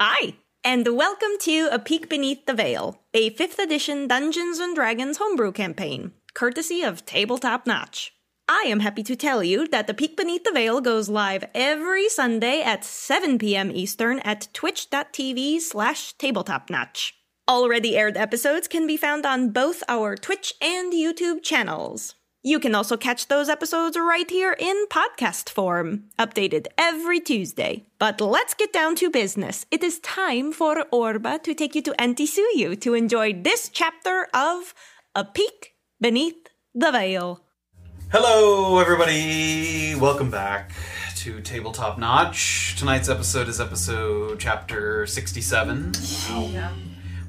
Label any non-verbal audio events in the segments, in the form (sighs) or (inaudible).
Hi, and welcome to A Peek Beneath the Veil, a 5th edition Dungeons and Dragons homebrew campaign, courtesy of Tabletop Notch. I am happy to tell you that The Peek Beneath the Veil goes live every Sunday at 7 p.m. Eastern at twitch.tv slash tabletopnotch. Already aired episodes can be found on both our Twitch and YouTube channels. You can also catch those episodes right here in podcast form, updated every Tuesday. But let's get down to business. It is time for Orba to take you to Antisuyu to enjoy this chapter of A Peek Beneath the Veil. Hello, everybody. Welcome back to Tabletop Notch. Tonight's episode is episode chapter 67.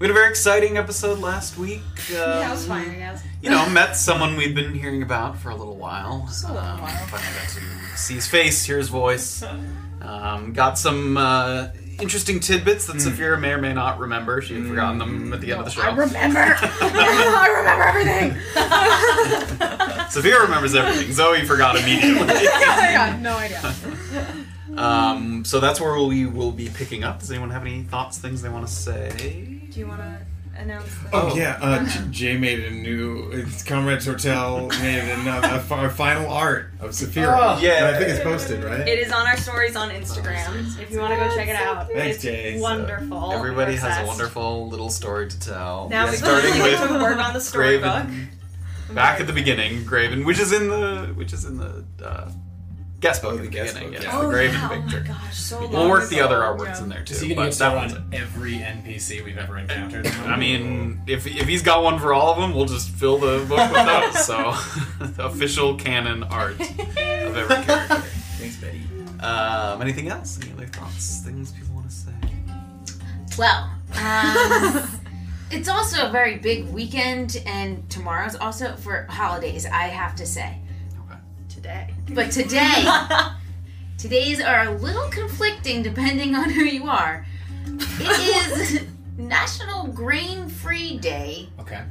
We had a very exciting episode last week. Um, That was fine, I guess. You know, met someone we'd been hearing about for a little while. Um, a little while. Finally got to see his face, hear his voice. Um, got some uh, interesting tidbits that Saphira may or may not remember. She had forgotten them at the end of the show. Hmm. I remember. (laughs) I remember everything. (laughs) Saphira remembers everything. Zoe (laughs) forgot immediately. I got no idea. Um, so that's where we will be picking up. Does anyone have any thoughts, things they want to say? Do you want to announce? Oh, Oh. yeah, uh, J- Jay made a new it's Comrades Hotel made another f- our final art of Saphira. Oh, yeah. I think it's posted, right? It is on our stories on Instagram. If you want to go check it out, Thanks, it's Jay. So- wonderful. Everybody We're has a obsessed. wonderful little story to tell. Now we starting finally get to with work on the storybook. Graven. Back at the beginning, Graven, which is in the which is in the uh, guest book. at Oh, the the guest beginning, book, yeah. yeah. the Oh, Graven yeah. Oh my picture. gosh, so long. We'll work the ago. other artworks in there too. Is he gonna but get that star one's on every NPC we've ever (laughs) encountered? it. I mean, if if he's got one for all of them, we'll just fill the book (laughs) with those. So, official canon art of (laughs) every character. thanks, Betty. Um, anything else? Any other thoughts? Things people want to say? Well, um, (laughs) it's also a very big weekend, and tomorrow's also for holidays, I have to say. Okay. Today. But today, today's are a little conflicting depending on who you are. It is (laughs) National Grain Free Day. Okay.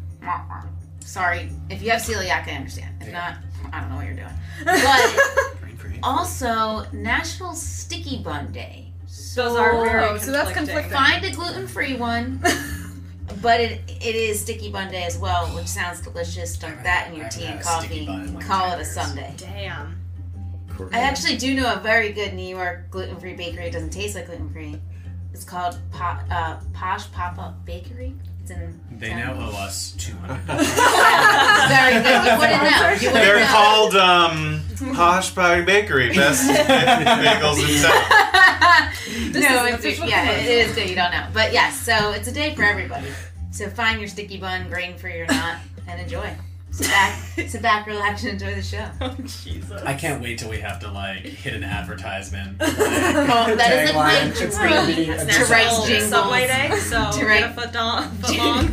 Sorry, if you have celiac, I understand. If not, I don't know what you're doing. But Brain freeze. also, National Sticky Bun Day. Those are very Oh, so that's conflicting. Find a gluten (laughs) free one. But it, it is sticky bun day as well, which sounds delicious. Dunk that in your I've tea had and a sticky coffee. bun in, like, Call 10 it a years. Sunday. Damn. (laughs) I actually do know a very good New York gluten free bakery. It doesn't taste like gluten free. It's called po- uh, Posh Pop Up Bakery. It's in. They now town. (laughs) owe us two (laughs) hundred. Very good. (laughs) You wouldn't know. You wouldn't They're know. called um, Posh Pie Bakery, (laughs) best bagels in town. (laughs) no, it's yeah, it is good. You don't know, but yes. so it's a day for everybody. So find your sticky bun, grain free or not, and enjoy. Sit back, (laughs) sit back, relax, and enjoy the show. Oh, I can't wait till we have to like hit an advertisement. Well, (laughs) Oh, that is like my Tagline. It's dream gonna be a to write (laughs) disaster. jingles. Subway day, so To get write- a foot long. Foot (laughs) long.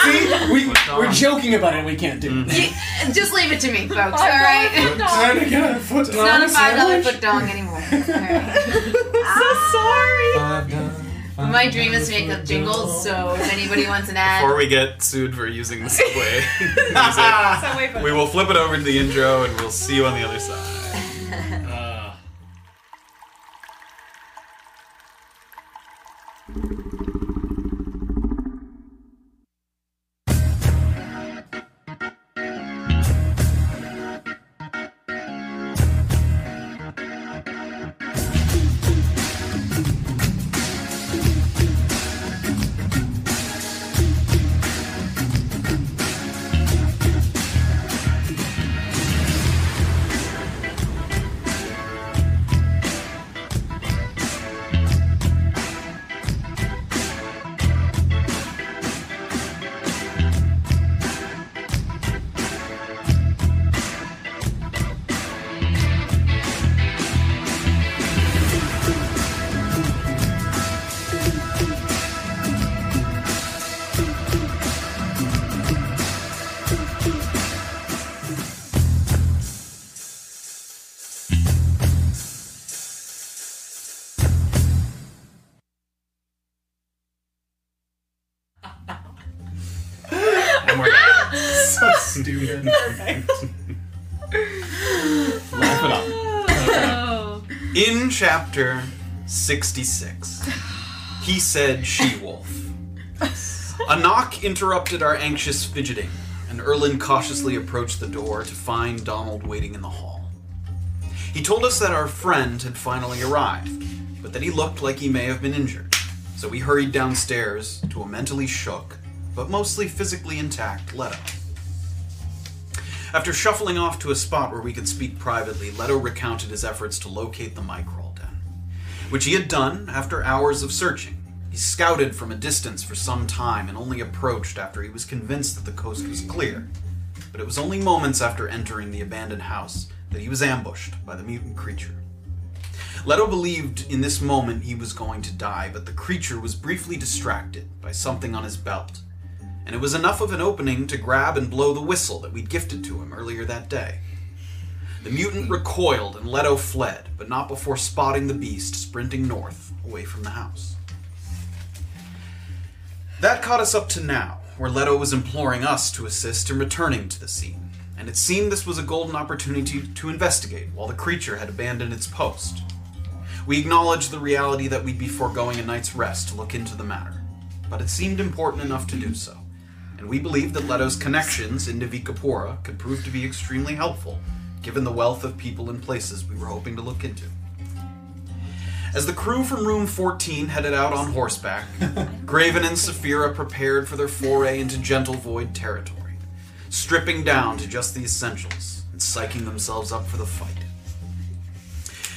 See, we we're we're joking about it. We can't Mm-hmm. do it. You- (laughs) just leave it to me, folks. All right, Trying to get a foot it's (laughs) not a five dollar foot dong anymore. All right. My dream is to make up jingles. So if anybody wants an Before ad, we get sued for using the subway (laughs) music, Subway foot we will flip it over to the intro and we'll see you on the other side. Uh, And we're back. so (laughs) stupid. Wrap it up. In chapter 66. He said she wolf. A knock interrupted our anxious fidgeting, and Erlin cautiously approached the door to find Donald waiting in the hall. He told us that our friend had finally arrived, but that he looked like he may have been injured. So we hurried downstairs to a mentally shook, but mostly physically intact Leto. After shuffling off to a spot where we could speak privately, Leto recounted his efforts to locate the microl den which he had done after hours of searching. He scouted from a distance for some time and only approached after he was convinced that the coast was clear. But it was only moments after entering the abandoned house that he was ambushed by the mutant creature. Leto believed in this moment he was going to die, but the creature was briefly distracted by something on his belt, and it was enough of an opening to grab and blow the whistle that we'd gifted to him earlier that day. The mutant recoiled and Leto fled, but not before spotting the beast sprinting north away from the house. That caught us up to now, where Leto was imploring us to assist in returning to the scene, and it seemed this was a golden opportunity to investigate while the creature had abandoned its post. We acknowledged the reality that we'd be foregoing a night's rest to look into the matter, but it seemed important enough to do so, and we believed that Leto's connections into Vikapura could prove to be extremely helpful, given the wealth of people and places we were hoping to look into. As the crew from Room 14 headed out on horseback, Graven and Saphira prepared for their foray into Gentle Void territory, stripping down to just the essentials and psyching themselves up for the fight.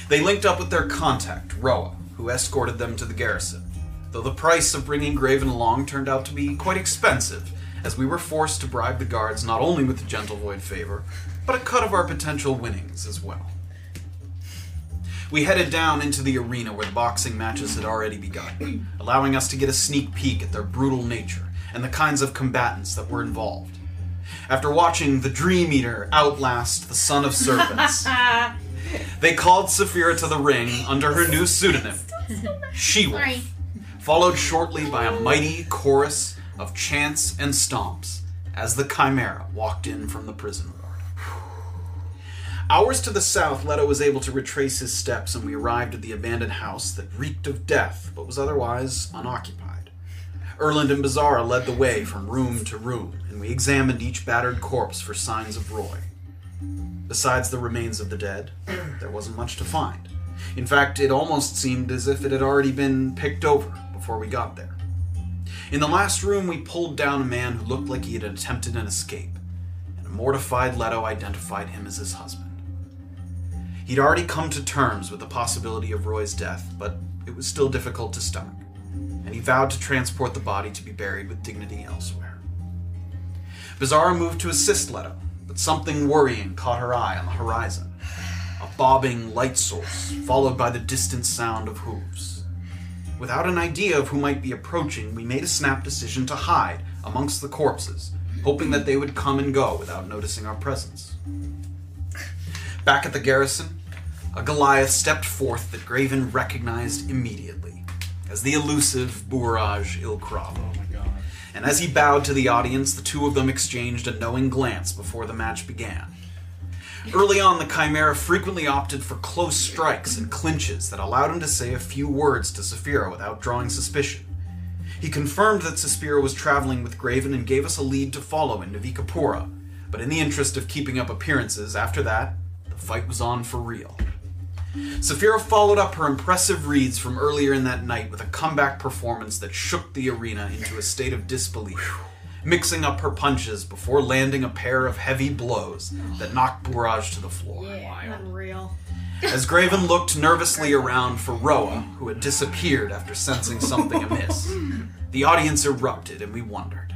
They linked up with their contact, Roa, who escorted them to the garrison, though the price of bringing Graven along turned out to be quite expensive, as we were forced to bribe the guards not only with the Gentle Void favor, but a cut of our potential winnings as well. We headed down into the arena where the boxing matches had already begun, allowing us to get a sneak peek at their brutal nature and the kinds of combatants that were involved. After watching the Dream Eater outlast the Son of Serpents, they called Saphira to the ring under her new pseudonym, She Wolf, followed shortly by a mighty chorus of chants and stomps as the Chimera walked in from the prison ward. Hours to the south, Leto was able to retrace his steps, and we arrived at the abandoned house that reeked of death but was otherwise unoccupied. Erland and Bizarra led the way from room to room, and we examined each battered corpse for signs of Roy. Besides the remains of the dead, there wasn't much to find. In fact, it almost seemed as if it had already been picked over before we got there. In the last room, we pulled down a man who looked like he had attempted an escape, and a mortified Leto identified him as his husband. He'd already come to terms with the possibility of Roy's death, but it was still difficult to stomach, and he vowed to transport the body to be buried with dignity elsewhere. Bizarro moved to assist Leto, but something worrying caught her eye on the horizon a bobbing light source, followed by the distant sound of hooves. Without an idea of who might be approaching, we made a snap decision to hide amongst the corpses, hoping that they would come and go without noticing our presence. Back at the garrison, a Goliath stepped forth that Graven recognized immediately as the elusive Bouraj Ilkravo. And as he bowed to the audience, the two of them exchanged a knowing glance before the match began. Early on, the Chimera frequently opted for close strikes and clinches that allowed him to say a few words to Saphira without drawing suspicion. He confirmed that Saphira was traveling with Graven and gave us a lead to follow into Vikapura, but in the interest of keeping up appearances, after that, the fight was on for real. Saphira followed up her impressive reads from earlier in that night with a comeback performance that shook the arena into a state of disbelief, mixing up her punches before landing a pair of heavy blows that knocked Bouraj to the floor. Unreal. As Graven looked nervously around for Roa, who had disappeared after sensing something amiss, the audience erupted and we wondered.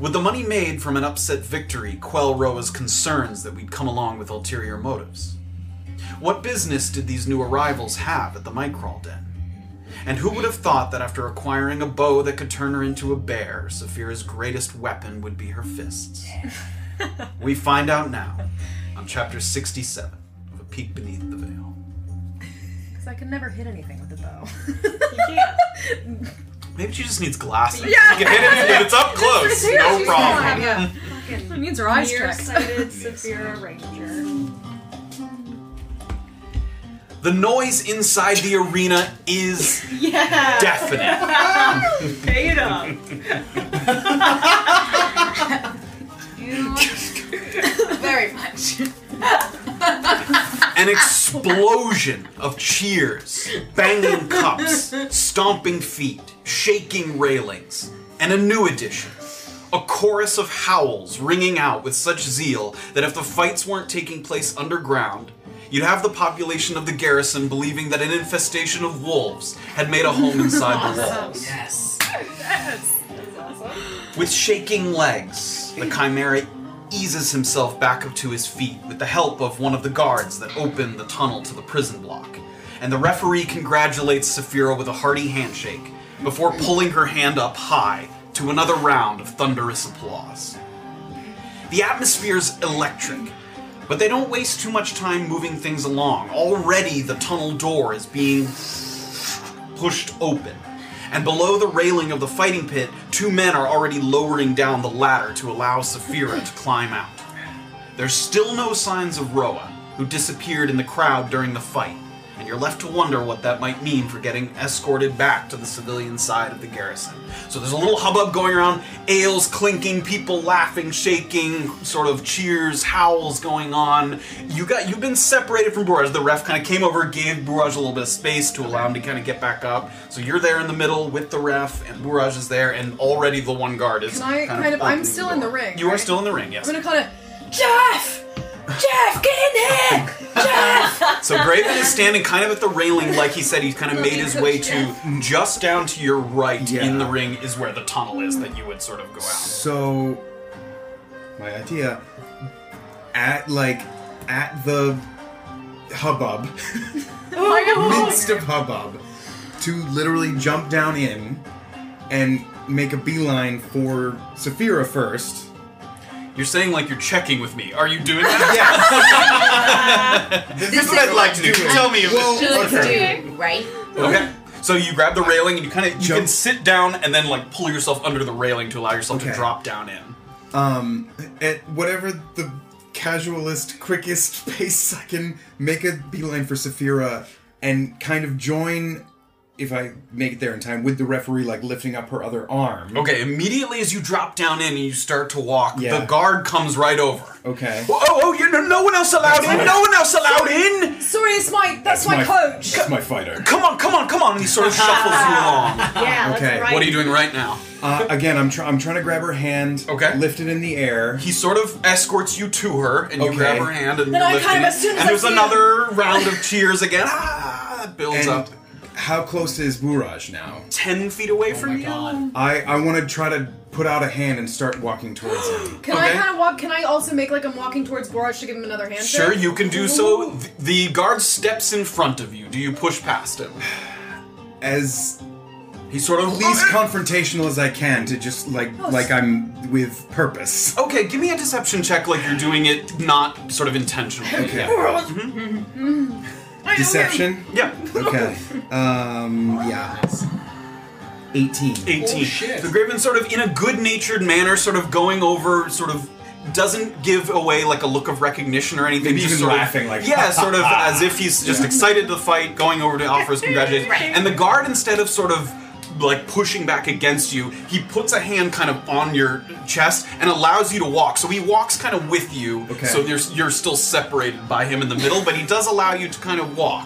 Would the money made from an upset victory quell Roa's concerns that we'd come along with ulterior motives? What business did these new arrivals have at the Microl Den? And who would have thought that after acquiring a bow that could turn her into a bear, Saphira's greatest weapon would be her fists? we find out now on chapter 67 of A Peek Beneath the Veil. Because I can never hit anything with a bow. Maybe she just needs glasses. Yeah. You can hit it if it's up close. No problem. It means her eyes Nearsighted Saphira Ranger. The noise inside the arena is Yeah. deafening. Paid up. (laughs) (laughs) Very much. An explosion of cheers, banging cups, stomping feet, shaking railings, and a new addition. A chorus of howls ringing out with such zeal that if the fights weren't taking place underground, you'd have the population of the garrison believing that an infestation of wolves had made a home inside the walls. Yes. With shaking legs, the Chimera eases himself back up to his feet with the help of one of the guards that open the tunnel to the prison block. And the referee congratulates Saphira with a hearty handshake before pulling her hand up high to another round of thunderous applause. The atmosphere's electric, but they don't waste too much time moving things along. Already the tunnel door is being pushed open. And below the railing of the fighting pit, two men are already lowering down the ladder to allow Saphira to climb out. There's still no signs of Roa, who disappeared in the crowd during the fight, and you're left to wonder what that might mean for getting escorted back to the civilian side of the garrison. So there's a little hubbub going around, ales clinking, people laughing, shaking, sort of cheers, howls going on. You got you've been separated from Bourge. The ref kind of came over, gave Bourge a little bit of space to allow him to kind of get back up. So you're there in the middle with the ref, and Bourge is there, and already the one guard is. Can I- kind of kind of- I'm opening still in the door. ring, You are right? still in the ring. Yes. I'm gonna call it Jeff! Jeff, get in (laughs) here! Jeff! So Graven is standing kind of at the railing, like he said, he kind of made his way to just down to your right Yeah. in the ring is where the tunnel is that you would sort of go out. So, my idea at like at the hubbub, (laughs) Oh Oh. midst of hubbub, to literally jump down in and make a beeline for Saphira first. You're saying like you're checking with me. Are you doing that? Yes, (laughs) this is what I'd like to do. Tell me. if Well, okay. Right? it- okay. So you grab the railing and you kind of you Jump. can sit down and then like pull yourself under the railing to allow yourself to Okay. drop down in. Um, at whatever the casualest, quickest (laughs) pace I can make a beeline for Saphira and kind of join, if I make it there in time, with the referee like lifting up her other arm. Okay. Immediately as you drop down in and you start to walk, Yeah. the guard comes right over. Okay. Oh, oh, oh! You no one else allowed in. No one else allowed in. Sorry, it's my that's, my, coach. That's my fighter. come on, come on, come on, and he sort of shuffles you along. Yeah, Okay, that's right. (laughs) What are you doing right now? Uh, again, I'm tr- I'm trying to grab her hand. Okay. Lift it in the air. He sort of escorts you to her, and you Okay. grab her hand, and Then you're I lifting kind of- it. as soon as And I there's see another round of cheers again. Ah, that builds and up. how close is Buraj now? Ten feet away from you. God. I I want to try to put out a hand and start walking towards him. Can Okay. I kind of walk? Can I also make like I'm walking towards Boraj to give him another handshake? Sure, you can do so. Th- The guard steps in front of you. Do you push past him? As He sort of least confrontational as I can to just like like I'm with purpose. Okay, give me a deception check, like you're doing it not sort of intentionally. Okay. Deception. Yeah. Okay. Um. Yeah. Eighteen. 18. Oh, shit. The Graven sort of in a good-natured manner, sort of going over, sort of doesn't give away like a look of recognition or anything. Maybe just even sort of- laughing, like, (laughs) yeah, sort of as if he's just excited to fight, going over to offer his congratulations. And the guard, instead of sort of like pushing back against you, he puts a hand kind of on your chest and allows you to walk. So he walks kind of with you. Okay. So you're you're still separated by him in the middle, but he does allow you to kind of walk.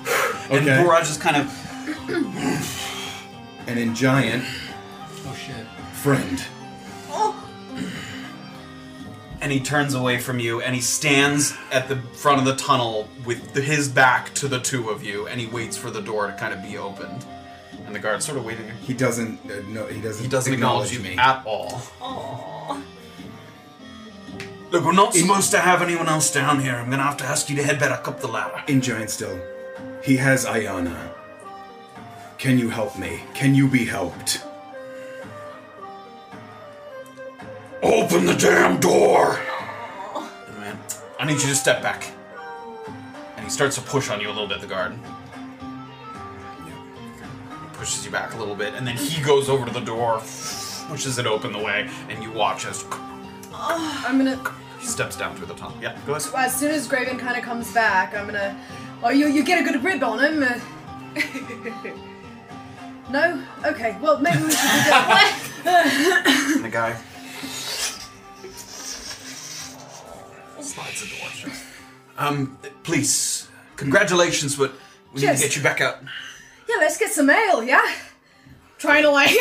And Okay. Boraj is kind of. And in giant Oh shit. friend. and he turns away from you and he stands at the front of the tunnel with the, his back to the two of you and he waits for the door to kind of be opened and the guard's sort of waiting He doesn't. Uh, no. He doesn't. he doesn't acknowledge you me. at all look we're not supposed to have anyone else down here i'm gonna have to ask you to head back up the ladder In giant still, he has Ayana. Can you help me? Can you be helped? open the damn door And the man i need you to step back and he starts to push on you a little bit the guard pushes you back a little bit, and then he goes over to the door, pushes it open the way, and you watch as I'm gonna. he steps down through the tunnel. Yeah, go ahead. As soon as Graven kind of comes back, I'm gonna. Well, you, you get a good rib on him. (laughs) uh. no? Okay, well, maybe we (laughs) should do that. And the guy slides the door shut. Um, please, congratulations, but we need Cheers. to get you back out. yeah, let's get some ale, yeah? Trying to, like.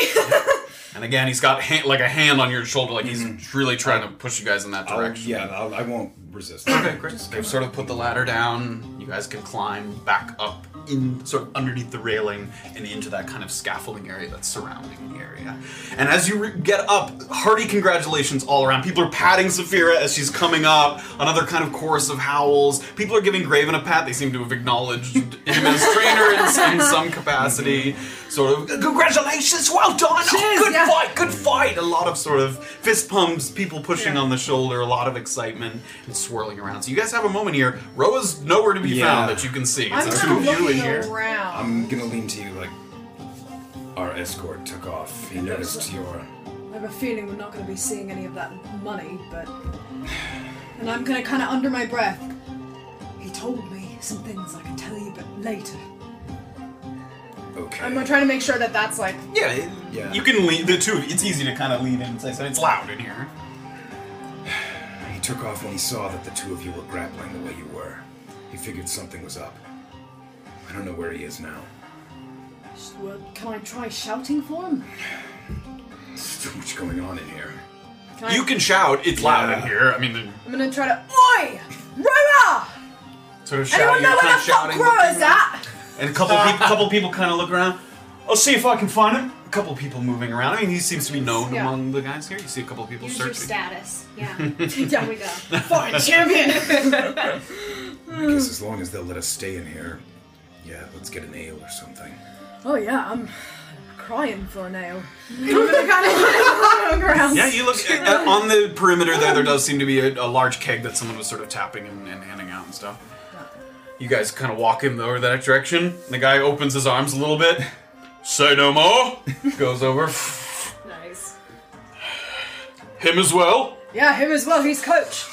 And again, he's got hand, like a hand on your shoulder, like he's really trying to push you guys in that I'll, direction. yeah, I'll, I won't resist. Okay, great. They've sort of put the ladder down. You guys can climb back up in sort of underneath the railing and into that kind of scaffolding area that's surrounding the area. And as you re- get up, hearty congratulations all around. People are patting Saphira as she's coming up. Another kind of chorus of howls. People are giving Graven a pat. They seem to have (laughs) acknowledged him as trainer in, some- in some capacity. Sort of congratulations, well done. Oh, Mm-hmm. Cheers, good yeah. fight fight, good fight! A lot of sort of fist pumps, people pushing on the shoulder, a lot of excitement and swirling around. So you guys have a moment here. Roa's nowhere to be Yeah. found that you can see. I'm It's the kind two of of you in looking here. around. I'm gonna lean to you like our escort took off. He noticed your I have a feeling we're not going to be seeing any of that money, but. And I'm going to kind of under my breath. He told me some things I can tell you, but later. okay. I'm gonna try to make sure that that's like. Yeah, it- Yeah. you can lean. The two of you, it's easy to kind of lean in and say something. It's loud in here. He took off when he saw that the two of you were grappling the way you were. He figured something was up. I don't know where he is now. (laughs) Well, can I try shouting for him? There's too much going on in here. Can I, You can shout. It's loud in Yeah. here. I mean, the- I'm gonna try to. Oi! Roa! sort of shout. Anyone know You're where kind the of fuck shouting. Roa's at? And a couple people, couple people kind of look around. I'll see if I can find him. A couple people moving around. I mean, he seems to be known Yeah. among the guys here. You see a couple people Use your searching. status. Yeah. There yeah, we (laughs) go. fucking champion! I guess as long as they'll let us stay in here, yeah, let's get an ale or something. oh, yeah, I'm crying for a nail. I'm gonna kind (laughs) of look around. Yeah, you look uh, on the perimeter there. There does seem to be a, a large keg that someone was sort of tapping and, and handing out and stuff. You guys kind of walk in over that direction. and The guy opens his arms a little bit. Say no (laughs) more. Goes over. Nice. Him as well. Yeah, him as well, he's coach.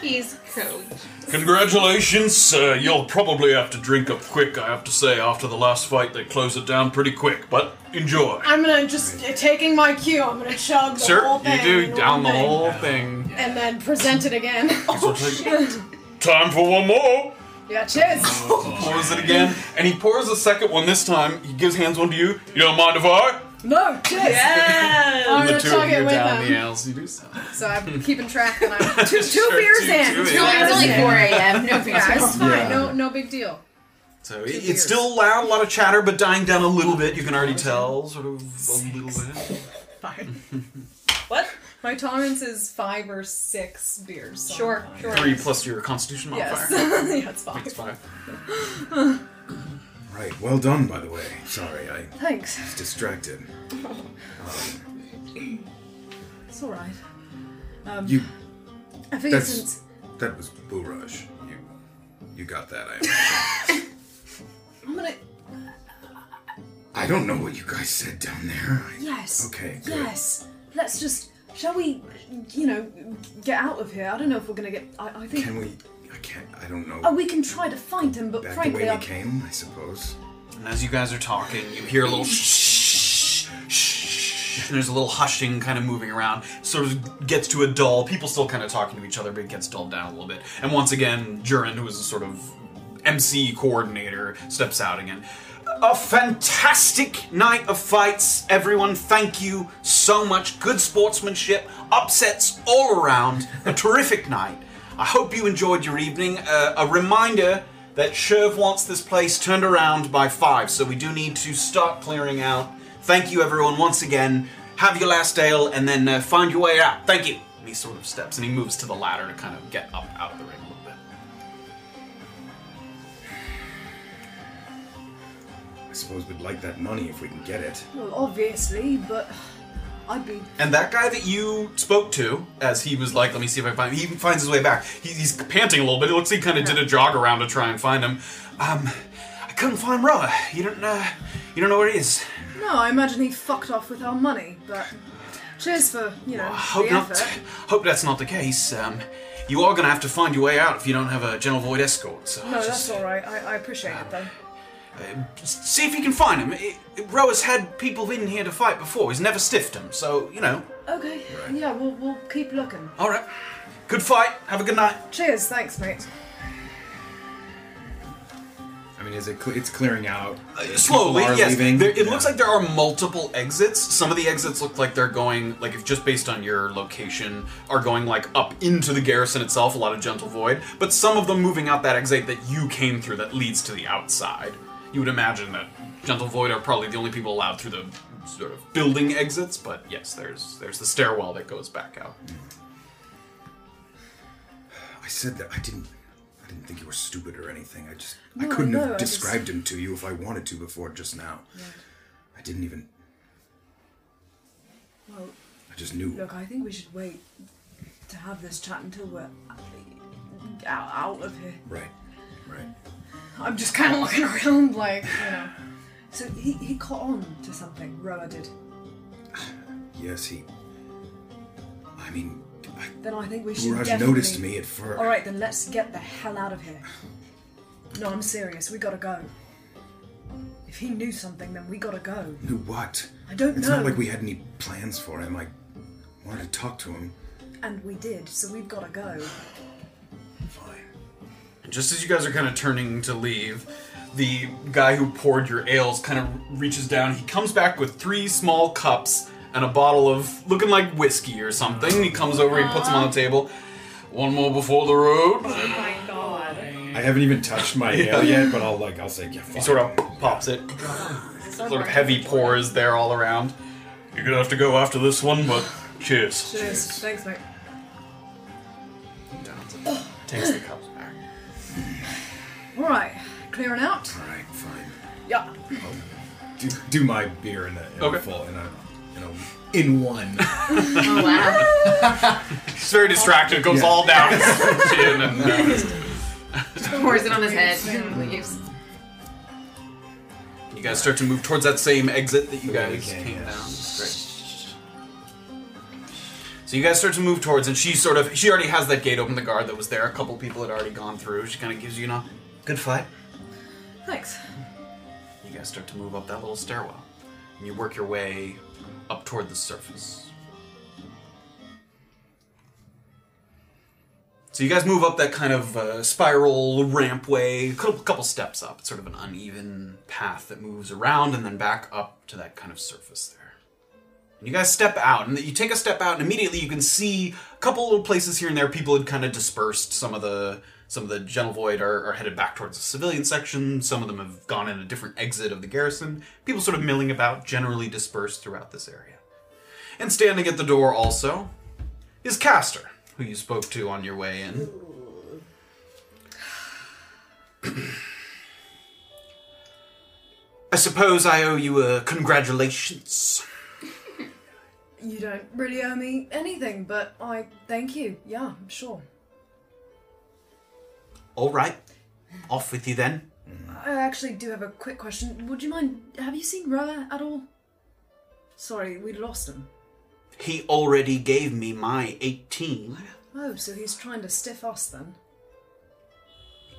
He's coach. Congratulations. Uh, you'll probably have to drink up quick. I have to say, after the last fight, they close it down pretty quick. But enjoy. I'm gonna just, taking my cue, I'm gonna chug the Sir, whole thing. you do in down the one thing, whole thing. And then present it again. Oh, So (laughs) it's like, Time for one more. yeah, cheers! pours it again, and he pours a second one this time. He gives hands one to you. You don't mind if I? no, cheers! Yeah. I'm gonna chug it with down the him. aisles. You do so. So (laughs) I'm keeping track and I'm two, two Sure, beers two- in. two Two in. No, beers it's only in. 4 a.m. No fear. Yeah, it's fine. Yeah. No, no big deal. So it- it's beers. still loud, a lot of chatter, but dying down a little bit. You can already tell, sort of a little bit. What? My tolerance is five or six beers. so Sure, I'm fine. sure. Three plus your Constitution Yes. (laughs) modifier. yeah, it's fine. It's five. Right, well done, by the way. Sorry, I Thanks. was distracted. It's all right. Um, You, I figured That's- since that was Blue Rush. You, you got that, I I'm gonna I don't know what you guys said down there. I- yes, Okay, good. yes. Let's just shall we? You know, get out of here. I don't know if we're gonna get. I, I think. Can we, I can't, I don't know. Oh, we can try to find him, but Back the frankly, way we I, came, I suppose. And as you guys are talking, you hear a little shh, shh, shh, and there's a little hushing kind of moving around. Sort of gets to a dull. People still kind of talking to each other, but it gets dulled down a little bit. And once again, Durin, who is a sort of MC coordinator, steps out again. A fantastic night of fights, everyone. Thank you so much. Good sportsmanship, upsets all around. A terrific night. I hope you enjoyed your evening. Uh, a reminder that Sherv wants this place turned around by five, so we do need to start clearing out. Thank you, everyone, once again. Have your last ale and then uh, find your way out. Thank you. And he sort of steps and he moves to the ladder to kind of get up out of the ring a little bit. I suppose we'd like that money if we can get it. well, obviously, but I'd be. And that guy that you spoke to, as he was like, let me see if I find he finds his way back. He, he's panting a little bit. It looks like he kind of did a jog around to try and find him. Um, I couldn't find Roa. You don't uh, you don't know where he is. No, I imagine he fucked off with our money, but. Cheers for you know I hope the not. effort. Hope that's not the case. Um, you are gonna have to find your way out if you don't have a general void escort. So (laughs) No, just uh, that's all right. I, I appreciate it though. see if you can find him. It, it- Roa's had people in here to fight before. He's never stiffed them, so you know. Okay. Yeah, we'll we'll keep looking. All right, good fight. Have a good night. Cheers. Thanks, mate. I mean, is it? Cle- it's clearing out. Uh, Slowly, People are yes. leaving. There, it Yeah. looks like there are multiple exits. Some of the exits look like they're going, like if just based on your location, are going like up into the garrison itself. A lot of gentle void, but some of them moving out that exit that you came through that leads to the outside. You would imagine that gentle void are probably the only people allowed through the sort of building exits. But yes, there's there's the stairwell that goes back out. I said that I didn't. I didn't think you were stupid or anything. I just. No, I couldn't I know, I have just- described him to you if I wanted to before just now. I didn't even. Well, I just knew. look, I think we should wait to have this chat until we're out, out of here. Right. Right. I'm just kind of looking (laughs) around, like you know. So he, he caught on to something. Roa did. Yes, he. I mean, I, Then I think we should. Raj definitely... noticed me at first. All right, then let's get the hell out of here. No, I'm serious. We gotta go. If he knew something, then we gotta go. Knew what? I don't It's know. not like we had any plans for him. I wanted to talk to him. And we did, so we've gotta go. Fine. And just as you guys are kind of turning to leave, the guy who poured your ales kind of reaches down. He comes back with three small cups and a bottle of looking like whiskey or something. He comes over, he puts them on the table. One more before the road. my god. I haven't even (laughs) touched my ale yet, but I'll like I'll say yeah. Fine. He sort of pops it. sort of heavy pours there all around. You're gonna have to go after this one, but cheers. Cheers. Thanks, mate. Takes the cups back. All right, clearing out. All right, fine. Yeah. Do, do my beer in a, in Okay. a full in a in a in (laughs) one. Oh wow. He's very distracted, goes Yeah. all down his chin and Pours it on his head and leaves. You guys start to move towards that same exit that you guys Okay, came yeah. down. Great. So you guys start to move towards, and she sort of she already has that gate open. The guard that was there, a couple people had already gone through. She kind of gives you, you know, good fight. Thanks. You guys start to move up that little stairwell, and you work your way up toward the surface. So you guys move up that kind of uh, spiral rampway, a couple, couple steps up. It's sort of an uneven path that moves around and then back up to that kind of surface there. And you guys step out, and you take a step out, and immediately you can see a couple little places here and there. People had kind of dispersed. Some of the some of the gentle void are, are headed back towards the civilian section. Some of them have gone in a different exit of the garrison. People sort of milling about, generally dispersed throughout this area. And standing at the door also is Castor, who you spoke to on your way in. (clears throat) I suppose I owe you a congratulations. You don't really owe me anything, but I thank you. Yeah, sure. All right, off with you then. I actually do have a quick question. Would you mind? Have you seen Roa at all? Sorry, we lost him. He already gave me my 18. Oh, so he's trying to stiff us then.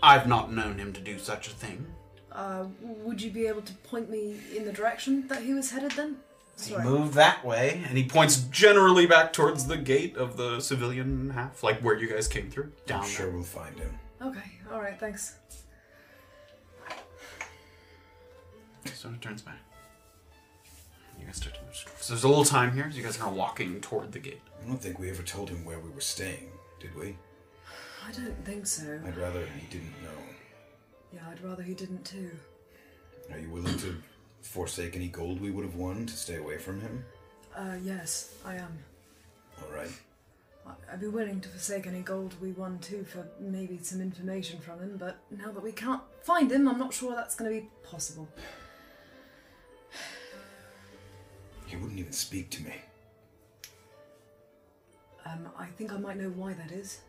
I've not known him to do such a thing. Uh, would you be able to point me in the direction that he was headed then? He Sorry. moved that way, and he points generally back towards the gate of the civilian half, like where you guys came through. Down I'm sure we'll find him. Okay, alright, thanks. there. So it turns back. You guys start to move. So there's a little time here, so you guys are walking toward the gate. I don't think we ever told him where we were staying, did we? I don't think so. I'd rather he didn't know. Yeah, I'd rather he didn't too. Are you willing to forsake any gold we would have won to stay away from him? Uh, yes, I am. All right. I- I'd be willing to forsake any gold we won too for maybe some information from him, but now that we can't find him, I'm not sure that's going to be possible. He wouldn't even speak to me. Um, I think I might know why that is.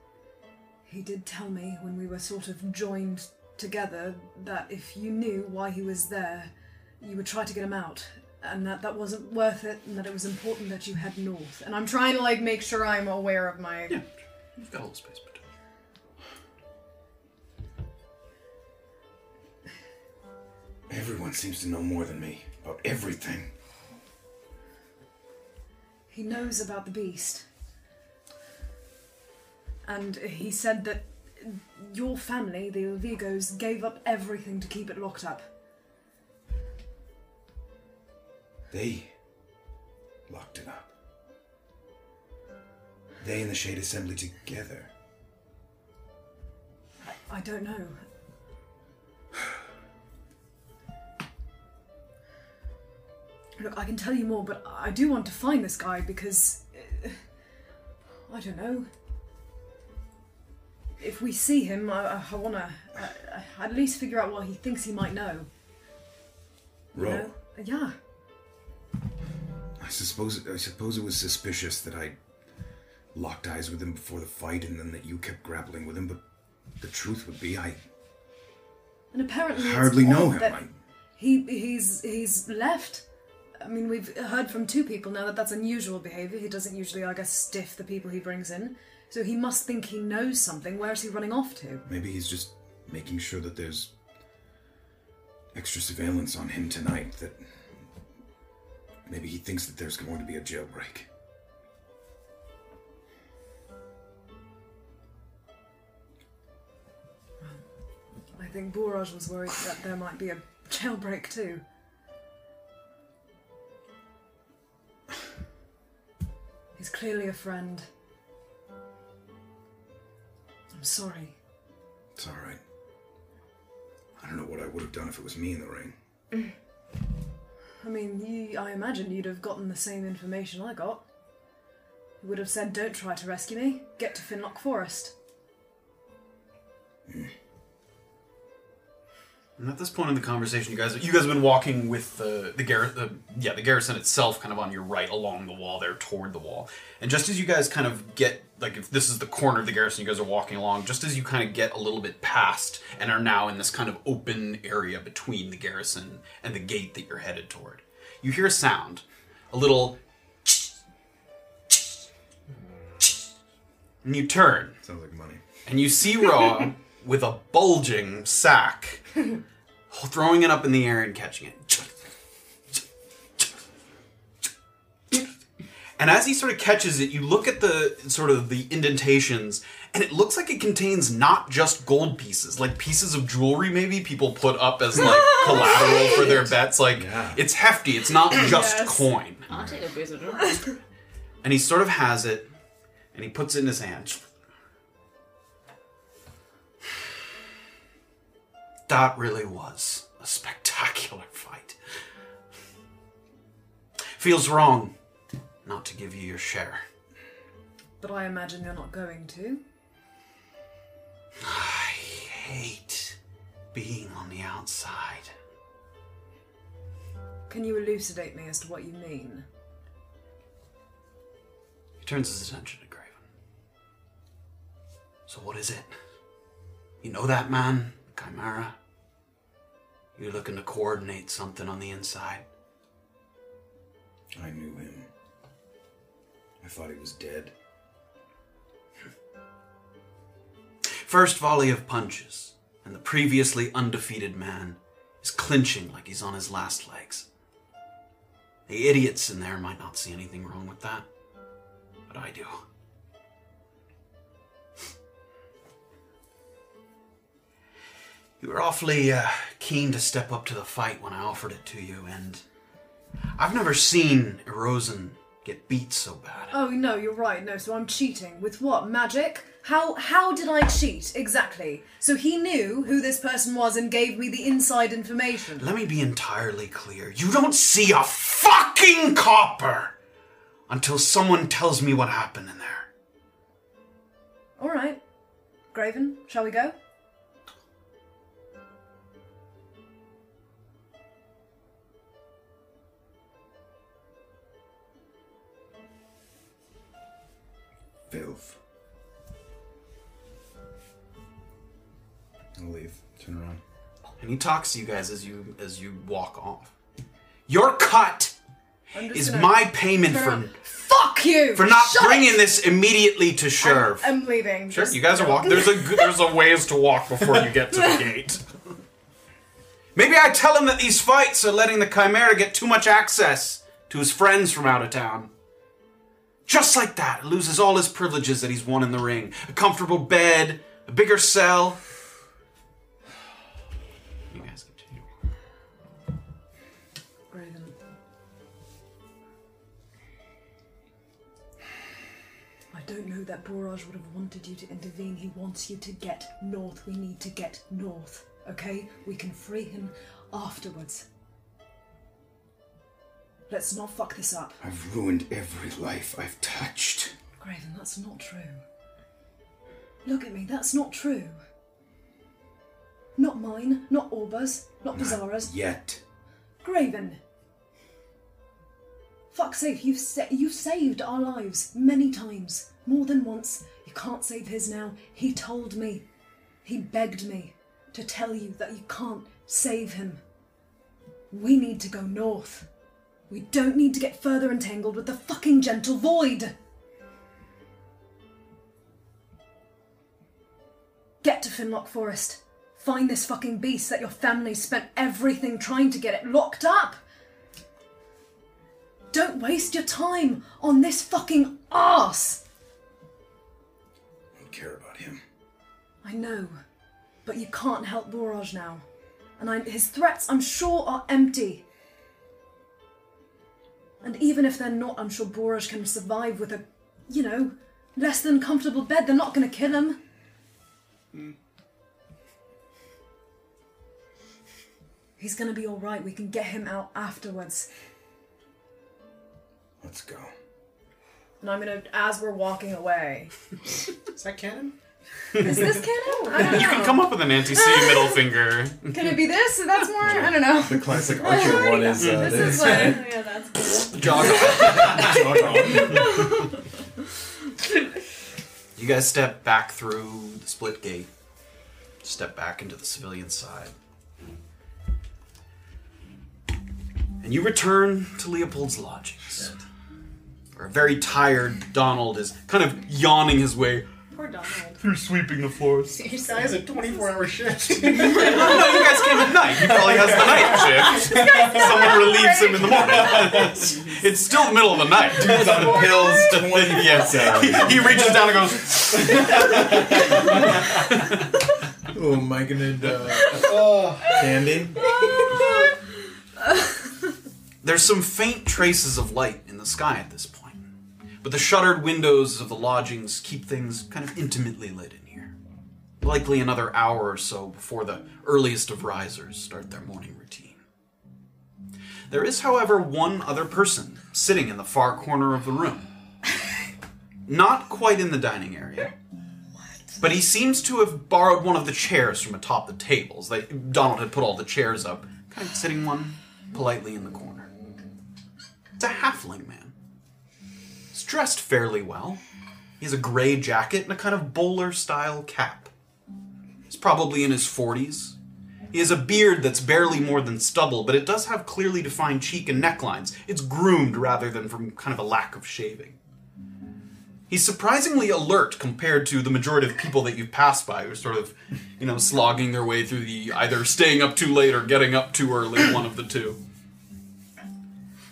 He did tell me when we were sort of joined together that if you knew why he was there, you would try to get him out, and that that wasn't worth it, and that it was important that you head north. And I'm trying to like make sure I'm aware of my. You've got a little space between. Everyone seems to know more than me about everything. He knows about the beast. And he said that your family, the Olvigos, gave up everything to keep it locked up. They locked it up. They and the Shade Assembly together. I don't know. Look, I can tell you more, but I do want to find this guy because. uh, I don't know. If we see him, I, I- I wanna uh, at least figure out what he thinks he might know. Ro, No? Yeah. I suppose I suppose it was suspicious that I locked eyes with him before the fight, and then that you kept grappling with him. But the truth would be, I And apparently, it's hardly know odd him. that I, He he's he's left. I mean, we've heard from two people now that that's unusual behaviour. He doesn't usually, I guess, stiff the people he brings in. So he must think he knows something. Where is he running off to? Maybe he's just making sure that there's extra surveillance on him tonight. That maybe he thinks that there's going to be a jailbreak. I think Boraj was worried that there might be a jailbreak too. (sighs) He's clearly a friend. I'm sorry. It's all right. I don't know what I would have done if it was me in the ring. I mean, you, I imagine you'd have gotten the same information I got. You would have said, don't try to rescue me, get to Finlock Forest. And at this point in the conversation, you guys you guys have been walking with the the garrison, the, yeah, the garrison itself, kind of on your right along the wall there, toward the wall. And just as you guys kind of get like if this is the corner of the garrison, you guys are walking along. Just as you kind of get a little bit past and are now in this kind of open area between the garrison and the gate that you're headed toward, you hear a sound, a little, and you turn Sounds like money. and you see Roa with a bulging sack, throwing it up in the air and catching it. And as he sort of catches it, you look at the sort of the indentations, and it looks like it contains not just gold pieces, like pieces of jewelry maybe people put up as like collateral for their bets. Like Yeah. it's hefty, it's not just coin. I'll take a blizzard. And he sort of has it, and he puts it in his hand. That really was a spectacular fight. Feels wrong not to give you your share. But I imagine you're not going to. I hate being on the outside. Can you elucidate me as to what you mean? He turns his attention to Graven. So what is it? You know that man, Chimera? You're looking to coordinate something on the inside. I knew him. I thought he was dead. First volley of punches, and the previously undefeated man is clinching like he's on his last legs. The idiots in there might not see anything wrong with that, but I do. You were awfully uh, keen to step up to the fight when I offered it to you, and I've never seen Erosin get beat so bad. Oh no, you're right. No, so I'm cheating with what magic? How how did I cheat exactly? So he knew who this person was and gave me the inside information. Let me be entirely clear. You don't see a fucking copper until someone tells me what happened in there. All right, Graven, shall we go? Filth. I'll leave. Turn around. And he talks to you guys as you as you walk off. Your cut I'm just is gonna- my payment for Turn- Fuck you for not Shut bringing it! this immediately to Sherv. I'm leaving. Sure, Just- you guys are walking. There's a there's a ways to walk before you get to the gate. Maybe I tell him that these fights are letting the Chimera get too much access to his friends from out of town. Just like that, he loses all his privileges that he's won in the ring a comfortable bed, a bigger cell. You guys continue. Raven. I don't know that Boraj would have wanted you to intervene. He wants you to get north. We need to get north, okay? We can free him afterwards. Let's not fuck this up. I've ruined every life I've touched. Graven, that's not true. Look at me, that's not true. Not mine, not Orba's, not Bizarra's. Yet. Graven. Fuck's sake, you've sa- you've saved our lives many times, more than once. You can't save his now. He told me, he begged me to tell you that you can't save him. We need to go north. We don't need to get further entangled with the fucking gentle void. Get to Finlock Forest. Find this fucking beast that your family spent everything trying to get it locked up. Don't waste your time on this fucking ass. I don't care about him. I know, but you can't help Boraj now, and I, his threats, I'm sure, are empty. And even if they're not, I'm sure Boraj can survive with a, you know, less than comfortable bed. They're not going to kill him. Hmm. He's going to be all right. We can get him out afterwards. Let's go. And I'm going to, as we're walking away, (laughs) Is that canon? is this canon? I You (laughs) can come up with an anti C middle finger. Can it be this? That's more. I don't know. The (laughs) classic Archer one is uh, This is like, yeah, that's cool. Jog Jog on. You guys step back through the split gate, step back into the civilian side. And you return to Leopold's lodgings. Where a very tired Donald is kind of yawning his way Poor Donald. through sweeping the floors. He has a 24 hour shift. no, no, you guys came at night. He probably has the night shift. Someone relieves him in the morning. it's still the middle of the night. He's on pills 20 Yes. He, he reaches down and goes, (laughs) Oh, am I gonna (laughs) die? oh. Candy? There's some faint traces of light in the sky at this point, but the shuttered windows of the lodgings keep things kind of intimately lit in here. Likely another hour or so before the earliest of risers start their morning routine. There is, however, one other person sitting in the far corner of the room. Not quite in the dining area. But he seems to have borrowed one of the chairs from atop the tables. They, Donald had put all the chairs up, kind of sitting one politely in the corner. It's a halfling man. He's dressed fairly well. He has a gray jacket and a kind of bowler style cap. He's probably in his 40s. He has a beard that's barely more than stubble, but it does have clearly defined cheek and necklines. It's groomed rather than from kind of a lack of shaving. He's surprisingly alert compared to the majority of people that you've passed by, who are sort of, you know, slogging their way through the either staying up too late or getting up too early, one of the two.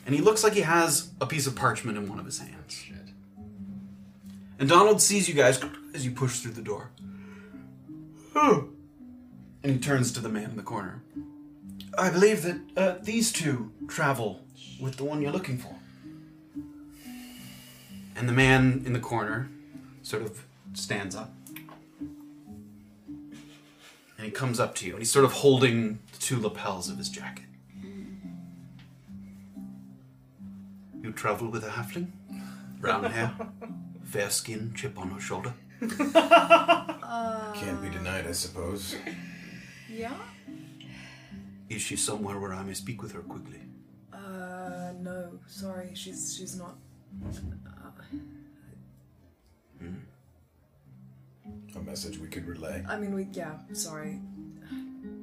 And he looks like he has a piece of parchment in one of his hands. And Donald sees you guys as you push through the door. Oh. And he turns to the man in the corner. I believe that uh, these two travel with the one you're looking for. And the man in the corner sort of stands up. And he comes up to you, and he's sort of holding the two lapels of his jacket. You travel with a halfling? Brown hair, fair skin, chip on her shoulder. Uh, Can't be denied, I suppose. Yeah. Is she somewhere where I may speak with her quickly? Uh, no, sorry, she's she's not. A message we could relay. I mean, we yeah, sorry.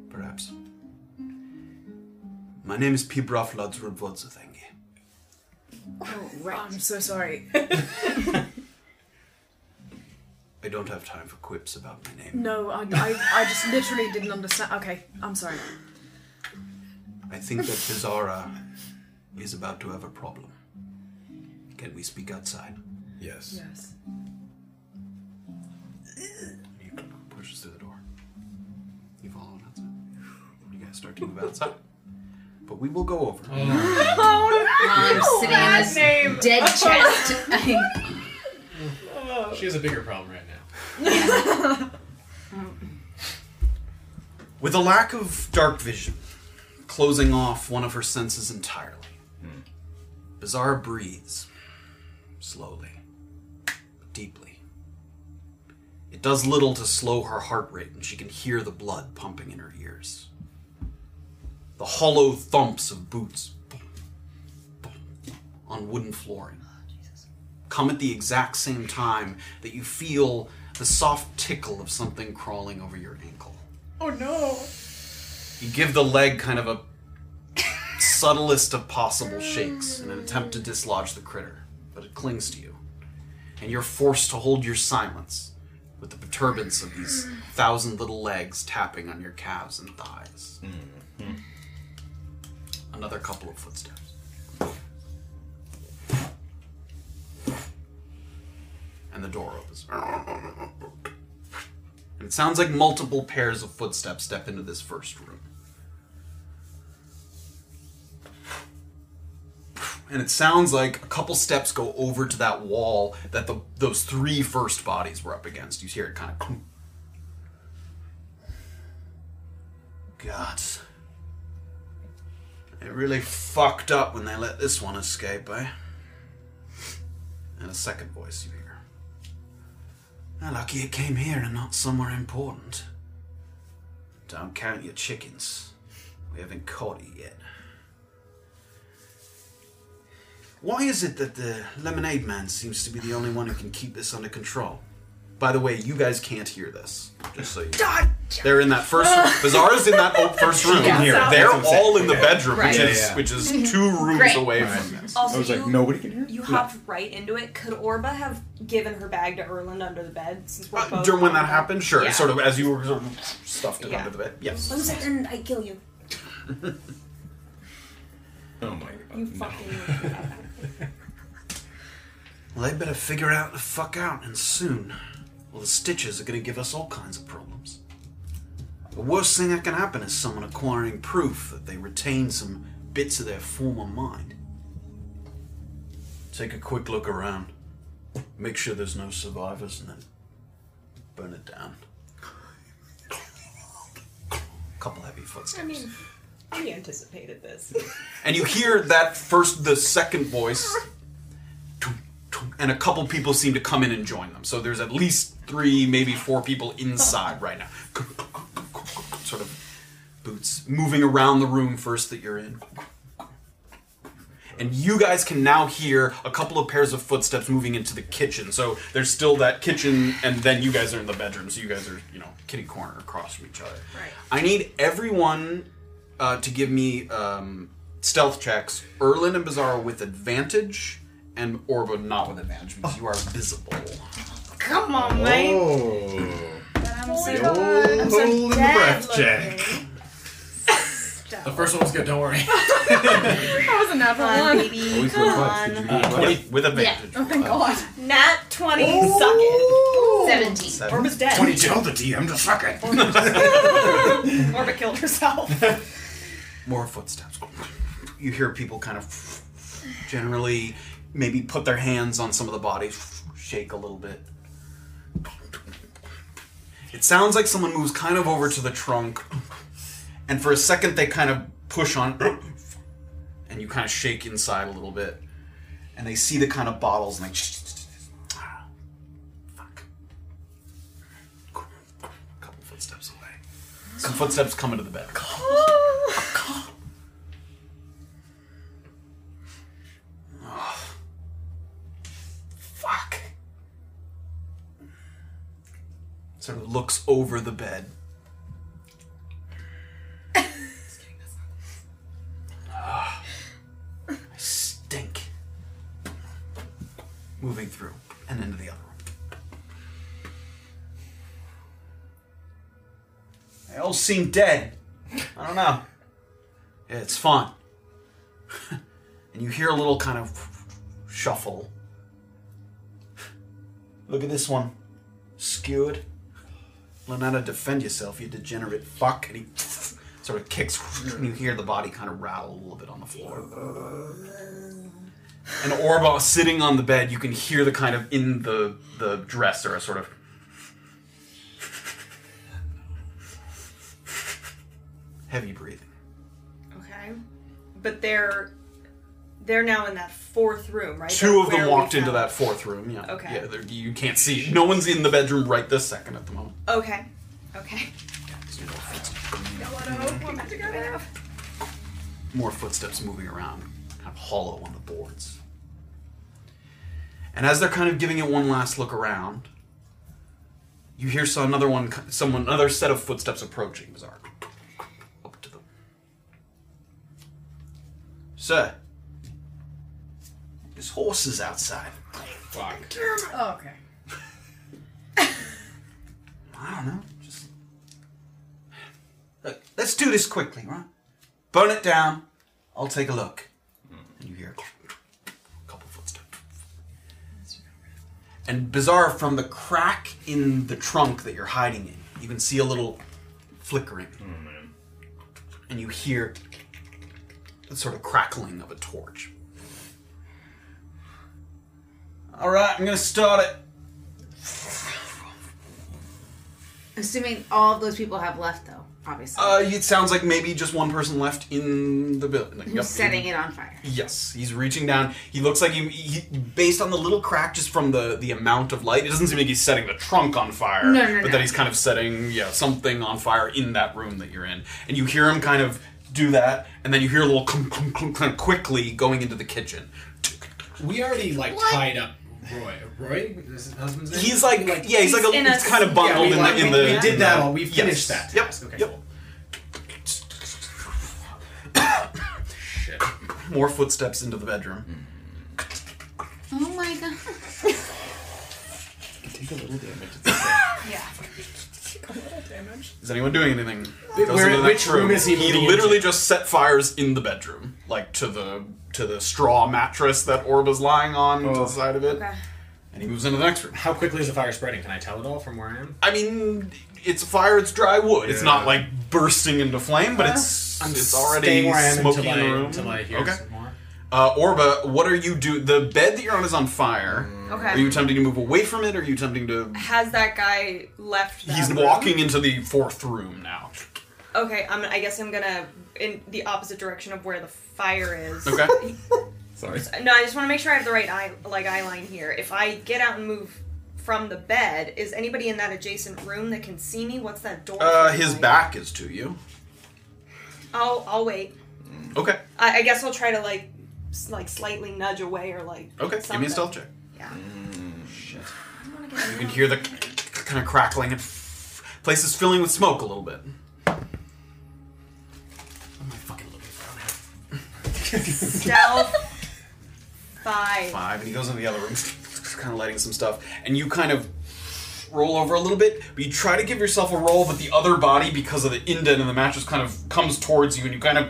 Perhaps. My name is Pibraf Ladsrudvodzathenge. I'm so sorry. I don't have time for quips about my name. No, I, I, I just literally didn't understand. Okay, I'm sorry. I think that Bizarra is about to have a problem. Can we speak outside? Yes. Yes. He pushes through the door. You follow him outside. You guys start to move outside. But we will go over. I'm sitting in this name. dead chest. She has a bigger problem right now. With a lack of dark vision, closing off one of her senses entirely, Bizarre breathes slowly, but deeply. It does little to slow her heart rate, and she can hear the blood pumping in her ears. The hollow thumps of boots boom, boom, on wooden flooring come at the exact same time that you feel the soft tickle of something crawling over your ankle. Oh no! You give the leg kind of a subtlest of possible shakes in an attempt to dislodge the critter, but it clings to you. And you're forced to hold your silence with the perturbance of these thousand little legs tapping on your calves and thighs. Another couple of footsteps. And the door opens. And it sounds like multiple pairs of footsteps step into this first room. And it sounds like a couple steps go over to that wall that the, those three first bodies were up against. You hear it kind of. God. They really fucked up when they let this one escape, eh? And a second voice you hear. Now, lucky it came here and not somewhere important. Don't count your chickens. We haven't caught it yet. Why is it that the lemonade man seems to be the only one who can keep this under control? By the way, you guys can't hear this. Just so you know. They're in that first room. Bizarro's in that o- first room. can hear it. They're That's what I'm saying. all in the Yeah. bedroom, Right. which Yeah, is yeah. which is two rooms Great. away from this. Also, I was like, you, nobody can hear. you hopped right into it. Could Orba have given her bag to Erland under the bed since we're Uh, both during when that happened, sure. Yeah. Sort of as you were sort of stuffed it Yeah. under the bed. Yes. Lose it and I kill you. Oh my god. You no. fucking. Well, they better figure out the fuck out, and soon. Well, the stitches are going to give us all kinds of problems. The worst thing that can happen is someone acquiring proof that they retain some bits of their former mind. Take a quick look around, make sure there's no survivors, and then burn it down. Couple heavy footsteps. I mean, we anticipated (laughs) this. And you hear that first, the second voice, Toom, toom, and a couple people seem to come in and join them. So there's at least three, maybe four people inside right now. Sort of boots moving around the room first that you're in. And you guys can now hear a couple of pairs of footsteps moving into the kitchen. So there's still that kitchen, and then you guys are in the bedroom. So you guys are, you know, kitty corner across from each other. Right. I need everyone uh, to give me um, stealth checks. Erlin and Bizarro with advantage, and Orbo not with advantage because you are visible. Come on, man. Oh. I'm so The old hole in the breath looking. check. The first one was good. Don't worry. That's a natural Come on, one. baby. Always Come look left. on. Did you look left? With advantage. Oh, thank God. Nat 20. Suck it. 17. Seven. Orba's dead. Twenty tell the DM to suck it. Orba (laughs) killed herself. More footsteps. You hear people kind of generally maybe put their hands on some of the bodies, shake a little bit. It sounds like someone moves kind of over to the trunk, and for a second they kind of push on, and you kind of shake inside a little bit, and they see the kind of bottles and they. Fuck. Couple footsteps away. Some footsteps come into the bed. fuck. Sort of looks over the bed. Ah, I stink. Moving through and into the other room. They all seem dead. I don't know. It's fun. (laughs) and you hear a little kind of shuffle. Look at this one. Skewered. Learn how to defend yourself, you degenerate fuck. And he (laughs) sort of kicks, and you hear the body kind of rattle a little bit on the floor. And Orba sitting on the bed, you can hear the kind of in the the dresser, a sort of (laughs) heavy breathing. Okay. But they're they're now in that fourth room, right? Two That's of them where walked we into found- that fourth room. Yeah. Okay. Yeah, they're- you can't see. No one's in the bedroom right this second at the moment. Okay. Okay. More footsteps moving around, kind of hollow on the boards. And as they're kind of giving it one last look around, you hear some, another one, someone, another set of footsteps approaching. Bizarre. Up to them. Sir, there's horses outside. Fuck. Oh, okay. I don't know. Just look. Let's do this quickly, right? Burn it down. I'll take a look. And you hear a couple footsteps. And bizarre, from the crack in the trunk that you're hiding in, you can see a little flickering. And you hear the sort of crackling of a torch. All right, I'm gonna start it. Assuming all of those people have left, though, obviously. Uh, it sounds like maybe just one person left in the building. Who's setting it on fire? Yes, he's reaching down. He looks like he, he, based on the little crack just from the the amount of light, it doesn't seem like he's setting the trunk on fire. No, no, but no. that he's kind of setting yeah something on fire in that room that you're in, and you hear him kind of do that, and then you hear a little clunk, clunk, clunk, clunk quickly going into the kitchen. We already like tied up Roy. Roy is his husband's name. He's like, yeah, he's, like a, in he's a- kind of we, bundled like, in we- the in the. we did that in the- all. We finished that Yep. task. Okay, yep. cool. Shit. More footsteps into the bedroom. Oh my god. Take a little (laughs) damage. Is anyone doing anything? Wait, Goes where- into the which next room is he moving literally into? just set fires in the bedroom, like to the to the straw mattress that Orba's lying on Oh. to the side of it, and he moves into the next room. How quickly is the fire spreading? Can I tell it all from where I am? I mean, it's fire; it's dry wood. It's not like bursting into flame, but it's it's already Uh, staying where I am smoky in the until I, room. until I hear okay, some more. uh, Orba, what are you do? The bed that you're on is on fire. Okay. Are you attempting to move away from it? Or are you attempting to? Has that guy left? That He's room? walking into the fourth room now. Okay, I'm, I guess I'm gonna in the opposite direction of where the fire is. Okay. Sorry. No, I just want to make sure I have the right eye like eye line here. If I get out and move from the bed, is anybody in that adjacent room that can see me? What's that door? Uh, frame his like? back is to you. I'll I'll wait. Okay. I, I guess I'll try to like s- like slightly nudge away or like Okay, give me something. a stealth check. Yeah. You can hear the kind of crackling and place is filling with smoke a little bit. Oh my fucking looking for Stealth five. five, and he goes into the other room, (laughs) kind of lighting some stuff, and you kind of roll over a little bit, but you try to give yourself a roll, but the other body, because of the indent in the mattress, kind of comes towards you, and you kind of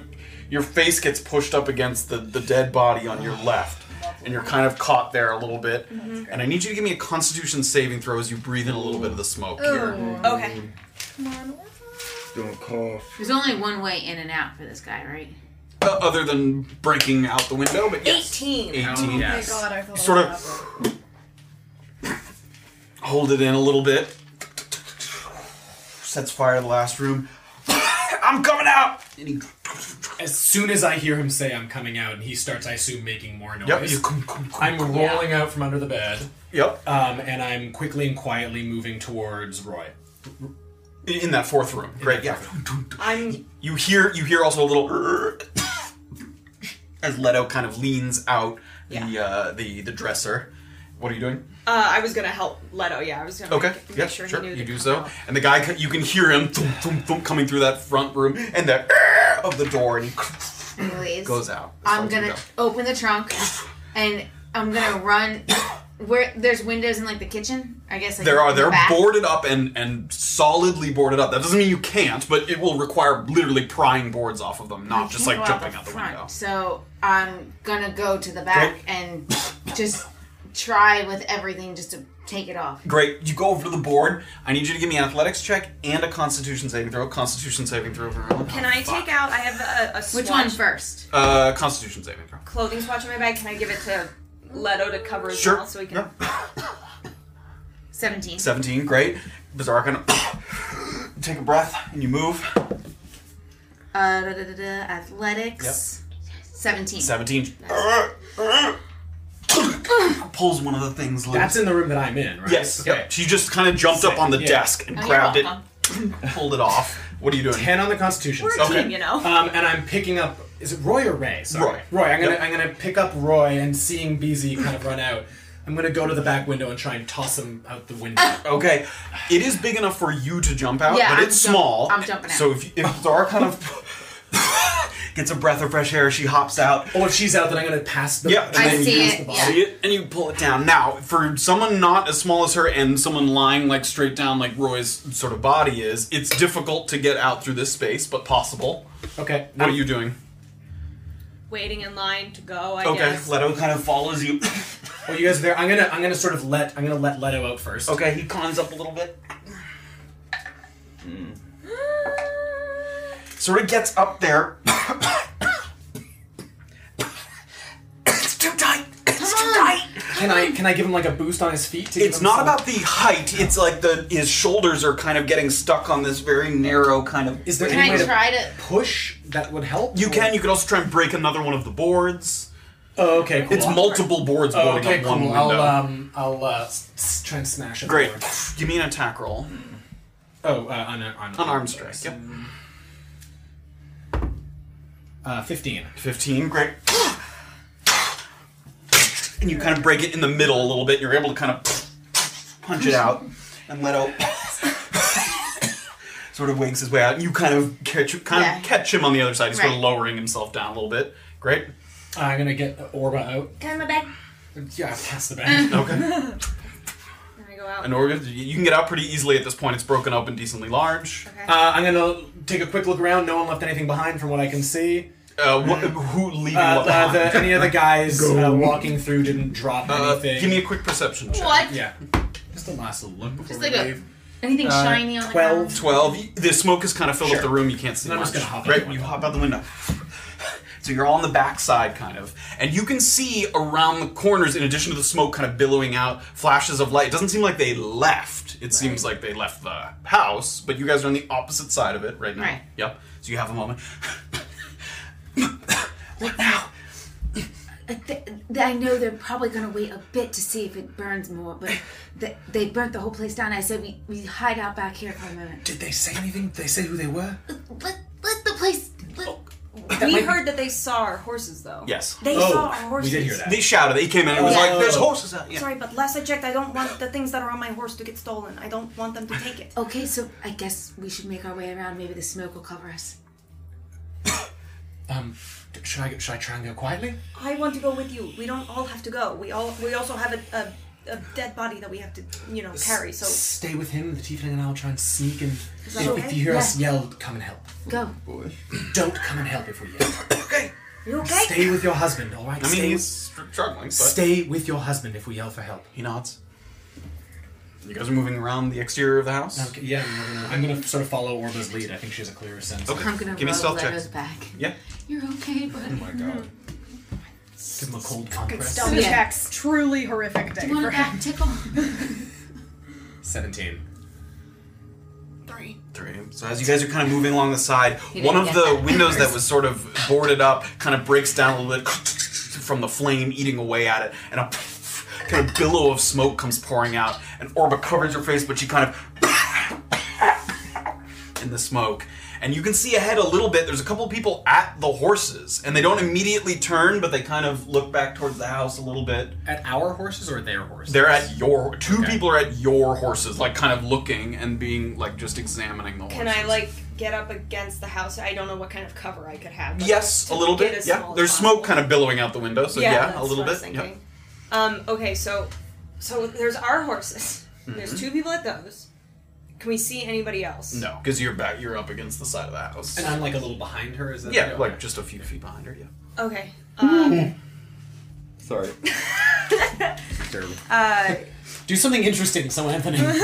your face gets pushed up against the, the dead body on your left. And you're kind of caught there a little bit. And I need you to give me a constitution saving throw as you breathe in a little bit of the smoke here. Okay. Don't cough. There's only one way in and out for this guy, right? Uh, other than breaking out the window, but yes. 18. 18. Oh, yes. Oh my god, I thought Sort I of- was up. Hold it in a little bit. Sets fire to the last room. (coughs) I'm coming out! And he, As soon as I hear him say I'm coming out, and he starts, I assume, making more noise. yep, you, cum, cum, cum, I'm cum. rolling out from under the bed, Yep. um, and I'm quickly and quietly moving towards Roy. In, in that fourth room. Great, that yeah. I'm You hear you hear also a little (coughs) as Leto kind of leans out the Yeah. uh, the the dresser. What are you doing? uh I was gonna help Leto, yeah. I was gonna Okay. make, make yeah, sure, sure. he knew You to do come so, out. and the guy co- you can hear him thump, thump, thump, coming through that front room and the (coughs) of the door, and he Anyways, goes out. as far I'm as you gonna go. open the trunk, and I'm gonna run Where there's windows in like the kitchen, I guess. Like, There are in the they're back. boarded up and and solidly boarded up. That doesn't mean you can't, but it will require literally prying boards off of them, I not just can't like go jumping the out the front, window. So I'm gonna go to the back and just try with everything just to take it off. Great, you go over to the board. I need you to give me an athletics check and a Constitution saving throw. Constitution saving throw for everyone. Can I take out? I have a, a Which one swatch- first? Uh, Constitution saving throw. clothing swatch in my bag. Can I give it to Leto to cover his Sure. mouth so he can? Yeah. Seventeen. Seventeen. Great. Bizarre kind of (coughs) take a breath and you move. Uh, da, da, da, da, athletics. Seventeen. Seventeen. (coughs) Pulls one of the things loose. That's in the room that I'm in, right? yes. Okay. Yep. She just kind of jumped up on the Yeah. desk and Oh, you're grabbed it, welcome. (laughs) pulled it off. What are you doing? Ten on the Constitution. We're a so- Okay. team, you know. Um, and I'm picking up. Is it Roy or Ray? Sorry. Roy. Roy. I'm gonna. Yep. I'm gonna pick up Roy and seeing BZ kind of run out. I'm gonna go to the back window and try and toss him out the (laughs) window. Okay, it is big enough for you to jump out, Yeah, but I'm it's jump- small. I'm jumping out. So if, if Zara kind of (laughs) gets a breath of fresh air, she hops out. Or if she's out, then I'm gonna pass the. Yeah, and I then you see use it, the ball. yeah. See it, and you pull it down. Now, for someone not as small as her and someone lying like straight down like Roy's sort of body is, it's difficult to get out through this space, but possible. Okay. What are you doing? Waiting in line to go. I Okay, guess. Leto kind of follows you. Well, you guys are there. I'm gonna. I'm gonna sort of let. I'm gonna let Leto out first. okay, he climbs up a little bit. Hmm. Sort of gets up there. it's too tight. It's too tight. Can I? Can I give him like a boost on his feet? To give It's him not some- about the height. It's like the his shoulders are kind of getting stuck on this very narrow kind of. Is there Can any I way try to to? push that would help? You or- can. You could also try and break another one of the boards. Oh, okay. Cool. It's multiple boards boarding Oh, okay, up cool. one window. I'll um. I'll uh. S- s- try and smash it. Great. over. Give me an attack roll. Oh, uh, on a, on An arm strike. Yep. Uh, fifteen. Fifteen. Great. And you kind of break it in the middle a little bit. You're able to kind of punch it out, (laughs) and Leto sort of wigs his way out. And you kind of catch, kind Yeah. of catch him on the other side. He's sort of Right. lowering himself down a little bit. Great. I'm gonna get Orba out. Can I back? Yeah, pass the (laughs) bag. Okay. Can I go out? An organ. You can get out pretty easily at this point. It's broken up and decently large. Okay. Uh, I'm gonna take a quick look around. No one left anything behind, from what I can see. Uh, what, who leaving Uh, what uh, behind? the, any of the guys uh, Go. walking through didn't drop Uh, anything. give me a quick perception check. What? yeah, just a last little look before Just we like a- leave. Anything Uh, shiny on the 12. ground? Twelve. y- The smoke has kind of filled up Sure. the room. You can't see Then I'm much. just gonna hop out right. the window. you hop out the window. (laughs) So you're all on the back side, kind of, and you can see around the corners. In addition to the smoke kind of billowing out, flashes of light. It doesn't seem like they left. It seems like they left the house, but you guys are on the opposite side of it right now. Right. Yep. So you have a moment. (laughs) what now? I, th- th- I know they're probably going to wait a bit to see if it burns more, (laughs) but th- they burnt the whole place down. I said we, we hide out back here for a moment. Did they say anything? Did they say who they were? Let, let the place. Let, Oh. we heard that they saw our horses, though. Yes. They Oh, saw our we horses. did hear that. They shouted. They came in and was Yeah. like, "There's horses out." Yeah. Sorry, but last I checked, I don't want the things that are on my horse to get stolen. I don't want them to take it. okay, so I guess we should make our way around. Maybe the smoke will cover us. Um, d- should I go- should I try and go quietly? I want to go with you. We don't all have to go. We all we also have a, a, a dead body that we have to you know carry. S- So stay with him. The tiefling and I'll try and sneak and if, that if okay? you hear us Yeah. yell, come and help. Go. Boy. Don't come and help if we (coughs) yell. you okay? Stay with your husband, all right? I mean, stay, he's with, str- struggling, but stay with your husband if we yell for help. he nods. You guys are moving around the exterior of the house. Okay, yeah, we're gonna, I'm gonna sort of follow Orba's lead. I think she has a clearer sense. Okay. I'm going to Give me roll stealth checks. Leto's back. Yeah. Oh You're okay, buddy. Give him a cold compress. Stealth Yeah. attacks. Truly horrific day. You want For a back (laughs) tickle? 17. Three. So as you guys are kind of moving along the side, didn't one of get the that windows that first. was sort of boarded up kind of breaks down a little bit (laughs) from the flame eating away at it, and a (laughs) kind of billow of smoke comes pouring out. And Orba covers her face, but she kind of (laughs) in the smoke. And you can see ahead a little bit. There's a couple people at the horses, and they don't immediately turn, but they kind of look back towards the house a little bit. At our horses or their horses? They're at your two Okay. people are at your horses, like kind of looking and being like just examining the horses. Can I like get up against the house? I don't know what kind of cover I could have. but Yes, to a little get bit. as Yeah, small as there's possible. smoke kind of billowing out the window, so yeah, that's a little what I was bit. Yeah. thinking. Um, okay, so So there's our horses. Mm-hmm. There's two people at those. Can we see anybody else? No, because you're back. You're up against the side of the house. And I'm like a little behind her. Is that yeah, like just a few feet behind her. Yeah. Okay. Um, Sorry. Terrible. uh, do something interesting, so (laughs) Anthony. No, no, no.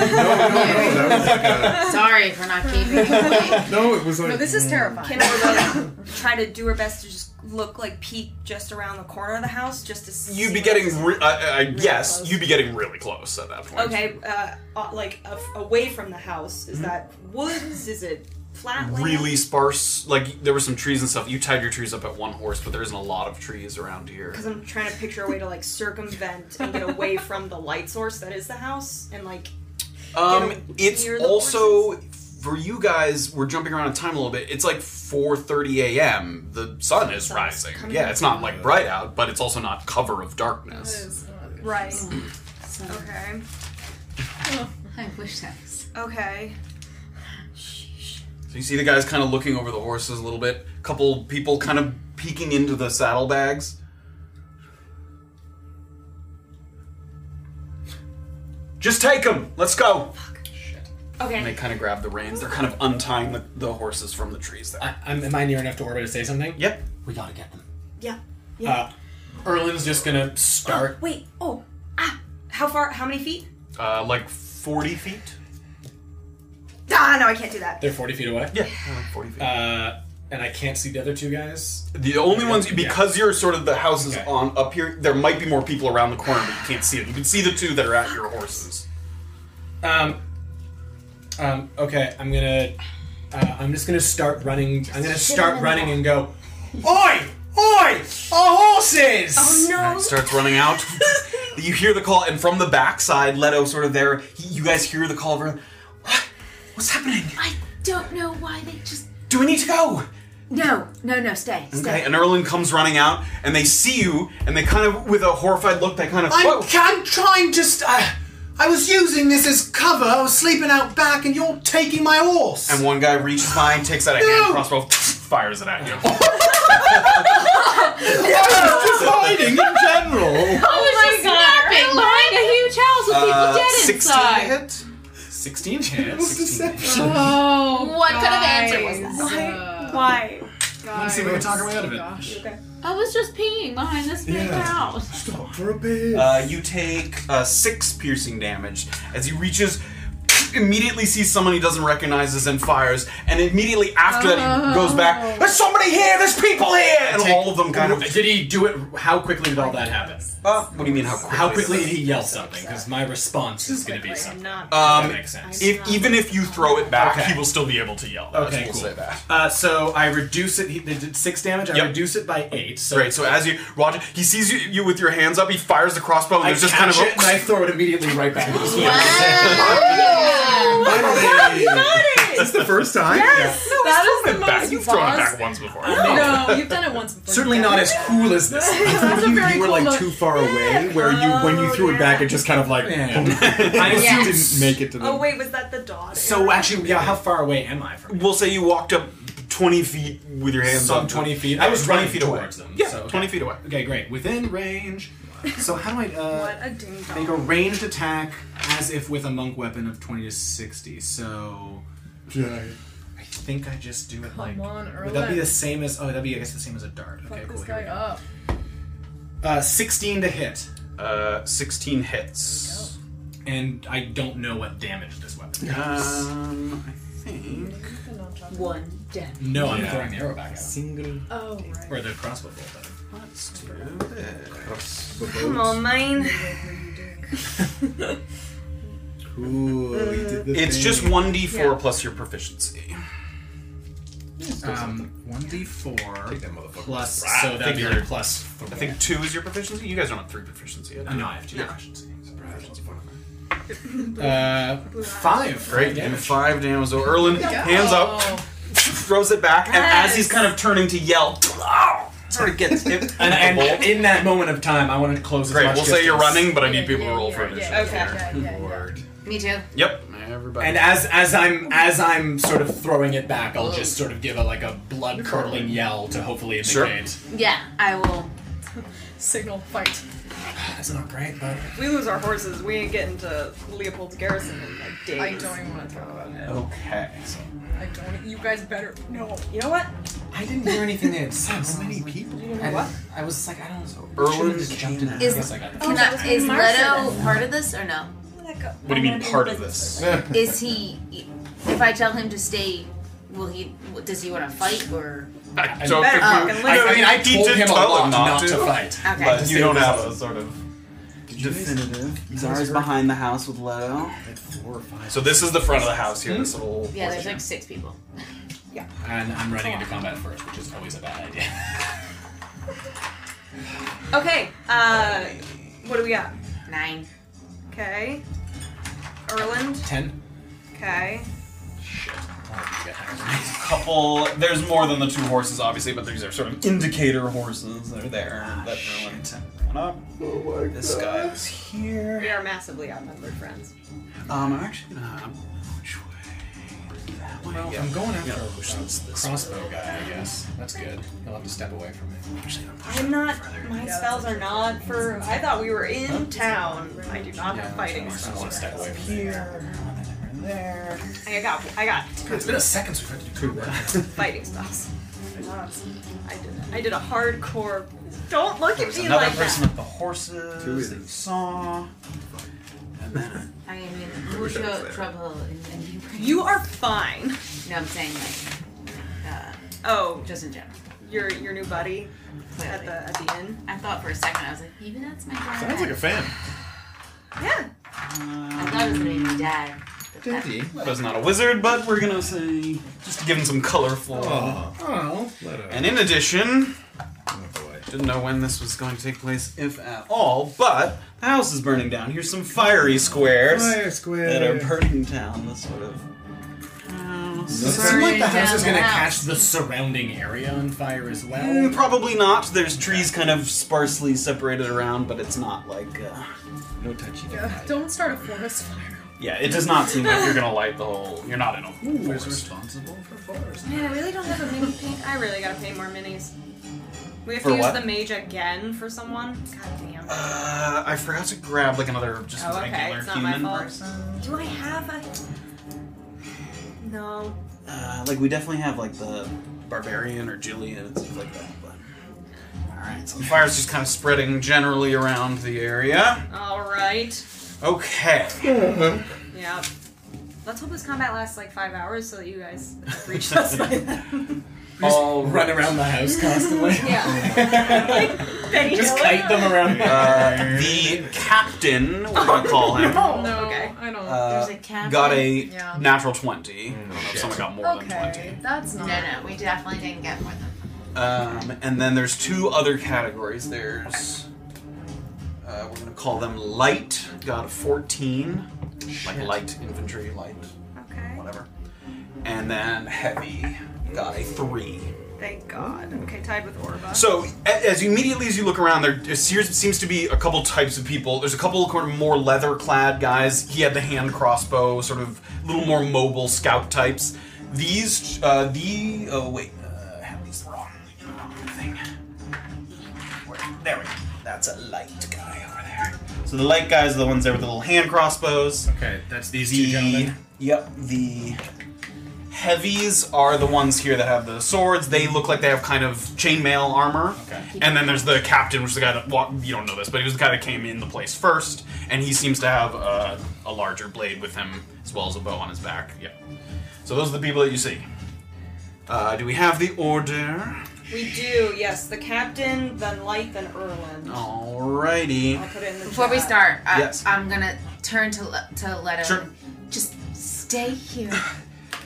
That was like a, Sorry for not keeping (laughs) you awake. no, it was like. No, this mm. is terrifying. Kim will like, try to do her best to just look like peek just around the corner of the house just to see. You'd be what's- getting. Re- I, I guess close. you'd be getting really close at that point. Okay, uh, uh, like a f away from the house. Is that woods? Is it flat land? Mm-hmm. Really sparse. Like there were some trees and stuff. You tied your trees up at one horse, but there isn't a lot of trees around here. Because I'm trying to picture a way to like circumvent and get away from the light source that is the house and (laughs) like Um, Get a- it's near the also for you guys. We're jumping around in time a little bit. It's like 4:30 a.m. The sun is Sun's rising. coming Yeah, it's not like bright out, but it's also not cover of darkness. right. So, Okay. I wish that was. Okay. So you see the guys kind of looking over the horses a little bit. Couple people kind of peeking into the saddlebags. Just take them. Let's go. And they Okay. kind of grab the reins. They're kind of untying the, the horses from the trees there. I, I'm, am I near enough to Orba to say something? Yep. We gotta get them. Yeah. Uh, Erlin's just gonna start. Wait. Oh. Ah. How far? How many feet? Uh, like 40 feet. Ah. No, I can't do that. They're 40 feet away. Yeah, like 40 feet. Uh, and I can't see the other two guys. The only ones Yeah. because you're sort of the houses Okay. on up here. There might be more people around the corner, but you can't see them. You can see the two that are at your horses. Um, um, okay, I'm gonna. Uh, I'm just gonna start running. I'm gonna start running and go, Oi! Oi! Our horses! Oh no. Alright, starts running (laughs) out. you hear the call, and from the backside, Leto sort of there. He, you guys hear the call of her. What? What's happening? I don't know why they just. Do we need to go? No, no, no, stay. stay. Okay, and Erlin comes running out, and they see you, and they kind of, with a horrified look, they kind of. Whoa. I'm, I'm trying to. St- uh, I was using this as cover. I was sleeping out back, and you're taking my (laughs) horse. and one guy reaches by and takes out a hand crossbow, fires it at (laughs) you. just hiding in general. Oh, my god! Behind a huge house with Uh, people dead 16 inside. hit. 16 hits. Deception. (laughs) Oh, What kind of answer was that? that? Why? Let's see if we can talk our way out of it. Gosh. Oh I was just peeing behind this big Yeah. house. Stop for a bit. Uh, you take uh, six piercing damage as he reaches. Immediately sees someone he doesn't recognize and fires, and immediately after that he goes Oh. back. There's somebody here. There's people here, and all of them kind of. Did he do it? How quickly did all that happen? Uh, what do you mean? How quickly? How quickly did he yell something? Because my response is going to be I'm something. not. That Um, makes sense. if even if you throw it back, Okay. he will still be able to yell. Okay, we'll cool. say that. Uh, so I reduce it. He, they did six damage. I Yep. reduce it by eight. So Great. So as you Roger, he sees you, you with your hands up. He fires the crossbow, and I there's just just kind of it and (laughs) a, I throw it immediately right back. at him. Finally! Is this the first time? Yes, that is the most. back. You've thrown it boss- back once before. No, you've done it once before. Certainly not as cool as this. That's a You, very you were cool like look. too far away, where you when you threw it back, it just kind of like (laughs) I assume. Yeah. didn't make it to the. (laughs) Oh wait, was that the dog? So actually, yeah. How far away am I from? We'll say you walked up twenty feet with your hands Some up. 20 feet. I was Running twenty feet away. towards them, Yeah, so, okay. twenty feet away. Okay, great. Within range. So how do I What uh, a ding make dong. a ranged attack as if with a monk weapon of twenty to sixty? So Yeah. I think I just do it like. on, would that be Erlen. the same as? Oh, that'd be I guess the same as a dart. Okay, Fuck cool. this Here we guy go. up. Uh, sixteen to hit, Uh, sixteen hits. and I don't know what damage this weapon. does. Um, I think. One death. No, I'm throwing the arrow back at him. Single Oh, right. or the crossbow bolt. at him. Let's do this. Come on, mine. Cool. he did the It's thing. just one d four Yeah. plus your proficiency. Um, one d four Take that motherfucker. plus. Right, So that'd be figure. like plus. Three. I think two is your proficiency. You guys don't have three proficiency yet. Uh, no, I have two No. proficiency. so proficiency four. Uh, five. Great, damage. damage. five damage. So Erlin hands up, throws it back, and as he's kind of turning to yell, sort of gets hit. And, and Bolt. in that moment of time, I wanted to close. as Great, much we'll say you're distance. running, but I need people to roll for initiative. yeah, Okay. yeah, yeah, yeah. Lord. Me too. Yep, everybody. And as as I'm as I'm sort of throwing it back, I'll just sort of give a like a blood curdling yell to hopefully Sure. indicate. Yeah, I will. Signal fight. That's not great, but We lose our horses. We ain't getting to Leopold's garrison in like days. I don't even want to talk about it. Okay. I don't. You guys better no. You know what? I didn't hear anything there. So many people. I, What? I was like, I don't know. Erwin should've just came jumped in. I Is- guess I got Can I- is Leto part of this or no? What do you mean part of this? Is he? If I tell him to stay, will he? Does he want to fight or? I don't think Better fucking I, I mean, I He told did him a tell lot him not, not to, to. fight. Okay. But you Say don't this have is- a sort of. Definitive. Zara's behind the house with Leto. Like four or five. So this is the front of the house Hmm? here. This little. Yeah, there's like six people. And I'm running into combat first, which is always a bad idea. (laughs) Okay. Uh, what do we got? Nine. Okay. Erland. Ten. Okay. couple. There's more than the two horses, obviously, but these are sort of indicator horses that are there. Ah, that everyone set up. this guy is here. We are massively outnumbered, friends. Um, I'm actually gonna. I'm, which way? Well, I'm going after a crossbow guy, I guess. That's good. He'll have to step away from me. I'm not. My spells are not for. I thought we were in town. I do not have fighting I spells. want to step away from here. I got. I got It's been a second since we've had to do (laughs) combat. fighting spells. I did. I did a hardcore. Don't look at There's me another like person that. with the horses Two is that it? you saw. I am in mucho trouble. In, in You are fine. No, I'm saying like, uh, Oh, just in general. your your new buddy at Clearly. the at the inn. I thought for a second I was like, maybe that's my dad. Sounds like a fan. Yeah. I thought it was gonna be my dad. but that- Leo's not a wizard, but we're gonna say just to give him some colorful. Ah. Oh, And in addition, boy. didn't know when this was going to take place, if at all. But the house is burning down. Here's some fiery squares Fire square. that are burning down. This sort of. house. Does it seem like the Burning house is down going to the catch house. the surrounding area on fire as well? Mm, probably not. There's trees kind of sparsely separated around, but it's not like. Uh, No touchy. Don't start a forest fire. yeah, it does not seem like you're gonna light the whole. You're not in a forest. responsible for forest? Man, I really don't have a mini paint. I really gotta pay more minis. We have For to use what? the mage again for someone. God damn. Uh, I forgot to grab like another just Oh, okay, regular it's not my human fault. person. Do I have a? No. Uh, like we definitely have like the barbarian or Jillian and stuff like that. But all right, so the fire's just kind of spreading generally around the area. All right. Okay. Yeah. Let's hope this combat lasts like five hours so that you guys (laughs) reach us by then. All Run around the house (laughs) constantly. yeah. Benny Just Hill. kite them around. Uh, the captain, we're gonna call him. (laughs) Oh no, Okay. I don't. Uh, There's a cabin. got a Yeah. natural 20. I don't know if someone got more than okay, that's No, not. no, we definitely didn't get more than. 20. Um, and then there's two other categories. There's, uh, we're going to call them light, got a 14, like light infantry, light, Okay. whatever. And then heavy, got a 3. Thank God. Okay, tied with Orba. So, a- as you immediately as you look around, there, there seems seems to be a couple types of people. There's a couple of kind of more leather-clad guys. He had the hand crossbow, sort of a little more mobile scout types. These, uh, the oh wait, uh, I have these wrong, wrong thing. Where- There we go. That's a light guy over there. So the light guys are the ones there with the little hand crossbows. Okay, that's these The- Yep, the heavies are the ones here that have the swords. They look like they have kind of chainmail armor. Okay. And then there's the captain, which is the guy that walked. You don't know this, but he was the guy that came in the place first, and he seems to have a, a larger blade with him, as well as a bow on his back. Yep. So those are the people that you see. Uh, do we have the order? we do. Yes, the captain, then Light, then Erland. Alrighty. I'll put it in the Before we chat. start, I, Yes. I'm gonna turn to Le- to Leto. Sure. and Just stay here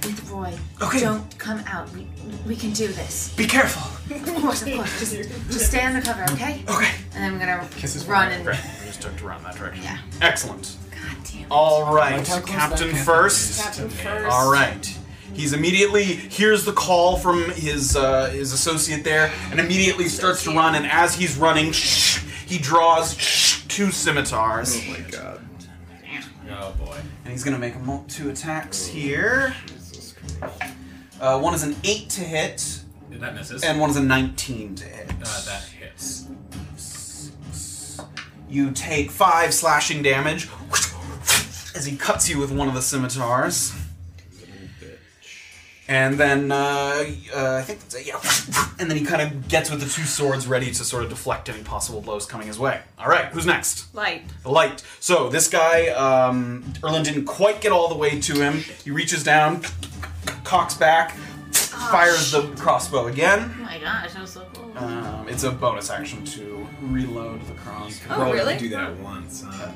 with Roy. Okay. Don't come out. We we can do (laughs) this. Be careful. Of course, of course. Just just stay under cover, okay? Okay. And then I'm gonna Kisses run Roy. and. Right. We just took to run that direction. Yeah. Excellent. God damn. All right, Like how close that Captain captain first. is Captain to me. first. All right. He's immediately hears the call from his uh, his associate there, and immediately starts to run. And as he's running, shh, he draws shh, two scimitars, Oh my god. Oh boy. and he's gonna make a mul- two attacks here. Uh, one is an eight to hit, That Uh, misses. and one is a nineteen to hit. uh, that hits. You take five slashing damage as he cuts you with one of the scimitars. And then uh, uh, I think that's it, yeah. And then he kind of gets with the two swords ready to sort of deflect any possible blows coming his way. All right, who's next? Light. light. So this guy, um, Erlen didn't quite get all the way to him. He reaches down, cocks back, Oh, fires the crossbow Oh again. my gosh, that was so cool. Um, it's a bonus action to reload the crossbow. Oh, really? do that once, huh?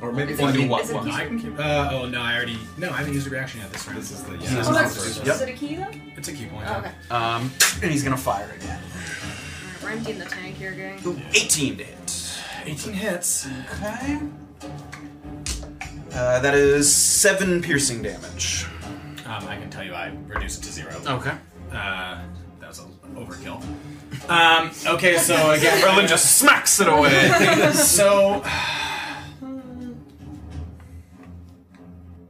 or maybe Is one it- do do what is it one? a I piece can keep. Uh, oh no, I already. No, I haven't used a reaction yet this round. This is the Yeah. yeah. Oh, that's- Yep. Is it a key though? It's a key point. Okay. Um, and he's gonna fire again. We're emptying the tank here, gang. Ooh, 18 to hit. 18 hits. Okay. Uh, that is seven piercing damage. Um, I can tell you, I reduced it to zero. Okay. Uh, that was an overkill. Um, okay, (laughs) so again, Erlen just smacks it (laughs) away. so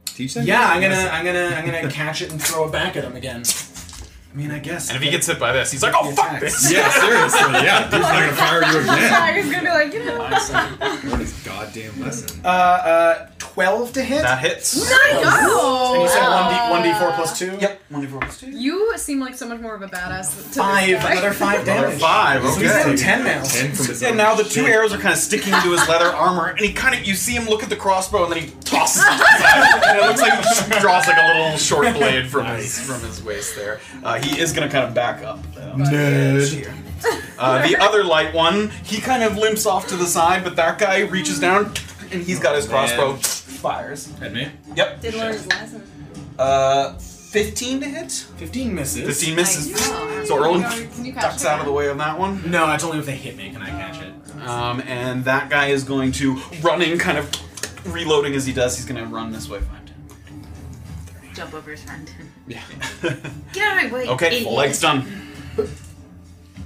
Teach them. yeah, I'm gonna, I'm gonna, I'm gonna catch it and throw it back at him again. I mean, I guess. and if he gets hit by this, he's like, "Oh fuck this!" Yeah, seriously. Yeah, dude's not gonna (laughs) fire you again. Tiger's gonna be (laughs) like, you know. What is goddamn lesson? uh, uh, 12 to hit. That hits. and you No! said one d one d four plus two. Yep. One d four plus two. You seem like so much more of a badass to this Five. guy. Another five Another damage. five. So he's down Okay. ten now. Ten from his And own now the two shit. arrows are kind of sticking to his leather armor, and he kind of you see him look at the crossbow, and then he tosses it. to the side. and it looks like he just draws like a little short blade from his from his waist there. Uh, he is gonna kind of back up. though. Nerd. Uh, the other light one, he kind of limps off to the side, but that guy reaches down, and he's got his crossbow. Fires. Hit me. Yep. Didn't learn his lesson. Uh, fifteen to hit. Fifteen misses. 15 misses. know. So Erlen Can you catch ducks it? out of the way on that one. No, that's only if they hit me. Can I catch it? Um, and that guy is going to running, kind of reloading as he does. He's going to run this way, five, ten. Jump over his friend. Yeah. Get out of my (laughs) way. okay, idiot. full legs done.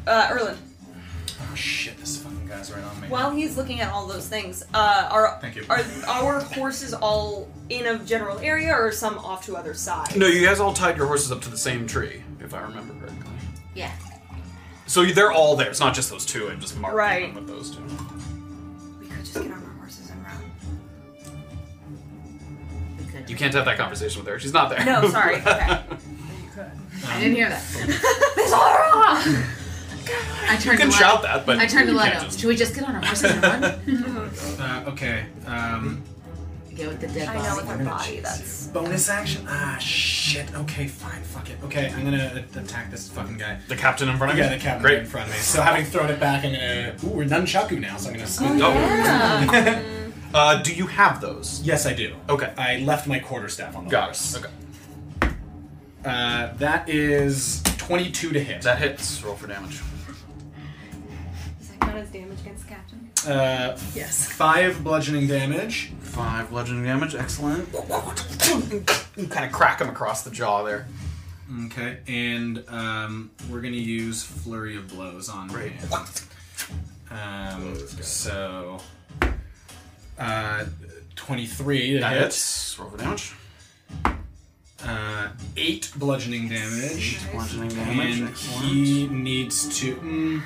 Uh, Erland, Oh shit! This fucking guy's right on me. while he's looking at all those things, uh, are Thank you. are our horses all in a general area or are some off to other side? No, you guys all tied your horses up to the same tree, if I remember correctly. Yeah. So they're all there. It's not just those two. I'm just marking Right. them with those two. We could just get on our horses and (laughs) run. we could. You can't have that conversation with her. She's not there. No, (laughs) Oh, sorry. (laughs) Okay. I didn't hear that. There's Aura! I you turned can to shout Leto. that, but I turned to you Leto. can't just- Should we just get on our horses and run? Uh, okay. Um, Go with the dead I know body. with her body, that's. bonus action. Ah shit. Okay, fine. Fuck it. Okay, I'm gonna a- attack this fucking guy. The captain in front of Yeah, you. the captain Great. in front of me. So having thrown it back, I'm gonna. Ooh, we're nunchaku now, so I'm gonna. Swing. Oh. (laughs) uh, do you have those? Yes, I do. Okay. I left my quarterstaff on the Got horse. it. Okay. Uh, that is 22 to hit. That hits. Roll for damage. Does that count as damage against Captain? Uh, Yes. five bludgeoning damage. Five bludgeoning damage, excellent. You kind of crack him across the jaw there. Okay, and um, we're gonna use flurry of blows on Great. him. Um, so uh, 23 to That hit. hits. Roll for damage. Uh, eight bludgeoning damage. Bludgeoning damage, And excellent. he needs to. Mm,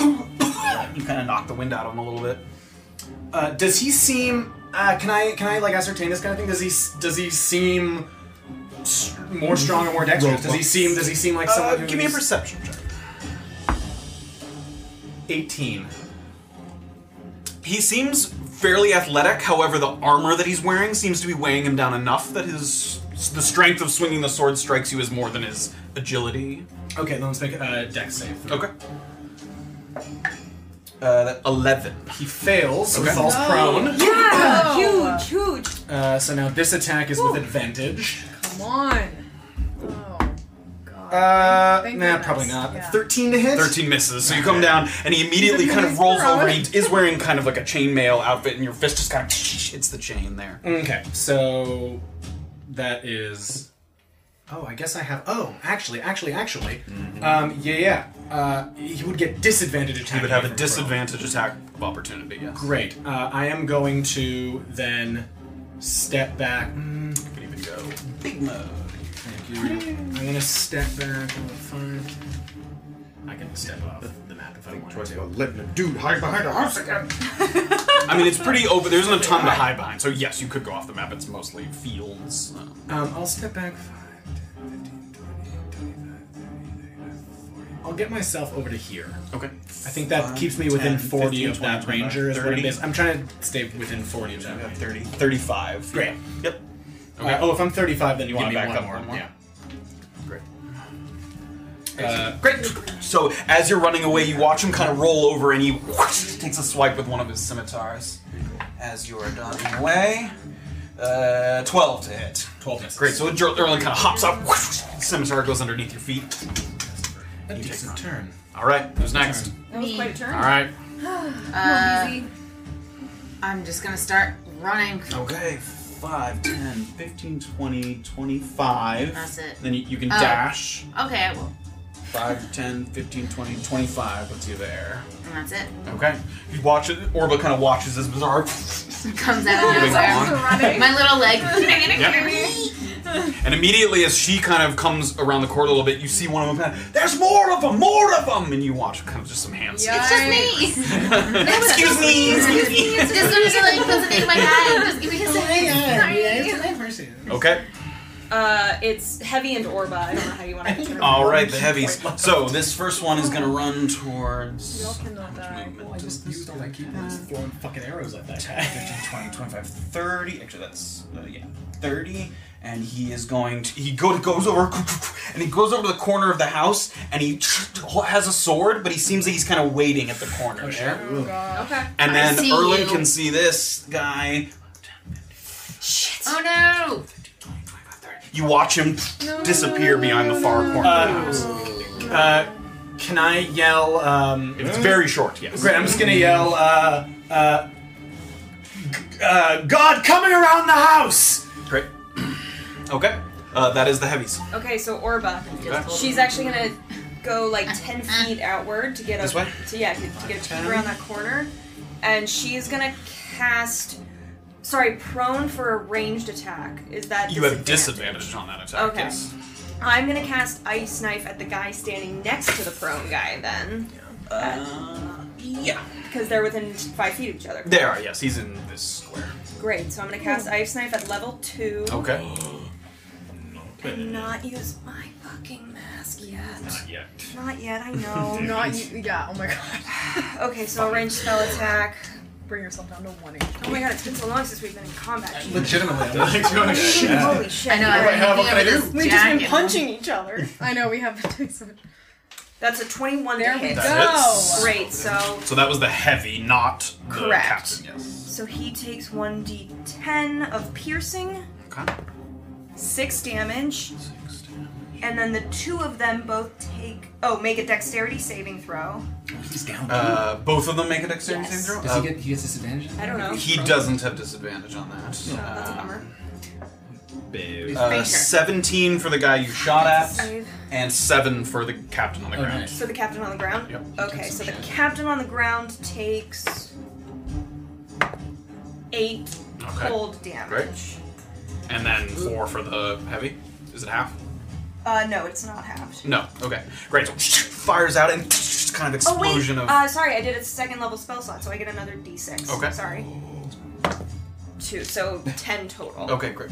You kind of knock the wind out of him a little bit. mm, Uh, does he seem? Uh, can I can I like ascertain this kind of thing? Does he does he seem s- more strong or more dexterous? Does he seem does he seem like someone? Uh, who's give me a perception check. Eighteen. He seems fairly athletic, however, the armor that he's wearing seems to be weighing him down enough that his the strength of swinging the sword strikes you as more than his agility. Okay, then let's make a uh, dex save. throw. Okay. Uh, Eleven. He fails, so he Okay. falls prone. Yeah! Huge, huge! Uh, so now this attack is with advantage. Come on. Oh, God. Uh, Thank nah, goodness. probably not. Yeah. Thirteen to hit. 13 misses. So you come down, and he immediately kind of rolls over. He is wearing kind of like a chainmail outfit, and your fist just kind of hits the chain there. Okay, so that is. Oh, I guess I have. Oh, actually, actually, actually. Um, yeah, yeah. Uh, he would get disadvantage attack. Mm-hmm. He would have a from disadvantage attack of opportunity, yes. Pro. Great. Uh, I am going to then step back. Mm, You could even go big mode. thank you. I'm gonna step back. uh, Five. oh, I can step off the map if I want Twice to. about letting a dude hide behind a house again. I mean, it's pretty open. There isn't a ton to hide behind, so yes, you could go off the map. It's mostly fields. uh, Um, I'll step back 5, 10, 15, 20, 25, 30, 35, 40. I'll get myself over to here. Okay. I think that keeps me 10, within 40 of 15, that 20, ranger. Is what it 30. is. I'm trying to stay within 40 of that ranger. 30, 35. Great. Yep. Okay. oh, if I'm 35, then you Give want me to back one up more, more. one more. Yeah. Great. Uh, Great. So as you're running away, you watch him kind of roll over, and he whoosh, takes a swipe with one of his scimitars as you are dodging away. Uh, twelve to hit. 12 misses. Great. So Dur- Erling kind of hops up. whoosh, scimitar goes underneath your feet. a you take decent one. turn. All right. Who's next? That was quite a turn. All right. Uh, easy. I'm just gonna start running. Okay, 5, 10, 15, 20, 25. That's it. Then you, you can Oh. dash. Okay, I will. 5, 10, 15, 20, 25. Let's see there. And that's it. Okay. You watch it. Orba kind of watches as Bizarre, (laughs) Comes out of Moving nowhere. on. My little leg. and immediately as she kind of comes around the court a little bit, you see one of them. Kind of, There's more of them, more of them, and you watch kind of just some hands. It's just me. Excuse me. Excuse me. Just sort of like puts a thing in my eye. Just give me a second. Oh, (laughs) Okay. Uh, it's heavy and Orba. I don't know how you want to turn. All right, the heavies. So this first one is gonna run towards. Y'all cannot die. movement? Well, I just used all my keyboards throwing fucking arrows at that 10, guy. 15, 20, 25, 30. Actually, that's, uh, yeah, 30. And he is going to. He go, goes over (laughs) and he goes over to the corner of the house and he (laughs) has a sword, but he seems like he's kind of waiting at the corner there. Okay. And then I see Erlin you. can see this guy. Oh no! You watch him disappear behind the far corner of the no, house. Uh, can I yell? Um, It's very short, yes. great, I'm just gonna yell. Uh, uh, g- uh, God coming around the house. Great. Okay. Uh, that is the heavies. Okay, so Orba. Okay. She's actually gonna go like ten feet outward to get a This way? to yeah to get around that corner, and she's gonna cast. Sorry, prone for a ranged attack. Is that You have disadvantage on that attack. Okay. Yes. I'm gonna cast ice knife at the guy standing next to the prone guy then, Uh, yeah. because they're within five feet of each other. There are. Yes, he's in this square. Great. So I'm gonna cast ice knife at level two. Okay. And not use my fucking mask yet. Yeah. Not yet. (laughs) I know. Not you. Yeah. Oh my god. okay, so a ranged spell attack. Bring yourself down to one HP. Oh my god, it's been so long since we've been in combat. (laughs) Legitimately, I'm Holy shit. I know. I'm Wait, how- what looking can I do? over this We've just been jacket. punching (laughs) each other. I know we have been doing so much. That's a 21 There to we hit. go. That hits. Great, so So that was the heavy, not the Correct. captain. Yes. so he takes 1d10 of piercing, Okay. 6 damage, and then the two of them both take oh, make a dexterity saving throw. he's down. Uh, both of them make a dexterity Yes. saving throw. Does Uh, he get? He gets disadvantage. I don't know. he doesn't have disadvantage on that. That's a bummer. Uh, uh, Seventeen for the guy you shot at, Save. and seven for the captain on the Oh, ground. nice. For the captain on the ground? Yep. Okay, so the captain on the ground takes 8 Okay. cold damage. Great. And then four for the heavy. Is it half? Uh, no, it's not halved. No. Okay. Great. So (laughs) fires out and (laughs) kind of Oh wait, explosion of. uh, sorry, I did a second level spell slot, so I get another d6. Okay. Sorry. Two, so ten total. okay. Great.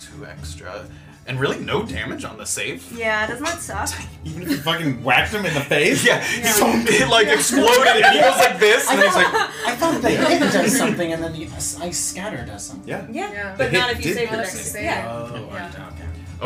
Two extra, and really no damage on the save. Yeah, doesn't that suck? Even if you fucking whacked him in the face. Yeah, (laughs) he it like exploded and he goes like (laughs) this, and then he's like, I thought they hit does something, and then the ice scatter does something. Yeah. Yeah, Yeah. but The not hit if you did save the not next. save. Yeah. Oh, Yeah.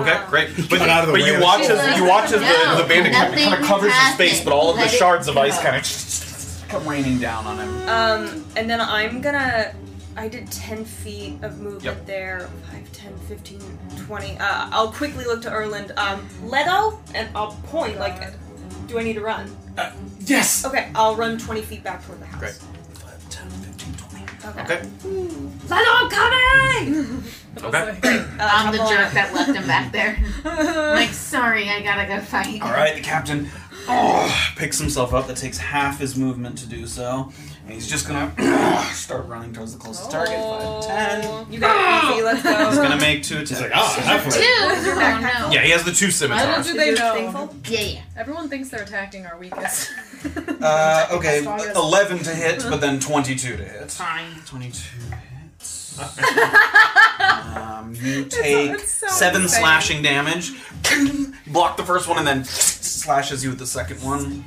okay. okay, great. But, Got out of the but you way. watch as you watch as Um, No, the, the bandit nothing kind of covers his face, happened. but all of the Let it shards of ice go. kind of come raining down on him. Um, and then I'm gonna. I did 10 feet of movement Yep. there 5, 10, 15, 20. Uh, I'll quickly look to Erland. Um, Leto, and I'll point, like, do I need to run? Yes. Okay, I'll run 20 feet back toward the house. Uh, Great. 5, 10, 15, 20. Okay. Okay, Leto, I'm coming! okay. Uh, I'm the trouble- (laughs) jerk that left him back there. I'm like, sorry, I gotta go fight. All right, the captain oh, picks himself up. That takes half his movement to do so. And he's just gonna (coughs) start running towards the closest target. 5, 10. You Ah! got it easy. (laughs) Let's go. He's gonna make two attacks. He's like, ah, halfway. Oh, no. Yeah, he has the two I will scimitars. do Is they yours know. thankful? Yeah, yeah. Everyone thinks they're attacking our weakest. Uh, okay, Strongest. 11 to hit, Uh-huh. but then 22 to hit. Fine. 22 hits. um, you take it's so seven insane. slashing damage. (clears throat) Block the first one and then slashes you with the second one.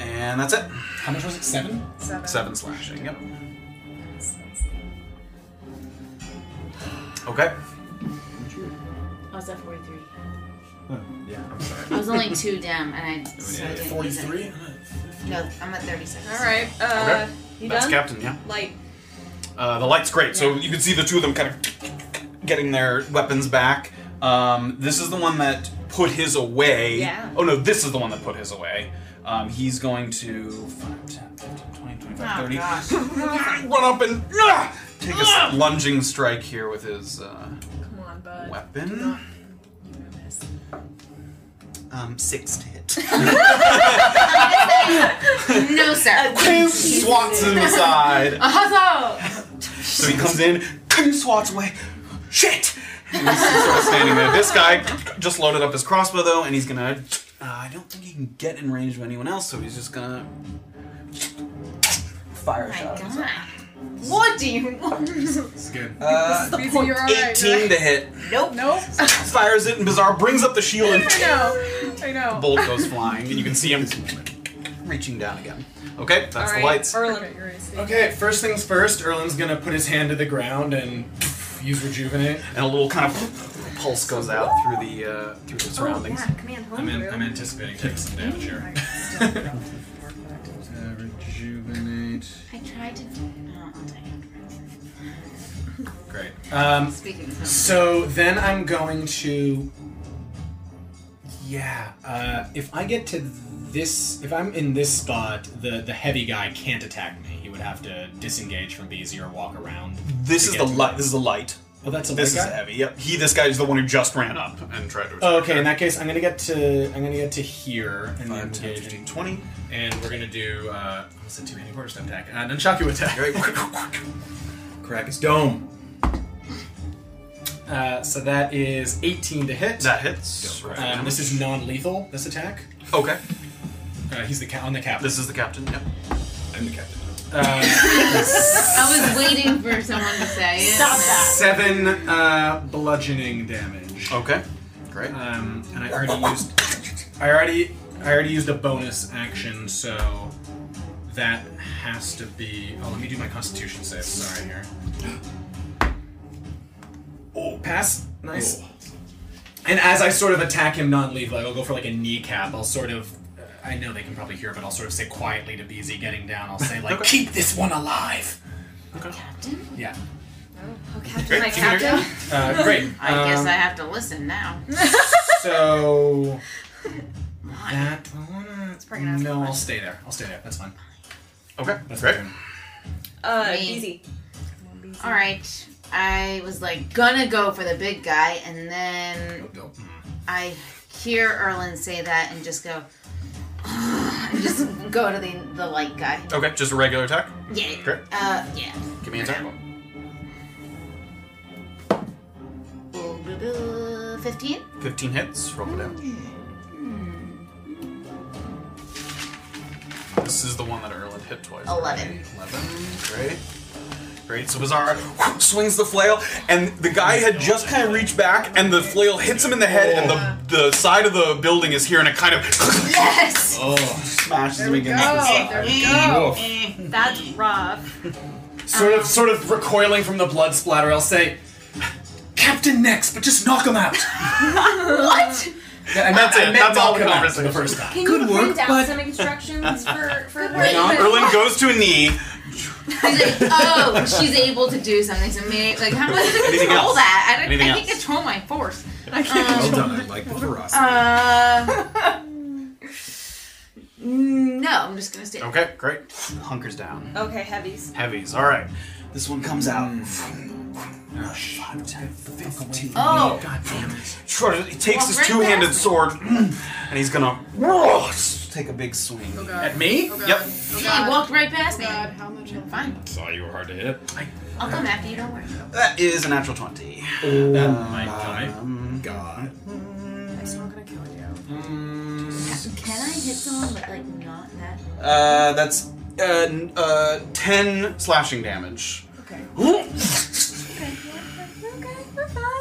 And that's it. How much was it? Seven? Seven. Seven slashing, yep. Okay. I was at 43. Yeah. I was only two down, and I. So I didn't use it. 43? No, I'm at 36. All right. Uh, Okay. You That's done? Captain, yeah. Light. Uh, the light's great, so you can see the two of them kind of getting their weapons back. Um, this is the one that put his away. Yeah. Oh no, this is the one that put his away. Um, he's going to 5, 10, 15, 20, 25, 30. (laughs) Run up and ah, take a s- lunging strike here with his uh, Come on, bud. weapon. Um, six to hit. (laughs) No, sir. (laughs) swats him aside. Huzzah! So he comes in, swats away. Shit! And he's sort of standing there. This guy just loaded up his crossbow though, and he's gonna. Uh, I don't think he can get in range of anyone else, so he's just gonna fire a My shot. at himself. God. What do you want? It's good. (laughs) Uh, Beezy, you're all right, 18 to hit. Nope. Nope. Fires it, and Bizarre brings up the shield, and I (laughs) know. I know. the bolt goes flying, and you can see him reaching down again. Okay, that's All the right. lights. Erlen. You're AC. Okay, first things first, Erlin's gonna put his hand to the ground and use rejuvenate. And a little kind of pulse goes out through the uh, through the Oh, surroundings. yeah. Command home. I'm, in, I'm anticipating taking some damage here. (laughs) Uh, rejuvenate. I tried to. Oh, I'll take it. Great. Um, Speaking of So then I'm going to. Yeah, uh, if I get to this, if I'm in this spot, the the heavy guy can't attack me. He would have to disengage from BZ or walk around. This to is get the to light. me. This is the light. Oh, that's a This big is guy? heavy. Yep. He. This guy's the one who just ran up and tried to. Oh, okay, in that case, I'm gonna get to I'm gonna get to here and then Five, 10, engage, 15, 20. and we're gonna do uh, what's a two-handed quarter step attack? Uh, nunchaku attack. Great. Crack his dome. Uh, so that is 18 to hit. that hits. Right. Um, this is non-lethal. This attack. okay. Uh, he's the ca- on the cap. This is the captain. Yep. I'm the captain. Uh, I was waiting for someone to say it. Stop that. seven uh, bludgeoning damage. Okay. Great. Um, and I already used. I already. I already used a bonus action, so that has to be. Oh, let me do my Constitution save. Sorry here. Oh, pass. Nice. And as I sort of attack him non-lethal, I'll go for like a kneecap. I'll sort of. I know they can probably hear, but I'll sort of say quietly to BZ getting down. I'll say like, (laughs) Okay. "Keep this one alive." Captain? Yeah. Oh, Captain, my captain. Uh, great. (laughs) I guess Um, I have to listen now. So that one. bring it out. No, I'll stay there. I'll stay there. That's fine. Okay. That's great. fine. Uh, Me. easy. All right. I was like gonna go for the big guy, and then Dome. I hear Erlen say that and just go, (sighs) and just go to the the light guy. Okay. Just a regular attack. Yeah. Great. Uh, yeah. Give me an attack. Boo, boo, boo. Fifteen. Fifteen hits. Roll the damage. This is the one that Erland hit twice. Eleven. Eleven. Great. Great. So Bizarre (laughs) swings the flail, and the guy had just kind of reached back, and the flail hits him in the head, and the the side of the building is here, and it kind of (laughs) Yes. smashes him against go. the side. There we Eh, go. That's rough. Sort of, sort of recoiling from the blood splatter. I'll say, "Captain next, but just knock (laughs) him out." What? And That's it. That's all the for the first time. Can Good you print work, out bud. some instructions (laughs) for for work. her? Erlin goes to a knee. He's like, oh, she's able to do something. So maybe, like, how am I supposed to Anything control else? that? I, don't, I Anything can't else? control my force. I Well can't. Um, done. I like the ferocity. uh, (laughs) no, I'm just gonna stay. Okay, great. Hunkers down. Okay, heavies. Heavies. All right. This one comes out. 15. Oh. God damn it. Sure, he takes Well, his bring two handed that. sword and he's gonna whoa, take a big swing. God. At me? Oh, God. Yep. Oh, Yeah, God. he walked right past Oh, me. God, how much health? Fine. Saw you were hard to hit. I'll come after you, don't worry. That is a natural 20. That might die. Um, God. It's not gonna kill you. Can I hit someone but like not that? Uh, that's uh, n- uh, 10 slashing damage. Okay. Okay,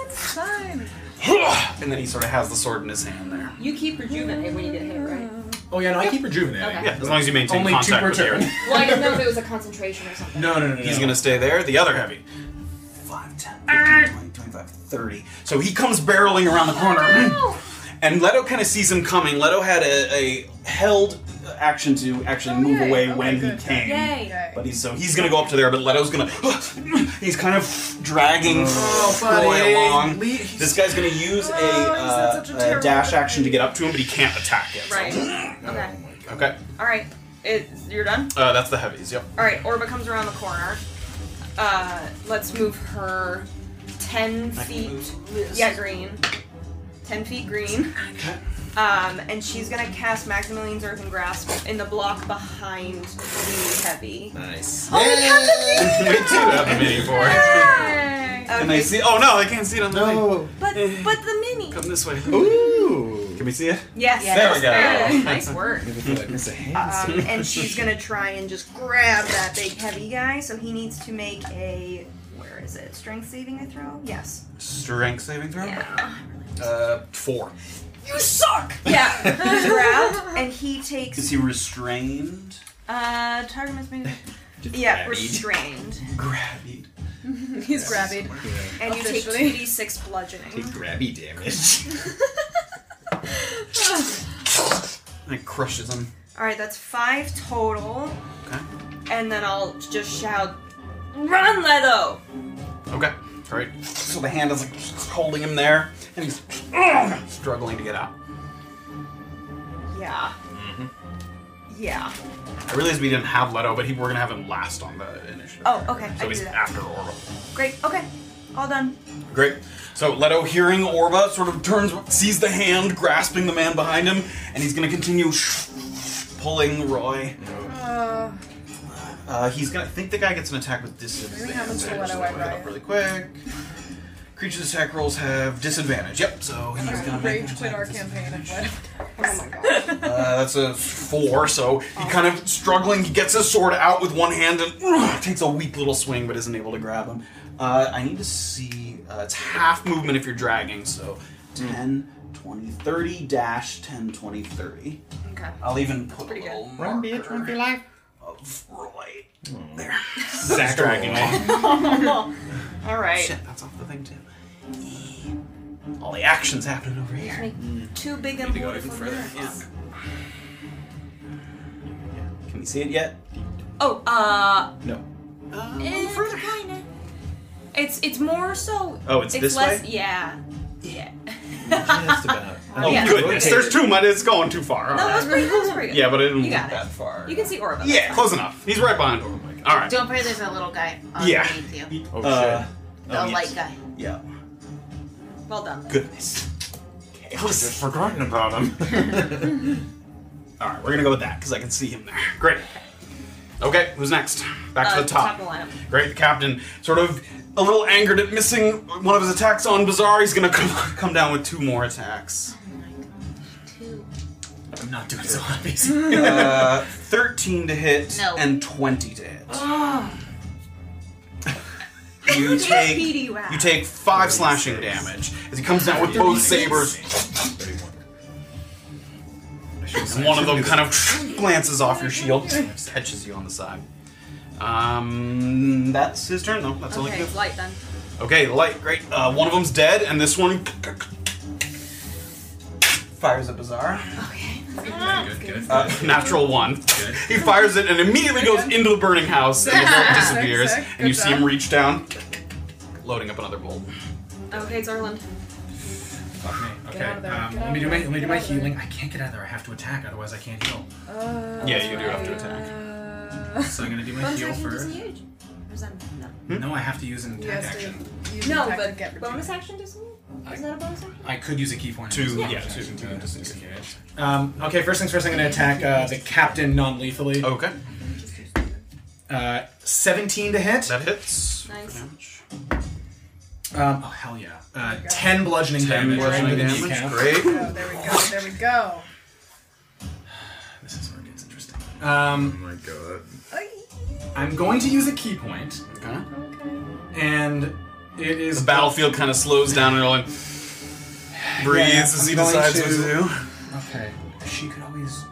It's fine. (laughs) and then he sort of has the sword in his hand there. You keep rejuvenate when you get hit, right? Oh yeah, no, I keep rejuvenating. Yeah, as long as you maintain Only two contact per with the turn. area. Well, I didn't know if it was a concentration or something. No, no, no, no. He's no. gonna stay there. The other heavy. 5, 10, 15, 20, 25, 30. So he comes barreling around the corner. And Leto kind of sees him coming. Leto had a, a held action to actually move yay. away Okay, when good. he came. Okay. But he's so he's gonna go up to there, but Leto's gonna (gasps) he's kind of dragging Roy buddy. along. Lead- This guy's gonna use a, Oh, uh, he's such a a, terrible dash guy. action to get up to him, but he can't attack it. Right. Okay. Okay. All right. It, you're done. Uh, that's the heavies. Yep. (laughs) All right. Orba comes around the corner. Uh, let's move her ten feet. Yeah, green. Ten feet green. Um, and she's gonna cast Maximilian's Earth and Grasp in the block behind the heavy. Nice. we do have a mini for (laughs) it. Yay! And I see. Oh no, I can't see it on the thing. Oh. But but the mini. Come this way. Ooh. Can we see it? Yes. There we go. yes, there. Nice work. Never thought I'd miss a hand. Um, and she's gonna try and just grab that big heavy guy. So he needs to make a where is it? Strength saving I throw? Yes. Strength saving throw. Yeah. Uh, four. You suck. Yeah. He's grabbed and he takes. Is he restrained? Uh, target must be. Yeah, grabbied. restrained. Grabbied. He's grabbied. And you take Officially. two d six bludgeoning. Grabby (laughs) damage. And it crushes him. All right, that's five total. Okay. And then I'll just shout, "Run, Leto!" Okay. Great. So the hand is like holding him there, and he's (clears throat) ugh, struggling to get out. Yeah. Mm-hmm. Yeah. I realized we didn't have Leto, but he, we're gonna have him last on the initiative. Oh, okay, I So he's do that. after Orba. Great. Okay. All done. Great. So Leto, hearing Orba, sort of turns, sees the hand grasping the man behind him, and he's gonna continue pulling Roy. Uh, Uh, he's gonna. I think the guy gets an attack with disadvantage. Maybe how much I will just I look it roll? up really quick. Creatures attack rolls have disadvantage. Yep. So he's gonna make. rage quit our campaign. and what- Uh, that's a four. So he kind of struggling. He gets his sword out with one hand and ugh, takes a weak little swing, but isn't able to grab him. Uh, I need to see. Uh, it's half movement if you're dragging. So 10, 20, 30 dash 10, 20, 30. Okay. I'll even put a little run, bitch, run for life. Of Roy. There. Zach dragging (laughs) All right. Shit, that's off the thing too. E, All the action's happening over here. Too big and beautiful. Yeah. Can we see it yet? Oh, uh, No. eh, kinda. It's it's more so. Oh, it's this less, way? Yeah. Yeah. Just (laughs) about. Oh Yeah. goodness, there's too much. It's going too far. No, All that was right. pretty close. Pretty good. Yeah, but it didn't You got look it. that far. You can see Orba. that's Yeah, fine. close enough. He's right behind him. All right. Don't forget there's a little guy underneath Yeah. you. Oh Uh, The Oh, yes. light guy. yeah. Well done. Goodness. shit. I was forgotten about him. (laughs) All right, we're gonna go with that because I can see him there. Great. Okay, who's next? Back Uh, to the top. Top of the Great, the captain, sort of a little angered at missing one of his attacks on Bizarre, he's gonna come, come down with two more attacks. Two. I'm not doing so hot, (laughs) basically. Uh, 13 to hit No. and 20 to hit. lineup. (laughs) You Speedy take you at? you take five slashing damage as he comes down with both sabers. And one of them kind of glances off your shield, catches you on the side. Um, that's his turn though. That's all he Okay, can it's do. light then. Okay, light, great. Uh, one of them's dead, and this one fires a bizarre. good, good. Uh, natural one. (laughs) he fires it and immediately goes into the burning house, and the (laughs) bolt disappears. Sick, sick. And you Good see him job. reach down, loading up another bolt. Okay, it's Orland. Fuck me. Okay. out of there. Um, Get let out me of do my there. let me do Get my out of there. healing. I can't get out of there. I have to attack, otherwise I can't heal. Uh, Yeah, you do have to attack. uh, So I'm gonna do my One heal second first. disengage. Or is that- no. No, I have to use an attack Yes, action. dude. You No, attack to but get reduced. bonus action to something? Is that a bonus action? I could use a key point. Two, yeah, to- two, to- two, to- just Um, okay, first things first, I'm going to attack uh, the captain non-lethally. Okay. Uh, 17 to hit. That hits. Nice. Um, oh hell yeah! Uh, Ten bludgeoning damage. Bludgeoning right in the damage. kneecap. Great. Oh, there we go. There we go. This is where it gets interesting. Um, my god. I'm going to use a key point, Okay. and it is The battlefield kind of slows down and like breathes Yeah, as he I'm going decides what to- to do. Okay, she could always.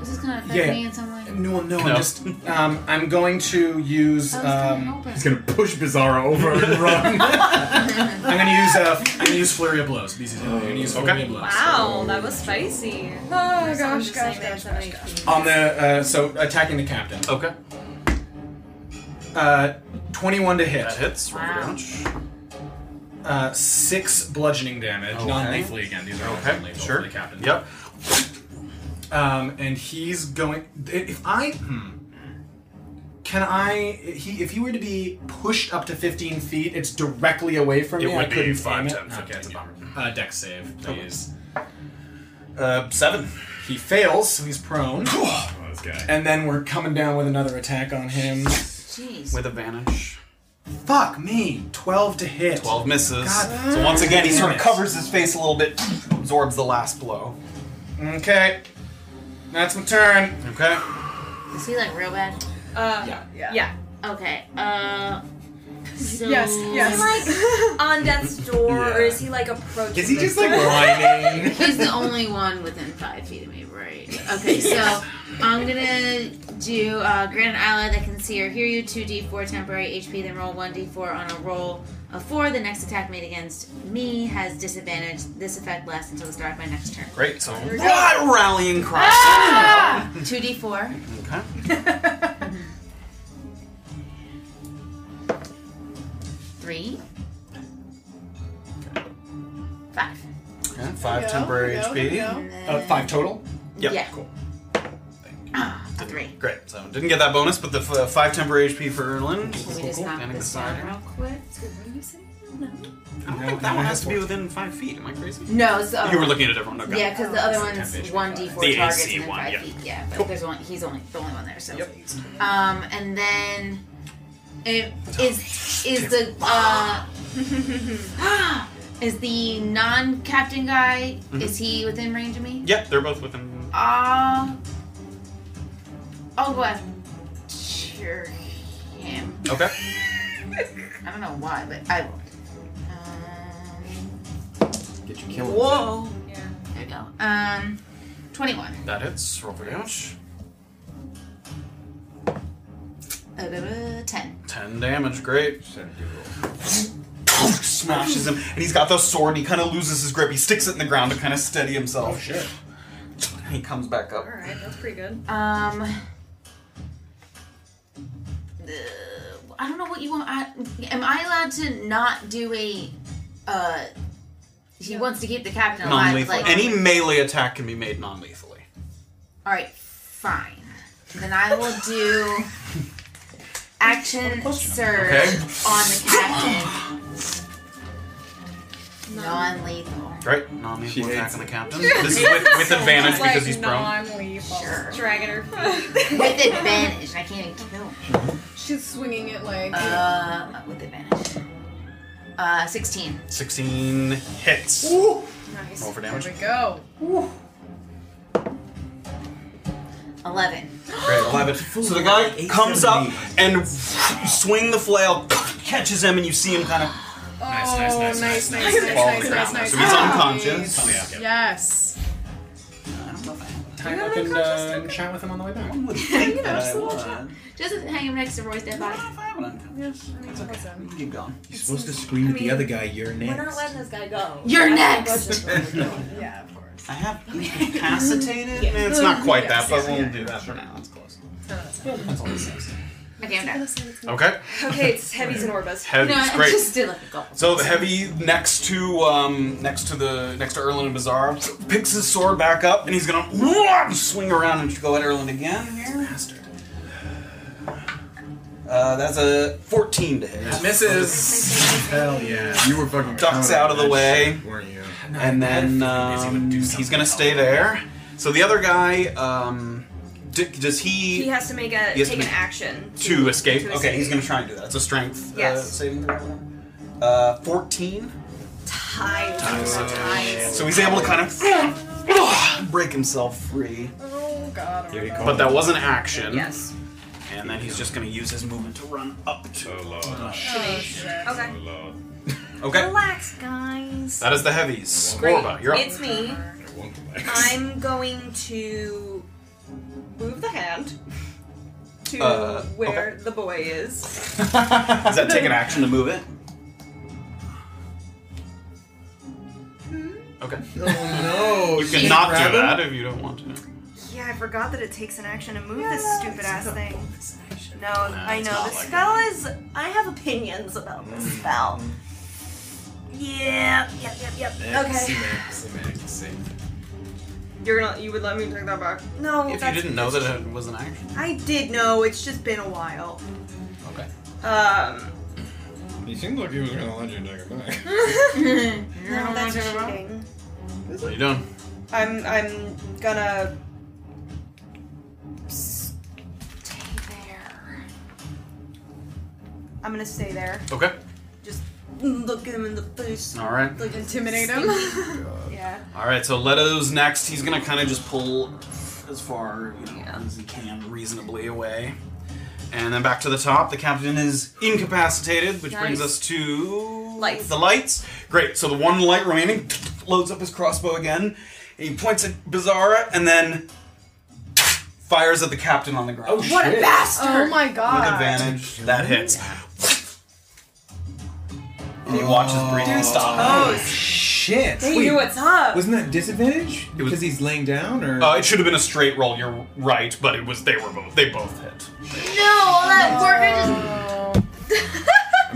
Is this gonna affect Yeah, yeah. me in some way? No, well, no, No. I'm just. Um, I'm going to use. I was trying to Um, help her. He's gonna push Bizarro over (laughs) and run. I'm going to use. Uh, I'm going to use flurry of blows. These are the- I'm going to use flurry of blows. Wow, that was spicy. Oh gosh, gosh, gosh, gosh, gosh. On the uh, so attacking the captain. Okay. Uh, 21 to hit. That hits. Roll Wow. wow. damage. Uh, six bludgeoning damage, non-lethally again. These are all Okay. non-lethal Sure. for the captain. Yep. Um, and he's going. If I hmm, can I he if he were to be pushed up to 15 feet, it's directly away from me. I would be couldn't five, aim it. 10, okay, 15, it's a bummer. Uh, deck save, please. Uh, seven. He fails, so he's prone. this guy. and then we're coming down with another attack on him. Jeez. With advantage. Fuck me, 12 to hit. 12 misses. God. So once again, he sort of Miss. covers his face a little bit, absorbs the last blow. Okay, that's my turn. Okay. Is he like real bad? Uh, Yeah. Yeah. yeah. Okay. Uh. So Yes, yes. (laughs) Like on death's door, or is he like approaching? Is he the just door? like whining? He's the only one within five feet of me, right? Okay, so I'm gonna do uh, grant an ally that can see or hear you, 2d4 temporary HP, then roll 1d4 on a roll of 4. The next attack made against me has disadvantage. This effect lasts until the start of my next turn. Great. So what rallying cry. 2d4. Okay. (laughs) Three. Five. okay. Five Go, temporary go, HP. go. And Uh, then- five total. Yep. Yeah. Cool. Ah, a three. Great. So didn't get that bonus, but the f- uh, five temporary HP for Erlin. Can we just knock this down real quick? I don't think that one has to be within five feet. Am I crazy? No, it's the other You were one. looking at a different one. Okay. Oh. Yeah, because the other one's damage. one d4 The targets AC and then one, five yeah. feet. Yeah, but there's only he's only the only one there. So, Yep. um, and then it is is the uh, (laughs) is the non-captain guy Mm-hmm. is he within range of me? Yep. They're both within. Uh, I'll go ahead. and Sure, him. Okay. I don't know why, but I will. Um, Get your kill. Whoa. there we go. Um, twenty-one. That hits. Roll for damage. Uh, uh, ten. Ten damage. Great. Smashes him, and he's got the sword. and He kind of loses his grip. He sticks it in the ground to kind of steady himself. Oh shit. And he comes back up. All right, that's pretty good. Um. uh, I don't know what you want. I, am I allowed to not do a? Uh, he wants to keep the captain alive. Non-lethal. Like, Any melee attack can be made non-lethally. all right, fine. Then I will do action surge Okay. on the captain. Non-lethal. Right? Non-lethal She attack hates on the (laughs) captain. This is with, with advantage Like because he's prone. non-lethal. Sure. Dragging her. With advantage, I can't even kill. him. She's swinging it like. Uh, with advantage. Uh, sixteen. 16 hits. nice. Roll for There damage. we go. Eleven. Great, 11. So the guy comes up and swing the flail, catches him, and you see him kind of. Nice, nice, nice, Oh, nice, nice, nice, Fall nice, nice, around. nice. So he's unconscious. Yes. Time up and uh, chat with him on the way back. Just hang him next to Roy's dead body. Awesome. Keep going. You're supposed to scream at the other guy, you're We're not next. letting this guy go. You're That's next. what this is. Yeah, of course. I have. (laughs) Incapacitated? Eh, It's not quite that, but we'll do that for now. It's close. That's all it says. Okay, I'm done. Okay. okay, it's heavies and orbas. Heavy. No, I great. just did like a gulp. So the heavy next to um, next to the next to Erlin and Bazaar picks his sword back up and he's gonna swing around and go at Erlin again. Here, bastard. Uh, that's a 14 to hit. misses. Hell yeah. You were fucking ducks counting out of that the way, shit, weren't you? and then um, he's gonna stay there. So the other guy, um, d- does he? He has to make a He has to take an make- action to escape. to okay, he's escape. gonna try and do that. It's a strength uh, Yes. saving throw. or whatever. Uh, 14. tie. So he's able to kind of (clears throat) break himself free, Oh god. Here go. but that was an action. Yes. And then he's just gonna use his movement to run up to. Oh shit. Okay. Okay, Relax, guys. that is the heavies. Great. Orba, you're up. It's me. I'm going to move the hand to Uh, where the boy is. Does that take an action to move it? Hmm? Okay. Oh (laughs) no! You she can not grabbed do him? that if you don't want to. Yeah, I forgot that it takes an action to move this stupid ass thing. No, I it's know. not The like spell is. I have opinions about this Mm. spell. Yep, yep, yep, yep. Okay. You're gonna. You would let me take that back? No. If you that's- didn't know that it was an action. I did know. It's just been a while. Okay. Um. He seemed like he was gonna let you take it back. (laughs) No, that's cheating. What are you doing? I'm I'm gonna stay there. I'm gonna stay there. Okay. Just look him in the face. All right. Like Intimidate him. (laughs) Yeah. All right. So Leto's next. He's gonna kind of just pull as far you know, Yeah. as he can reasonably away. And then back to the top. The captain is incapacitated, which brings us Nice. to Lights. the lights. Great. So the one light remaining loads up his crossbow again. He points at Bizarra and then fires at the captain on the ground. Oh, What a shit. bastard! Oh my With god. advantage, that hits. And he watches breathing stop. Oh, Shit! they knew what's up. Wasn't that disadvantage? was- Because he's laying down, or Uh, it should have been a straight roll. You're right, but it was they were both they both hit. that poor I guy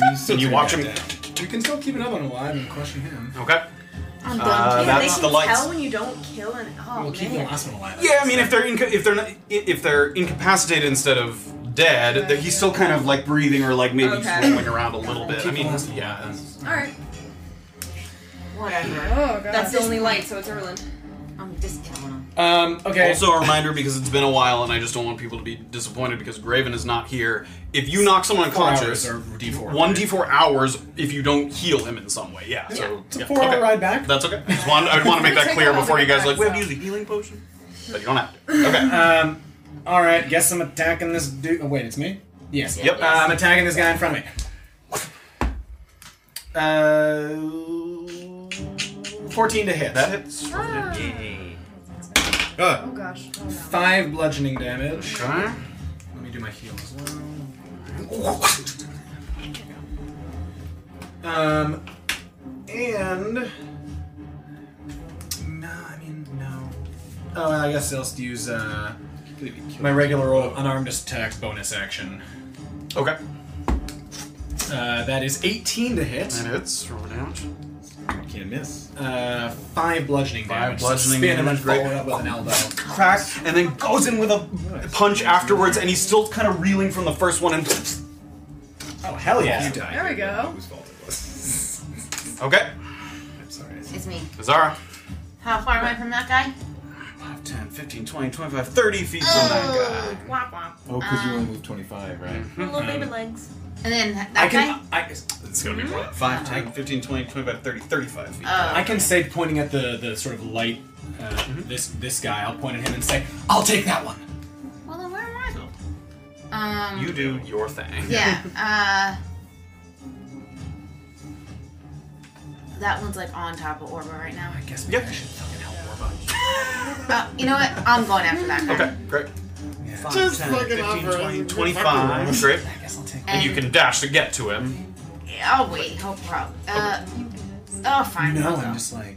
mean, you, still And you took watch it him. back down. You can still keep another one alive and question him. Okay. just. I'm Uh, yeah, done. that's they the can lights. tell when you don't kill an oh We'll keep the man. last one alive. Yeah, I mean, if they're inca- if they're not, i- if they're incapacitated instead of dead, that he's still kind of like breathing or like maybe just Okay. rolling around a little bit. I mean, yeah. that's- All right. Whatever. Oh god. That's the only light, so it's Erland. I'm just killing him. Um, okay. Also, a reminder because it's been a while, and I just don't want people to be disappointed because Graven is not here. If you knock someone Four hours unconscious, or D4. one d four hours if you don't heal him in some way. Yeah. So It's a yeah, four hour okay. ride back. That's okay. I just want I want to make that Take clear that before you guys are like we have to back, use a healing potion, but you don't have to. Okay. Um, all right. Guess I'm attacking this dude. Oh, wait, it's me. Yes. Yep. Uh, I'm attacking this guy in front of me. Uh, fourteen to hit. That hits. Uh, Oh gosh. Oh no. Five bludgeoning damage. Okay. Let me do my heal as well. Um, and no, I mean no. Oh, I guess I'll just use uh, my regular old unarmed attack bonus action. Okay. Uh, that is 18 to hit. That hits. Roll damage. can't miss. Uh, five bludgeoning Five damage. bludgeoning Spin him and damage, great. follow it up with an elbow. crack and then goes in with a punch afterwards and he's still kind of reeling from the first one and Oh hell yeah! You died. There we go. Whose fault it was? okay I'm sorry. I said- It's me. Bizarre. How far am I from that guy? 5 10 15 20 25 30 feet from that guy Womp womp. Oh, because you only Um, moved 25, right? Little baby legs. And then that I guy? can I, it's gonna be more than 5 10 15 20 25 30 35 feet Um, Oh. I can say pointing at the the sort of light uh, Mm-hmm. this this guy. I'll point at him and say, "I'll take that one." Well, then where am I? Um. you do your thing Yeah. Uh. That one's like on top of Orba right now. I guess Yep. maybe I should fucking help Orba. Uh, you know what? I'm going after that guy. okay great Yeah. 5 Just 10 fucking 15 offer 20 him. 25 great I guess I'll take. and you can dash to get to him I'll wait. No problem. Uh. Oh, fine. No, I'll go. I'm just like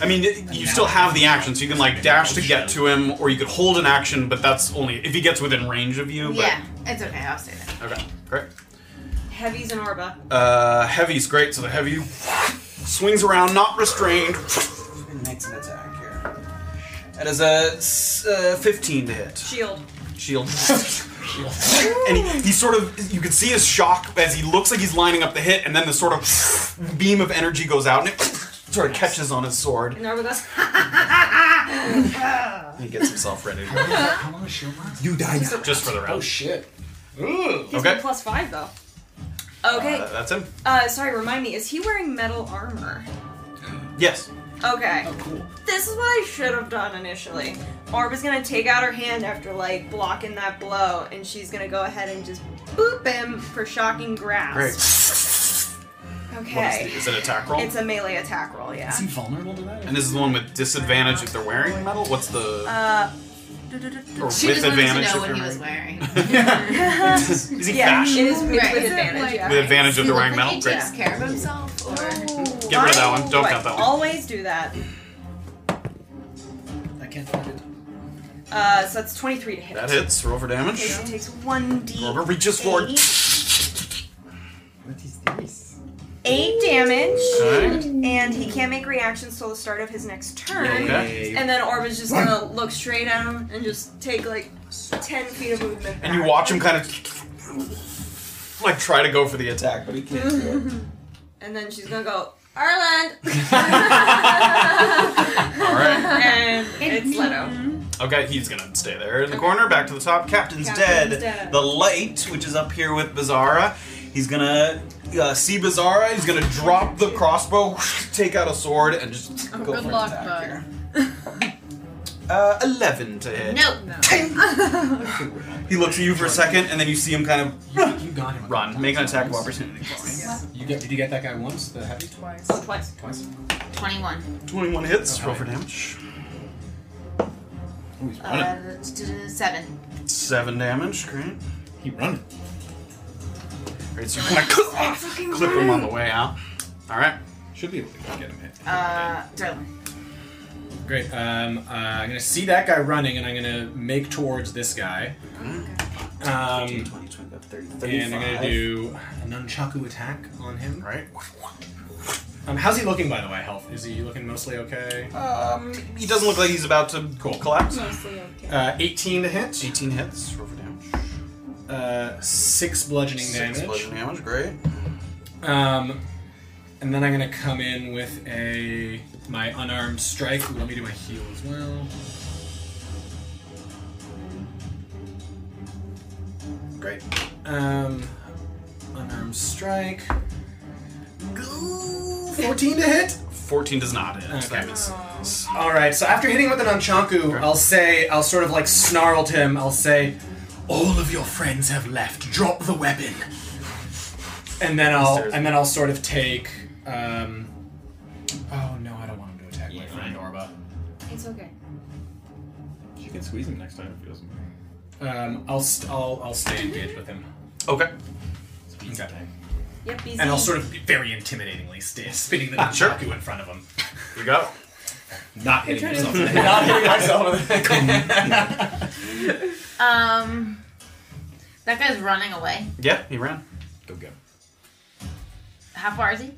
I mean you still have the action so you can like dash to get to him or you could hold an action but that's only if he gets within range of you but Yeah, it's okay. I'll stay there. okay great Heavies and Orba. Uh, heavy's great, so the heavy swings around, not restrained. Makes an attack here. That is a s- uh, 15 to hit. Shield. Shield. (laughs) and he, he sort of you can see his shock as he looks like he's lining up the hit, and then the sort of beam of energy goes out and it sort of catches on his sword. And Norma goes, And he gets himself ready. to go. He's How long is shield last? You die now. Just for the round. Oh shit. Ooh. been Okay. (laughs) plus five though. Uh, Okay. that's him. Uh, sorry, remind me. Is he wearing metal armor? Yes. Okay. Oh, Cool. This is what I should have done initially. Orba's gonna take out her hand after like blocking that blow, and she's gonna go ahead and just boop him for shocking Great. grasp. What is, Okay. the, is it an attack roll? It's a melee attack roll, yeah. Is he vulnerable to that? and this is the one with disadvantage if they're wearing metal. What's the Uh, or She with just wanted to advantage if know what you're he was wearing? (laughs) wearing. Is (laughs) he yeah, fast? it is with Right. with Is it advantage. like- yeah. With advantage if Does he they're look wearing like metal. he Great. takes care of himself, or Get rid of that one. Don't I count that one. Always do that. I can't find it. Uh, so that's 23 to hit. That hits. Roll for Okay, damage. she takes 1d. Robert reaches forward. What is this? 8 damage. Alright. And he can't make reactions till the start of his next turn. Okay. And then Orba's just gonna look straight at him and just take like 10 feet of movement. And you back. watch him kind of like try to go for the attack, but he can't (laughs) do it. And then she's gonna go, Arland! All (laughs) right. (laughs) (laughs) and it's Leto. Okay, he's gonna stay there in the corner. Back to the top. Captain's, Captain's dead. dead. The light, which is up here with Bizarra, he's gonna uh, see Bizarra. He's gonna drop the crossbow, (laughs) take out a sword, and just go Oh, good for luck, an attack bud. here. (laughs) Uh, Eleven to hit. no. He looks at you for a second, and then you see him kind of You, you got him. a couple run, make an times. attack of opportunity. You get? Did you get that guy once? The heavy Twice. Twice. twice. 21. Twenty-one hits. Okay. Roll for damage. Oh, he's running. Uh, that's- uh, 7. Seven damage. Great. he running. Right, so you're gonna clip him on the way out. All right. Should be able to get him hit. Uh, Darlin. Great. Um, uh, I'm gonna see that guy running, and I'm gonna make towards this guy. Um, 20, 20, 30, and I'm gonna do a nunchaku attack on him. Right. Um, how's he looking, by the way? Health? Is he looking mostly okay? Um, he doesn't look like he's about to Cool. collapse. Uh, 18 to hit. 18 hits. Roll for damage. Uh, six bludgeoning Six damage. bludgeoning damage. Great. Um, and then I'm gonna come in with a my unarmed strike. Ooh, let me do my heal as well. Great. Um, unarmed strike. Go. Fourteen to hit. 14 does not hit. So that Okay. means All right. So after hitting with an unchanku, I'll say I'll sort of like snarl to him. I'll say, "All of your friends have left. Drop the weapon." And then I'll Upstairs. and then I'll sort of take. Um, oh no, I don't want him to attack my friend Orba. It's okay. You can squeeze him next time if he doesn't. Um, I'll st- I'll I'll stay engaged with him. okay. Okay. Yep, BZ. And I'll sort of very intimidatingly stay spinning the Ah, Sure. nunchaku in front of him, You go. not hitting (laughs) myself. in the head. Not hitting myself in the Um, that guy's running away. Yeah, he ran. Go get him. How far is he?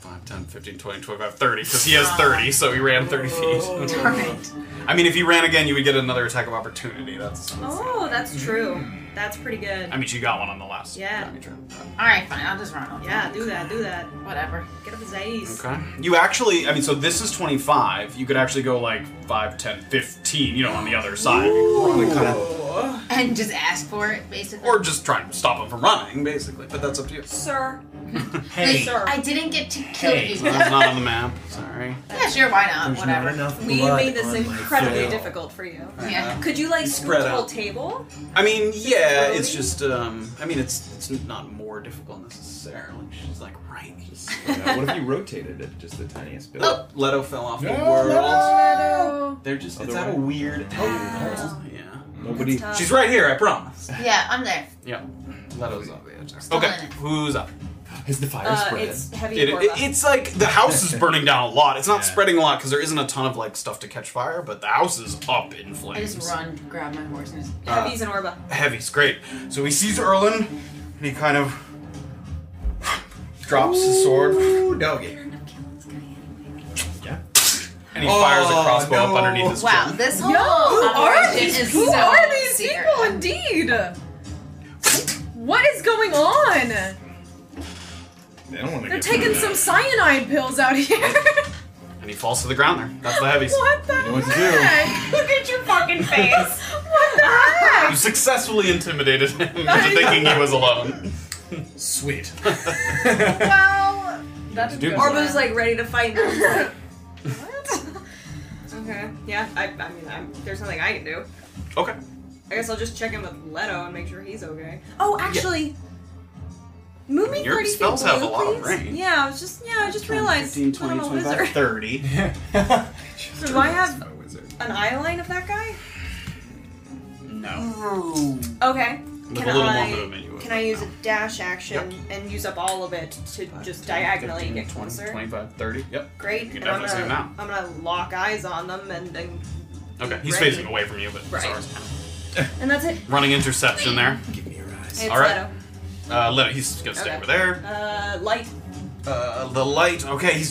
5, 10, 15, 20, 25, 30. Because he has 30, so he ran 30 Oh. feet. Perfect. I mean, if he ran again, you would get another attack of opportunity. That's. Oh, that's Mm. true. That's pretty good. I mean, you got one on the last. Yeah. damage round. All right, fine. I'll just run off. Yeah, do that, do that. Whatever. Get up his ace. Okay. You actually, I mean, so this is 25. You could actually go like 5, 10, 15, you know, on the other side. And just ask for it, basically. Or just try and stop him from running, basically. But that's up (laughs) to you. Sir. Like, Hey, sir. I didn't get to kill Hey. you. That's not on the map. Sorry. yeah, sure. Why not? Whatever. We made this incredibly difficult for you. Yeah. Could you like scoot Spread the whole out. table? I mean, yeah, Really? it's just, um, I mean, it's it's not more difficult necessarily. She's like, right. Yeah, what if you rotated it just the tiniest bit? Oh, Leto fell off the No, Oh. world. Leto! They're just, it's Other at a way. weird angle. Yeah. Nobody. Tough. She's right here, I promise. Yeah, I'm there. Yeah. Leto's up. Still Okay, in it. who's up? Has the fire Uh, spread? it's heavy It, Orba. it- it's like the house is burning down a lot. It's not Yeah. spreading a lot because there isn't a ton of like stuff to catch fire, but the house is up in I flames. just run, grab my horse, and just. Heavy's and Orba. Heavy's great. So he sees Erlin, and he kind of drops his sword, and Ooh, doggy. he fires a Oh, crossbow no. up underneath his Wow, chin. this whole Yo, who are operation these? is Who so are these secret. people? Indeed. What is going on? They don't want to They're get taking some cyanide pills out here. (laughs) And he falls to the ground there. That's the (laughs) heavies. what the know what to do. heck? Look at your fucking face. what the heck? You successfully intimidated him into thinking he was alone. Sweet. well, That's Dude. Orbo's like ready to fight now. He's like, what? (laughs) okay. Yeah. I, I mean, I'm, there's nothing I can do. Okay. I guess I'll just check in with Leto and make sure he's okay. Oh, actually, move me Your thirty feet. spells will have you, a lot of please? range. Yeah, I was just yeah, I just realized 15, 20, I'm a 25, (laughs) wizard. 30. So (laughs) do I have a wizard. an eye line of that guy? No. Okay. With Can a little I more movement, you would can right I use now. a dash action and use up all of it to just diagonally 15, get 20, closer? 25, 30. Yep. Great. You can and I'm definitely gonna, see him now. I'm gonna lock eyes on them and, and be Okay, he's ready. facing away from you, but Right. sorry. And that's it. Running interception there. It's All right. Leto. Uh, Leto, he's gonna stay Okay. over there. Uh, light. Uh, the light. Okay, he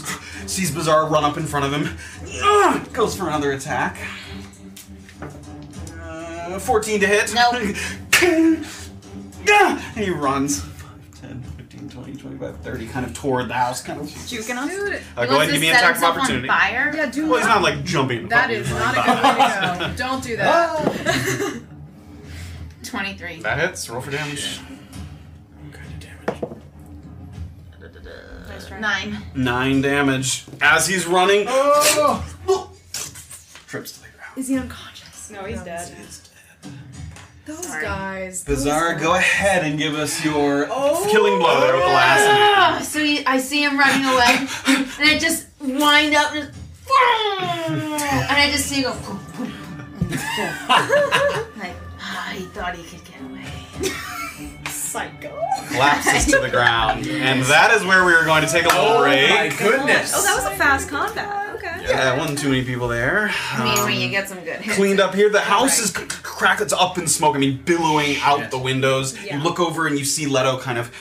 sees Bizarre run up in front of him. Ugh, goes for another attack. Uh, 14 to hit. (laughs) No. and he runs. 5, 10, 15, 20, 25, 30, kind of toward the house. Kind of. Juking us. Uh, go ahead and give me an attack of opportunity. Fire? Yeah, do Well, he's not. not like jumping. That is not a good way to go. Don't do that. Twenty-three. That hits. Roll for damage. Nice try. Nine. Nine damage. As he's running. Oh! Trips to the ground. Is he unconscious? No, he's dead. Those guys. those Bizarre, guys. go ahead and give us your Oh. Killing blow there with the last. (laughs) Ah, so he, I see him running away, and I just wind up, and, just, and I just see him go. (laughs) like ah, he thought he could get away. Psycho. collapses to the ground. And that is where we are going to take a little Oh My break. goodness. Oh, that was a fast combat. Okay. Yeah, wasn't too many people there. I mean, Um, when you get some good hits. cleaned up here. The house is c- c- crack. It's up in smoke. I mean, billowing out the windows. Yeah. You look over and you see Leto kind of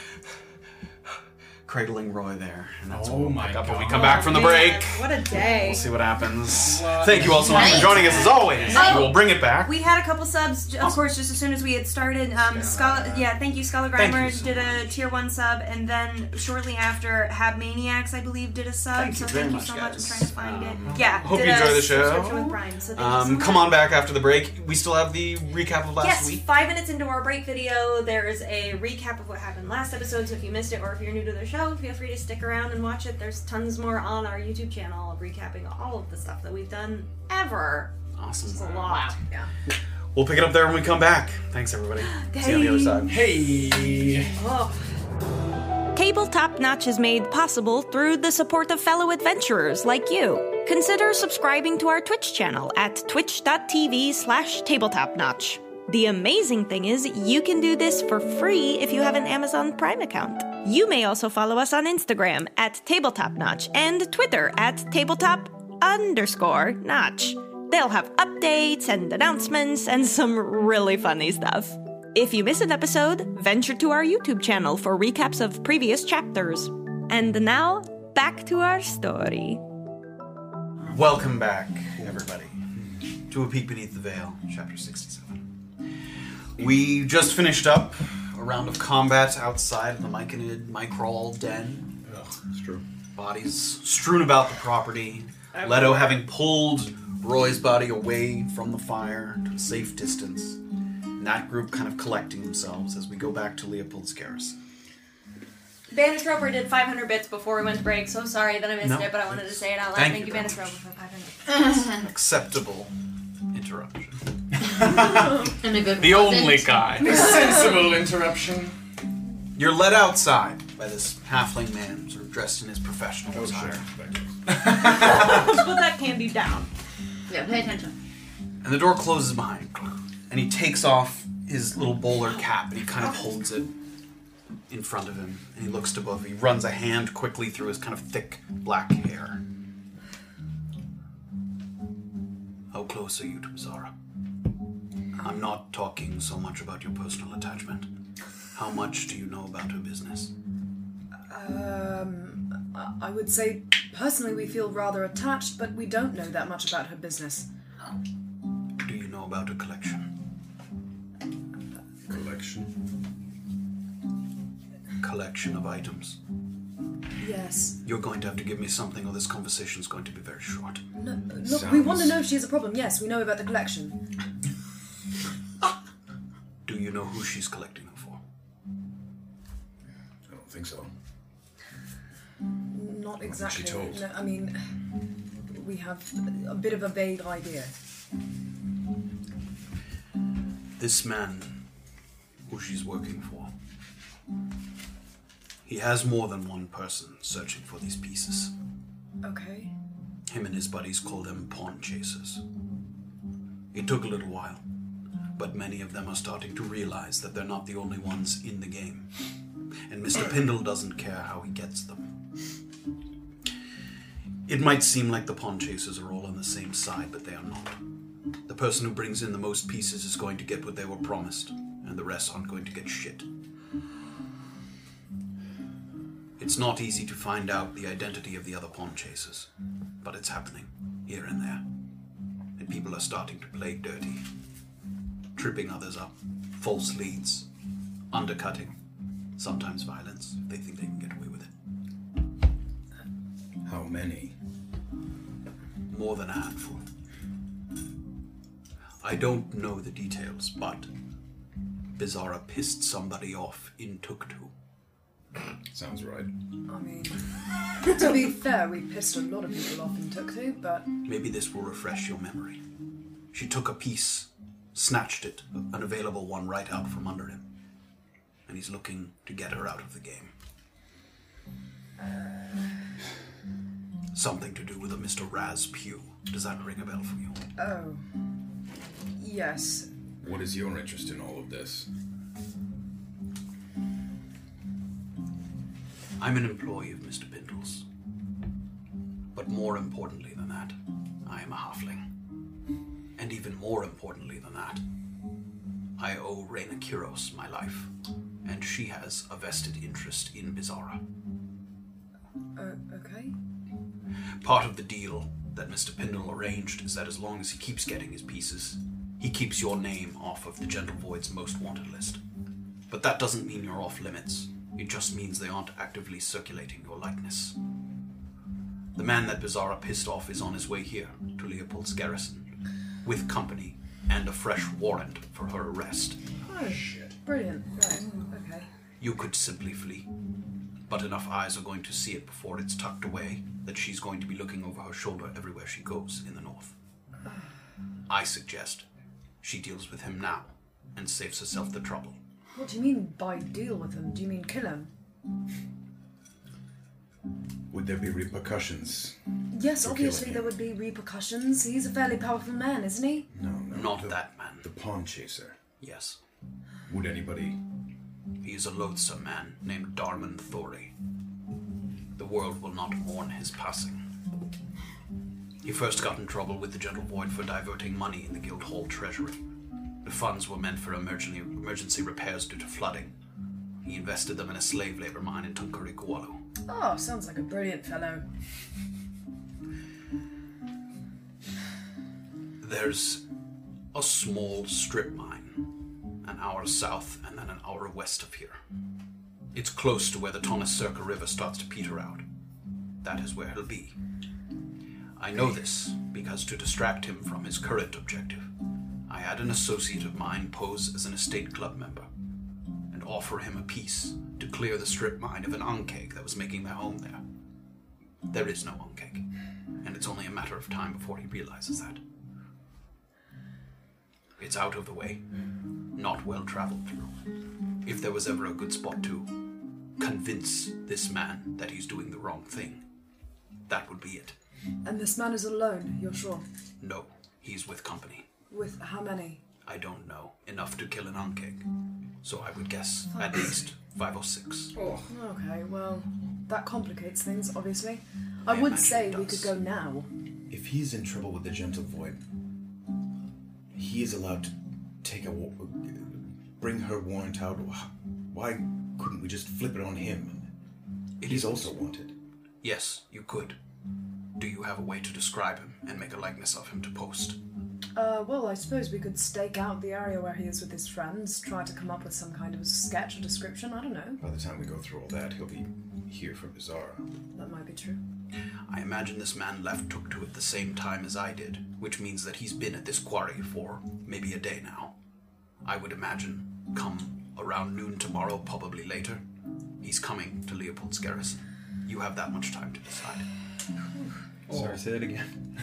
cradling Roy there, and that's Oh what we'll my pick up when we God. come back from the Man, break. What a day. We'll see what happens. What Thank you all so much for night. joining us as always. Oh. We'll bring it back. We had a couple subs, of course, just as soon as we had started. Um, Scholar, yeah, thank you, Scholar Thank Grimer you so did a tier one sub, and then shortly after, Hab Maniacs, I believe, did a sub. Thank so you thank very you much, so much. guys. I'm trying to find Um, it. Yeah, hope did you a enjoy the show. subscription with Brian, so thank you so Um, much. come on back after the break. We still have the recap of last Yes, week. five minutes into our break video, there is a recap of what happened last episode. So if you missed it, or if you're new to the show, feel free to stick around and watch it. There's tons more on our YouTube channel recapping all of the stuff that we've done ever. It's a Awesome. lot. We'll pick it up there when we come back. Thanks, everybody. See you on the other side. Hey. Ugh. Tabletop Notch is made possible through the support of fellow adventurers like you. Consider subscribing to our Twitch channel at twitch.tv slash tabletopnotch. The amazing thing is, you can do this for free if you have an Amazon Prime account. You may also follow us on Instagram at tabletopnotch and Twitter at tabletop underscore notch. They'll have updates and announcements and some really funny stuff. If you miss an episode, venture to our YouTube channel for recaps of previous chapters. And now, back to our story. Welcome back, everybody, to A Peek Beneath the Veil, Chapter 67. We just finished up a round of combat outside of the Myconid Microl den. It's true. Bodies strewn about the property. Leto having pulled Roy's body away from the fire to a safe distance. And that group kind of collecting themselves as we go back to Leopold's garrison. Bandit Roper did 500 bits before we went to break. So sorry that I missed No, it, but I wanted to say it out loud. Thank Thank, you you, very Bandit much. Roper, for 500. Acceptable interruption. And a good The present. only (laughs) guy. Sensible interruption. You're led outside by this halfling man, sort of dressed in his professional attire. Put that candy down. Yeah, pay attention. And the door closes behind him. And he takes off his little bowler cap and he kind of holds it in front of him. And he looks to both of you. He runs a hand quickly through his kind of thick black hair. How close are you to Bizarra? I'm not talking so much about your personal attachment. How much do you know about her business? Um, I- I would say personally we feel rather attached, but we don't know that much about her business. Do you know about her collection? Collection. collection of items. Yes. You're going to have to give me something, or this conversation's going to be very short. No, look, we want to know if she has a problem. Yes, we know about the collection. Do you know who she's collecting them for? I don't think so. Not exactly. told. No, I mean, we have a bit of a vague idea. This man, who she's working for, he has more than one person searching for these pieces. Okay. Him and his buddies call them pawn chasers. It took a little while, but many of them are starting to realize that they're not the only ones in the game. And Mr. Pindle doesn't care how he gets them. It might seem like the pawn chasers are all on the same side, but they are not. The person who brings in the most pieces is going to get what they were promised, and the rest aren't going to get shit. It's not easy to find out the identity of the other pawn chasers, but it's happening here and there. And people are starting to play dirty, tripping others up, false leads, undercutting, sometimes violence if they think they can get away with it. How many? More than a handful. I don't know the details, but Bizarra pissed somebody off in Tuktu. Sounds right. I mean, (laughs) to be fair, we pissed a lot of people off in Tuktu, but Maybe this will refresh your memory. She took a piece, snatched it, an available one right out from under him. And he's looking to get her out of the game. Something to do with a Mr. Raz Pugh. Does that ring a bell for you? oh, yes. What is your interest in all of this? I'm an employee of Mr. Pindle's. But more importantly than that, I am a halfling. And even more importantly than that, I owe Reina Kiros my life, and she has a vested interest in Bizarra. Oh, okay. Part of the deal that Mr. Pindle arranged is that as long as he keeps getting his pieces, he keeps your name off of the Gentle Void's most wanted list. But that doesn't mean you're off limits. It just means they aren't actively circulating your likeness. The man that Bizarra pissed off is on his way here to Leopold's garrison, with company and a fresh warrant for her arrest. Oh, brilliant. Right. mm, Okay. You could simply flee. But enough eyes are going to see it before it's tucked away that she's going to be looking over her shoulder everywhere she goes in the north. I suggest she deals with him now and saves herself the trouble. What do you mean by deal with them? Do you mean kill them? Would there be repercussions? Yes, For killing obviously there him. would be repercussions. He's a fairly powerful man, isn't he? No, no. Not the, that man. The pawn chaser. Yes. Would anybody? He is a loathsome man named Darman Thori. The world will not mourn his passing. He first got in trouble with the Gentle Void for diverting money in the Guildhall treasury. The funds were meant for emergency, emergency repairs due to flooding. He invested them in a slave labor mine in Tunkarigualu. Oh, sounds like a brilliant fellow. There's a small strip mine, an hour south and then an hour west of here. It's close to where the Tonaserka River starts to peter out. That is where he'll be. I know this because to distract him from his current objective, I had an associate of mine pose as an estate club member and offer him a piece to clear the strip mine of an uncake that was making their home there. There is no uncake, and it's only a matter of time before he realizes that. It's out of the way, not well traveled through. If there was ever a good spot to convince this man that he's doing the wrong thing, that would be it. And this man is alone, you're sure? No, he's with company. With how many? I don't know enough to kill an uncake, so I would guess at least five or six. Okay, well, that complicates things, obviously. I, I would imagine say it we does. could go now. If he's in trouble with the gentle void, he is allowed to take a wa- bring her warrant out. Why couldn't we just flip it on him? It He's is- also wanted. Yes, you could. Do you have a way to describe him and make a likeness of him to post? Uh, well, I suppose we could stake out the area where he is with his friends, try to come up with some kind of sketch or description. I don't know. By the time we go through all that, he'll be here from Bizarre. That might be true. I imagine this man left Tuktu at the same time as I did, which means that he's been at this quarry for maybe a day now. I would imagine come around noon tomorrow, probably later. He's coming to Leopold's garrison. You have that much time to decide. Oh. Sorry, say that again.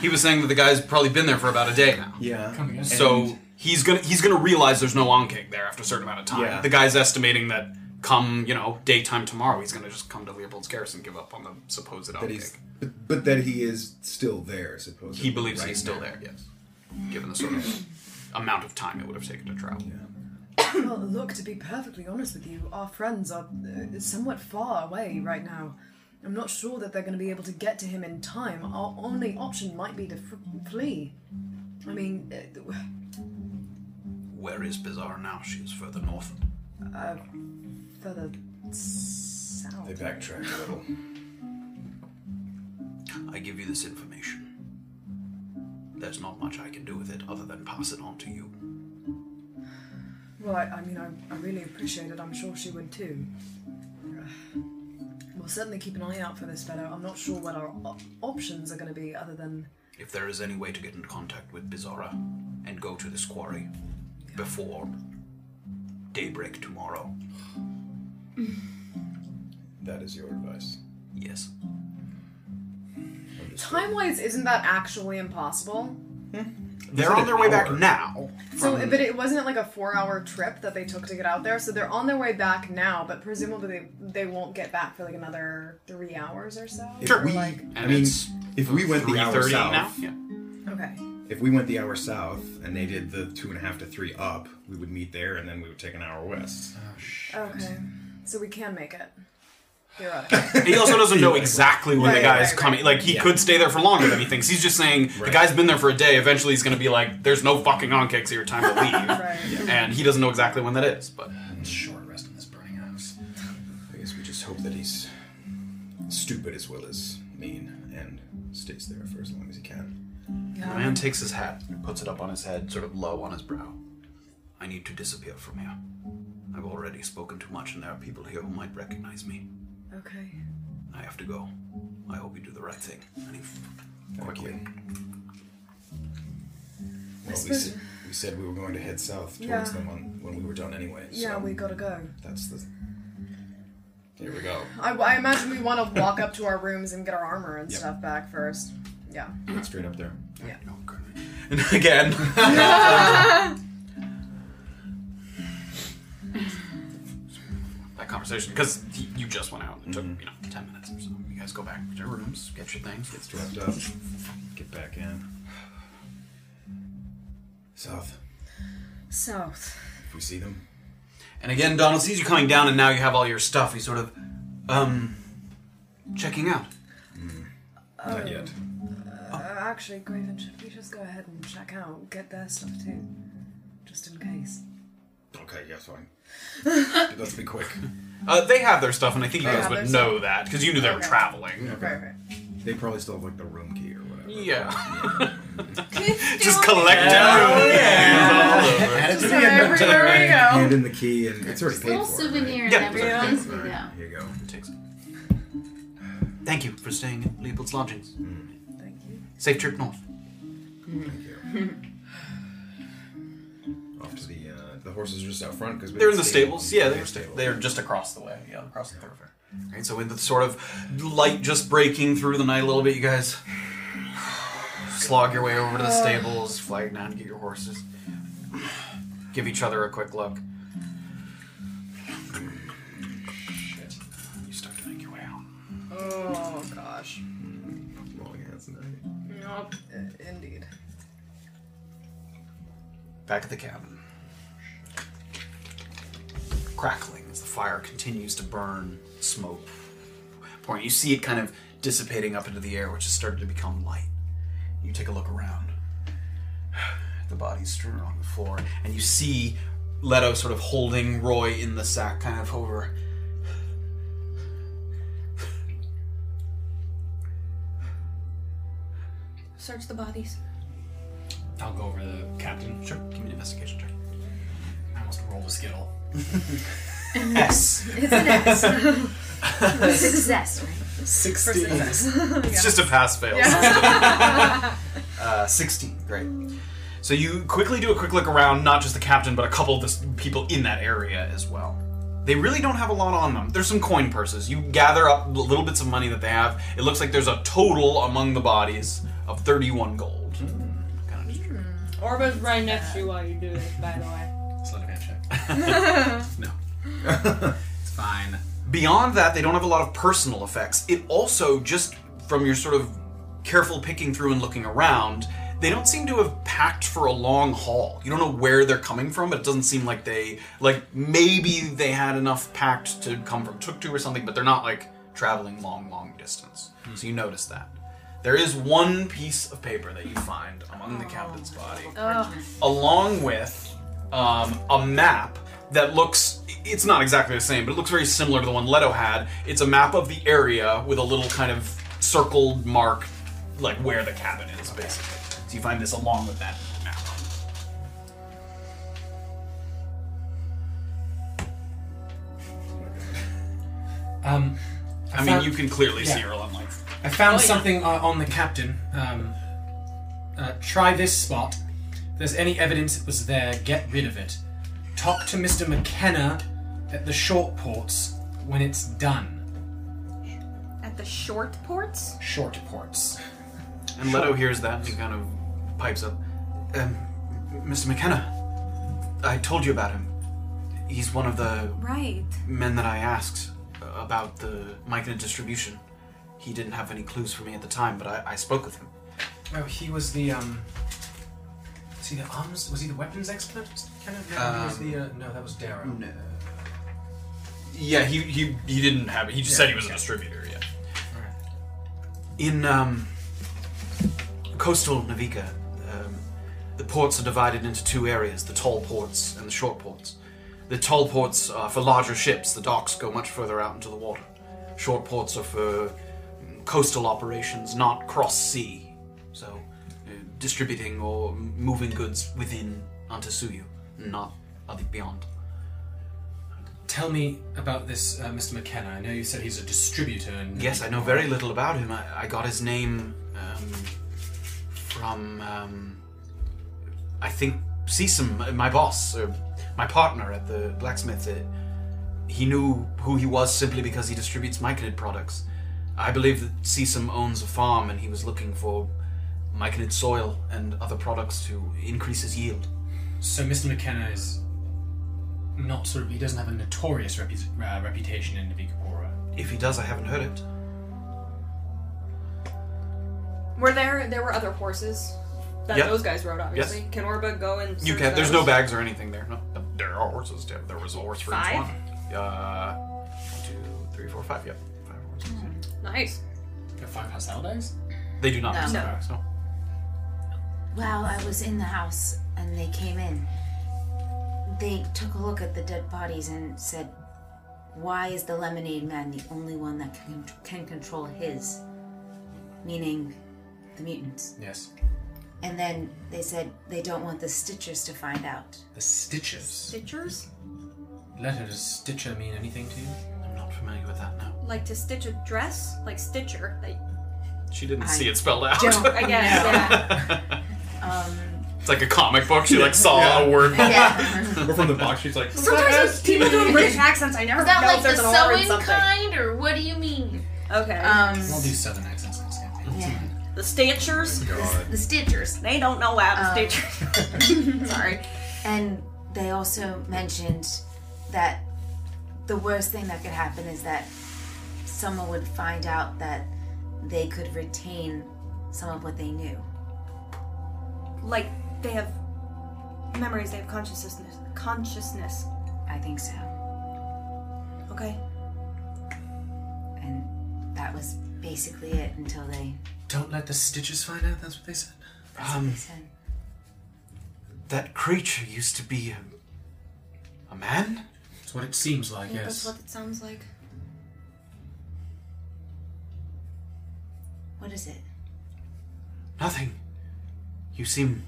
He was saying that the guy's probably been there for about a day now. Yeah. Coming up. So he's gonna he's gonna realize there's no onking there after a certain amount of time. Yeah. The guy's estimating that come you know daytime tomorrow he's gonna just come to Leopold's garrison, give up on the supposed That onking. he's, but, but that he is still there, supposedly. He believes right he's still now. there. Yes, given the sort of amount of time it would have taken to travel. Well, look, to be perfectly honest with you, our friends are uh, somewhat far away right now. I'm not sure that they're going to be able to get to him in time. Our only option might be to f- flee. I mean, uh, Where is Bizarre now? She is further north. further They south. backtrack a little. I give you this information. There's not much I can do with it other than pass it on to you. Well, I, I mean, I, I really appreciate it. I'm sure she would too. (sighs) We'll certainly keep an eye out for this fellow. I'm not sure what our op- options are going to be other than. If there is any way to get in contact with Bizarra and go to this quarry before daybreak tomorrow, That is your advice. yes. Time wise, isn't that actually impossible? They're on their way back now. So, but it wasn't it like a four-hour trip that they took to get out there. So they're on their way back now, but presumably they, they won't get back for like another three hours or so. If Sure. we, I mean, if we went the hour 3:30 south, now. Yeah. Okay. if we went the hour south and they did the two and a half to three up, we would meet there and then we would take an hour west. Uh, Okay. So we can make it. Theoretically. He also doesn't know exactly when the Right, guy's right, right. coming. Like he could stay there for longer than he thinks. He's just saying the Right. guy's been there for a day. Eventually, he's going to be like, "There's no fucking on kicks here. (laughs) Time to leave." right. And he doesn't know exactly when that is. But Short rest in this burning house. Mm. I guess we just hope that he's stupid as well as mean and stays there for as long as he can. the man takes his hat, puts it up on his head, sort of low on his brow. I need to disappear from here. I've already spoken too much, and there are people here who might recognize me. Okay. I have to go. I hope you do the right thing. And he f- quickly. Well, we suppose- said, we said we were going to head south towards Yeah. them on, when we were done anyway. Yeah, so we gotta go. that's the. There we go. I, I imagine we want to walk up to our rooms and get our armor and Yep. stuff back first. Yeah. Uh-huh. Straight up there. And (laughs) again. that conversation, because you just went out. It took, you know, 10 minutes or so. You guys go back to your rooms, get your things, get Wrapped up. Get back in. South. South. If we see them, And again, Donald sees you coming down, and now you have all your stuff. He's sort of, um, checking out. Oh. not yet. Uh, actually, Graven, should we just go ahead and check out, get their stuff too? Just in case. Okay, yeah, fine. (laughs) Let's be quick. Uh, they have their stuff, and I think you They guys have would their know that, because you knew they were Okay. traveling. Right, right. They probably still have like the room key or whatever. Yeah. Just Just collect everything. Add it to the Everywhere we go. Hand in the key and it's already paid Little for. souvenir in Yeah. every right? place we All go. right, Here you go. Takes it. Thank you for staying at Leopold's lodgings. Thank you. Safe trip north. Thank you. Off to the uh, the horses are just out front because They're in the stables. Yeah, they're They're just across the way. Yeah, across the thoroughfare. Right, so with the sort of light just breaking through the night a little bit, you guys slog your way over to the stables, flag down, get your horses, give each other a quick look. You start to make your way out. Oh gosh. Long ass night. Nope. Uh, Indeed. Back at the cabin. Crackling as the fire continues to burn smoke. Pouring. You see it kind of dissipating up into the air, which has started to become light. You take a look around. (sighs) The bodies strewn on the floor, and you see Leto sort of holding Roy in the sack, kind of over. search the bodies. I'll go over the captain. Sure, give me an investigation check. I almost rolled a skittle. (laughs) S. It's an S. it's an S, right? 16. It's just a pass fail. (laughs) Uh, 16, great. So you quickly do a quick look around, not just the captain, but a couple of the s- people in that area as well. They really don't have a lot on them. There's some coin purses. You gather up the little bits of money that they have. It looks like there's a total among the bodies of 31 gold. Kind of distributed. Orba's right next to you while you do this, by the way. Sleight of hand (laughs) check. No. It's fine. Beyond that, they don't have a lot of personal effects. It also, just from your sort of careful picking through and looking around, they don't seem to have packed for a long haul. You don't know where they're coming from, but it doesn't seem like they like maybe they had enough packed to come from Tuktu or something, but they're not like traveling long, long distance. Hmm. So you notice that. There is one piece of paper that you find among the captain's body along with um, a map that looks it's not exactly the same but it looks very similar to the one leto had it's a map of the area with a little kind of circled mark like where the cabin is basically so you find this along with that map Um, i, mean found- you can clearly see yeah. her on like I found Oh, something uh, on the captain. Um, uh, try this spot. If there's any evidence it was there, get rid of it. Talk to Mr. McKenna at the short ports when it's done. At the short ports? Short ports. and leto hears that and he kind of pipes up um, mr mckenna i told you about him he's one of the Right. men that I asked about the Micna distribution. He didn't have any clues for me at the time, but I, I spoke with him. Oh, he was the um. Was he the arms? Was he the weapons expert? Kind of. No, he was Um, the. Uh, no, that was Darrow. Yeah, he he, he didn't have it. He just said he was a distributor. Yeah. Alright. In um, coastal Navika, um, the ports are divided into two areas: the tall ports and the short ports. The tall ports are for larger ships. The docks go much further out into the water. Short ports are for mm, coastal operations, not cross sea. So, uh, distributing or m- moving goods within onto Suyu, not uh, beyond. Tell me about this, uh, Mr. McKenna. I know you said he's a distributor. And Yes, I know very little about him. I, I got his name um, from, um, I think, Seesum, my boss, or my partner at the blacksmith. Uh, he knew who he was simply because he distributes Myconid products. I believe that Seesum owns a farm and he was looking for Myconid soil and other products to increase his yield. So Mr. McKenna is not sort of. He doesn't have a notorious repu- uh, reputation in Navikapura. If he does, I haven't heard it. Were there there were other horses that Yep. those guys rode, obviously. Can Orba go and You search can't. There's no those? bags or anything there. No, but there are horses. There there was a horse for Five? each one. Uh, one, two, three, four, five. Yep, five horses. yeah. Nice. Got five hostile days. They do not Hmm. No. have No. bags. No. Well, I was in the house and they came in. They took a look at the dead bodies and said, Why is the lemonade man the only one that can, can control his? Meaning the mutants. Yes. And then they said they don't want the Stitchers to find out. The stitches. Stitchers? Letter does stitcher mean anything to you? I'm not familiar with that. No. Like to stitch a dress? Like Stitcher. Like, She didn't I see it spelled out. don't- I guess, yeah. Um, (laughs) it's like a comic book. She like saw a word. (laughs) yeah. Or from the box, she's like, Sometimes people doing British accents, I never Is that know like if the there's an R in sewing something. kind, or what do you mean? Okay. Um, I'll do southern accents next campaign. yeah. the Stitchers? The Stitchers. They don't know how to Um, Stitchers. Sorry. And they also mentioned that the worst thing that could happen is that someone would find out that they could retain some of what they knew. Like they have memories, they have consciousness consciousness. I think so. Okay. And that was basically it until they Don't let the stitches find out. That's what they said. Um, said, that creature used to be a, a man. That's what it seems like. yes. That's what it sounds like. What is it? Nothing. You seem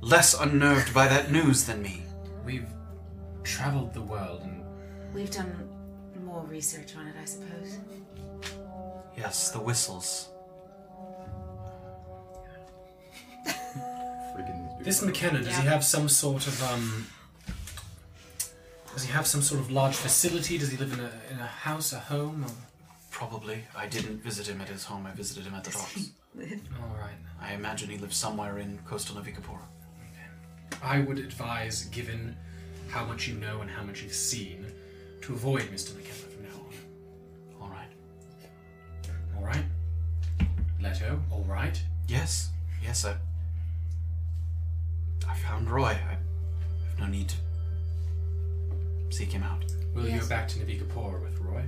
less unnerved by that news than me. We've traveled the world and We've done more research on it, I suppose. Yes, the whistles. This McKenna, does he have some sort of um? Does he have some sort of large facility? Does he live in a in a house, a home? Or... Probably. I didn't visit him at his home, I visited him at the docks. All right. I imagine he lives somewhere in coastal Novikapura. I would advise, given how much you know and how much you've seen, to avoid Mr. McKenna from now on. All right. All right. Leto. All right. Yes, yes, I. I found Roy. I have no need to seek him out. Will you go back to Navikapura with Roy?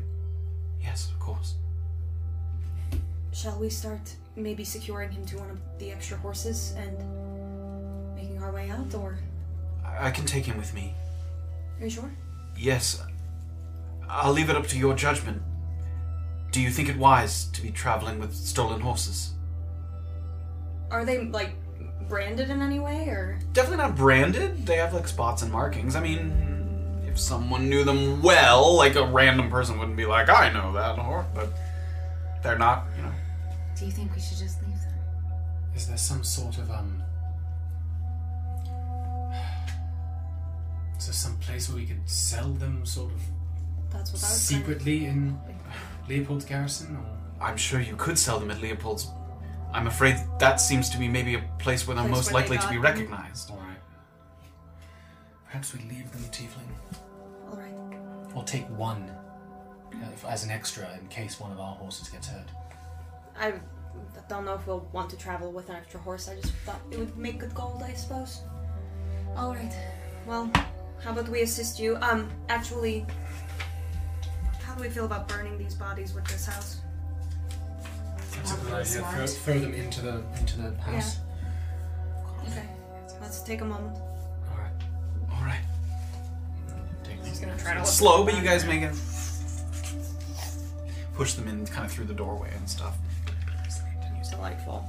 Yes, of course. Shall we start maybe securing him to one of the extra horses and making our way out, or I, I can take him with me. are you sure? Yes, I'll leave it up to your judgment. Do you think it wise to be traveling with stolen horses? Are they like branded in any way, or Definitely not branded. They have like spots and markings. I mean, if someone knew them well, like a random person wouldn't be like, I know that horse, but they're not, you know. Do you think we should just leave them? Is there some sort of um? (sighs) Is there some place where we could sell them, sort of that's what I was trying to- secretly in Leopold's garrison? Or I'm sure you could sell them at Leopold's. I'm afraid that seems to be maybe a place where they're Place most where they likely to got be them. recognized. all right. Perhaps we leave them, Tiefling. All right. Or take one uh, if- as an extra in case one of our horses gets hurt. I don't know if we'll want to travel with an extra horse. I just thought it would make good gold, I suppose. All right. Well, how about we assist you? Um, actually, how do we feel about burning these bodies with this house? That's a Probably good idea. smart. Throw, throw them into the into the house. Okay. Let's take a moment. All right. All right. Just gonna try to look Slow, but you guys make it. Push them in kind of through the doorway and stuff. Delightful.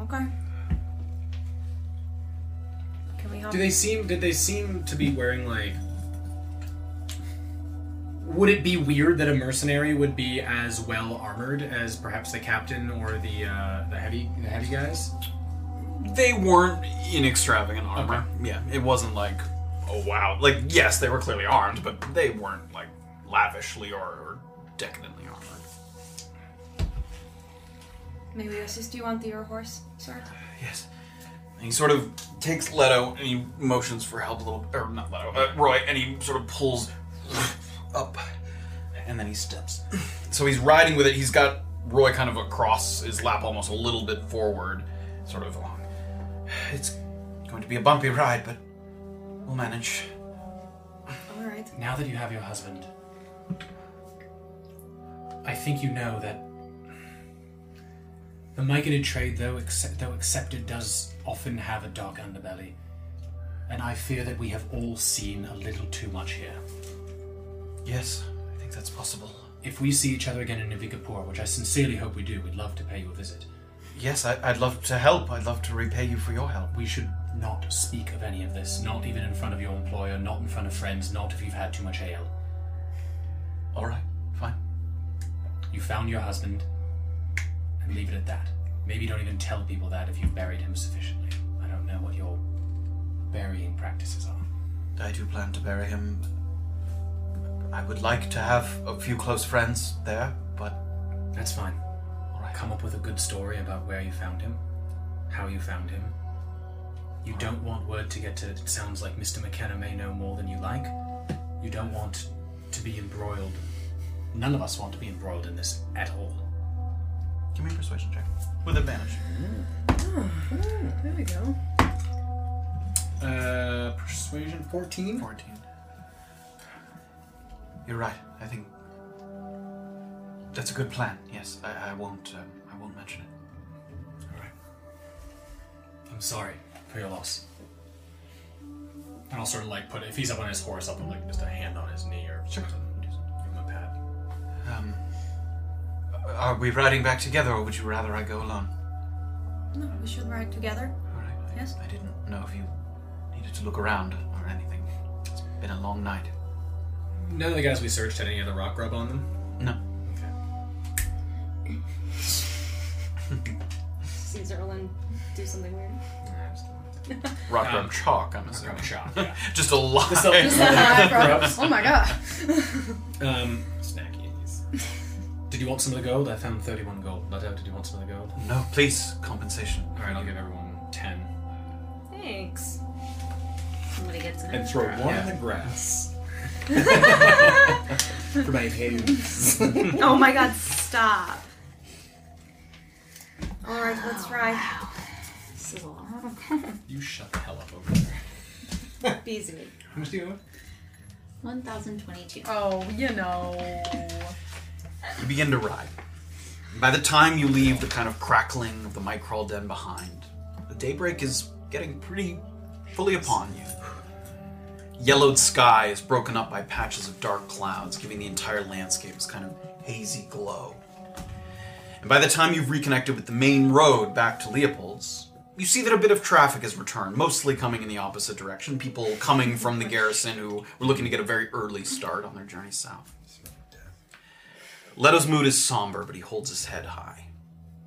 Okay. Can we help? Do they seem? Did they seem to be wearing like? Would it be weird that a mercenary would be as well armored as perhaps the captain or the uh, the heavy the heavy guys? They weren't in extravagant armor. Yeah, it wasn't like, oh wow. Like, yes, they were clearly armed, but they weren't like lavishly or, or decadently armored. May we assist you onto your horse, sir? Yes. And he sort of takes Leto and he motions for help a little, or not Leto, uh, Roy, and he sort of pulls up, and then he steps. So he's riding with it. He's got Roy kind of across his lap, almost a little bit forward, sort of. along. It's going to be a bumpy ride, but we'll manage. All right. Now that you have your husband, I think you know that the migrated trade, though, accept, though accepted, does often have a dark underbelly, and I fear that we have all seen a little too much here. Yes, I think that's possible. If we see each other again in Navikapur, which I sincerely hope we do, we'd love to pay you a visit. Yes, I, I'd love to help. I'd love to repay you for your help. We should not speak of any of this, not even in front of your employer, not in front of friends, not if you've had too much ale. All right, fine. You found your husband, and leave it at that. Maybe don't even tell people that if you've buried him sufficiently. I don't know what your burying practices are. I do plan to bury him. I would like to have a few close friends there, but That's fine. Come up with a good story about where you found him, how you found him. You don't want word to get to it sounds like Mr. McKenna may know more than you like. You don't want to be embroiled. None of us want to be embroiled in this at all. give me a persuasion check with advantage. There we go. Uh, persuasion 14? Fourteen. You're right. I think that's a good plan. Yes, I, I won't. Um, I won't mention it. Alright. I'm sorry for your loss. And I'll sort of like put if he's up on his horse, I'll put like just a hand on his knee or something. Just give him a pat. Uh, Um, are we riding back together, or would you rather I go alone? No, we should ride together. Alright, Yes? I didn't know if you needed to look around or anything. It's been a long night. None of the guys we searched had any other rock grub on them. No. See Zerlin do something weird. Rock grub chalk, I'm assuming. Just a lot. Just a (laughs) lot Just a of lot of grub. grubs. Oh my god. Um, Snackies. Did you want some of the gold? I found 31 gold. Leto, did you want some of the gold? No, please. Compensation. Alright, I'll give everyone 10. Thanks. Somebody gets an And extra throw one in round. the grass. For my hands. oh my god, stop. Alright, let's ride. This is a lot. You shut the hell up over there. Easily. How much do you owe? 1,022. Oh, you know. You begin to ride. By the time you leave the kind of crackling of the might crawl den behind, the daybreak is getting pretty fully upon you. Yellowed sky is broken up by patches of dark clouds, giving the entire landscape this kind of hazy glow. And by the time you've reconnected with the main road back to Leopold's, you see that a bit of traffic has returned, mostly coming in the opposite direction. People coming from the garrison who were looking to get a very early start on their journey south. Leto's mood is somber, but he holds his head high.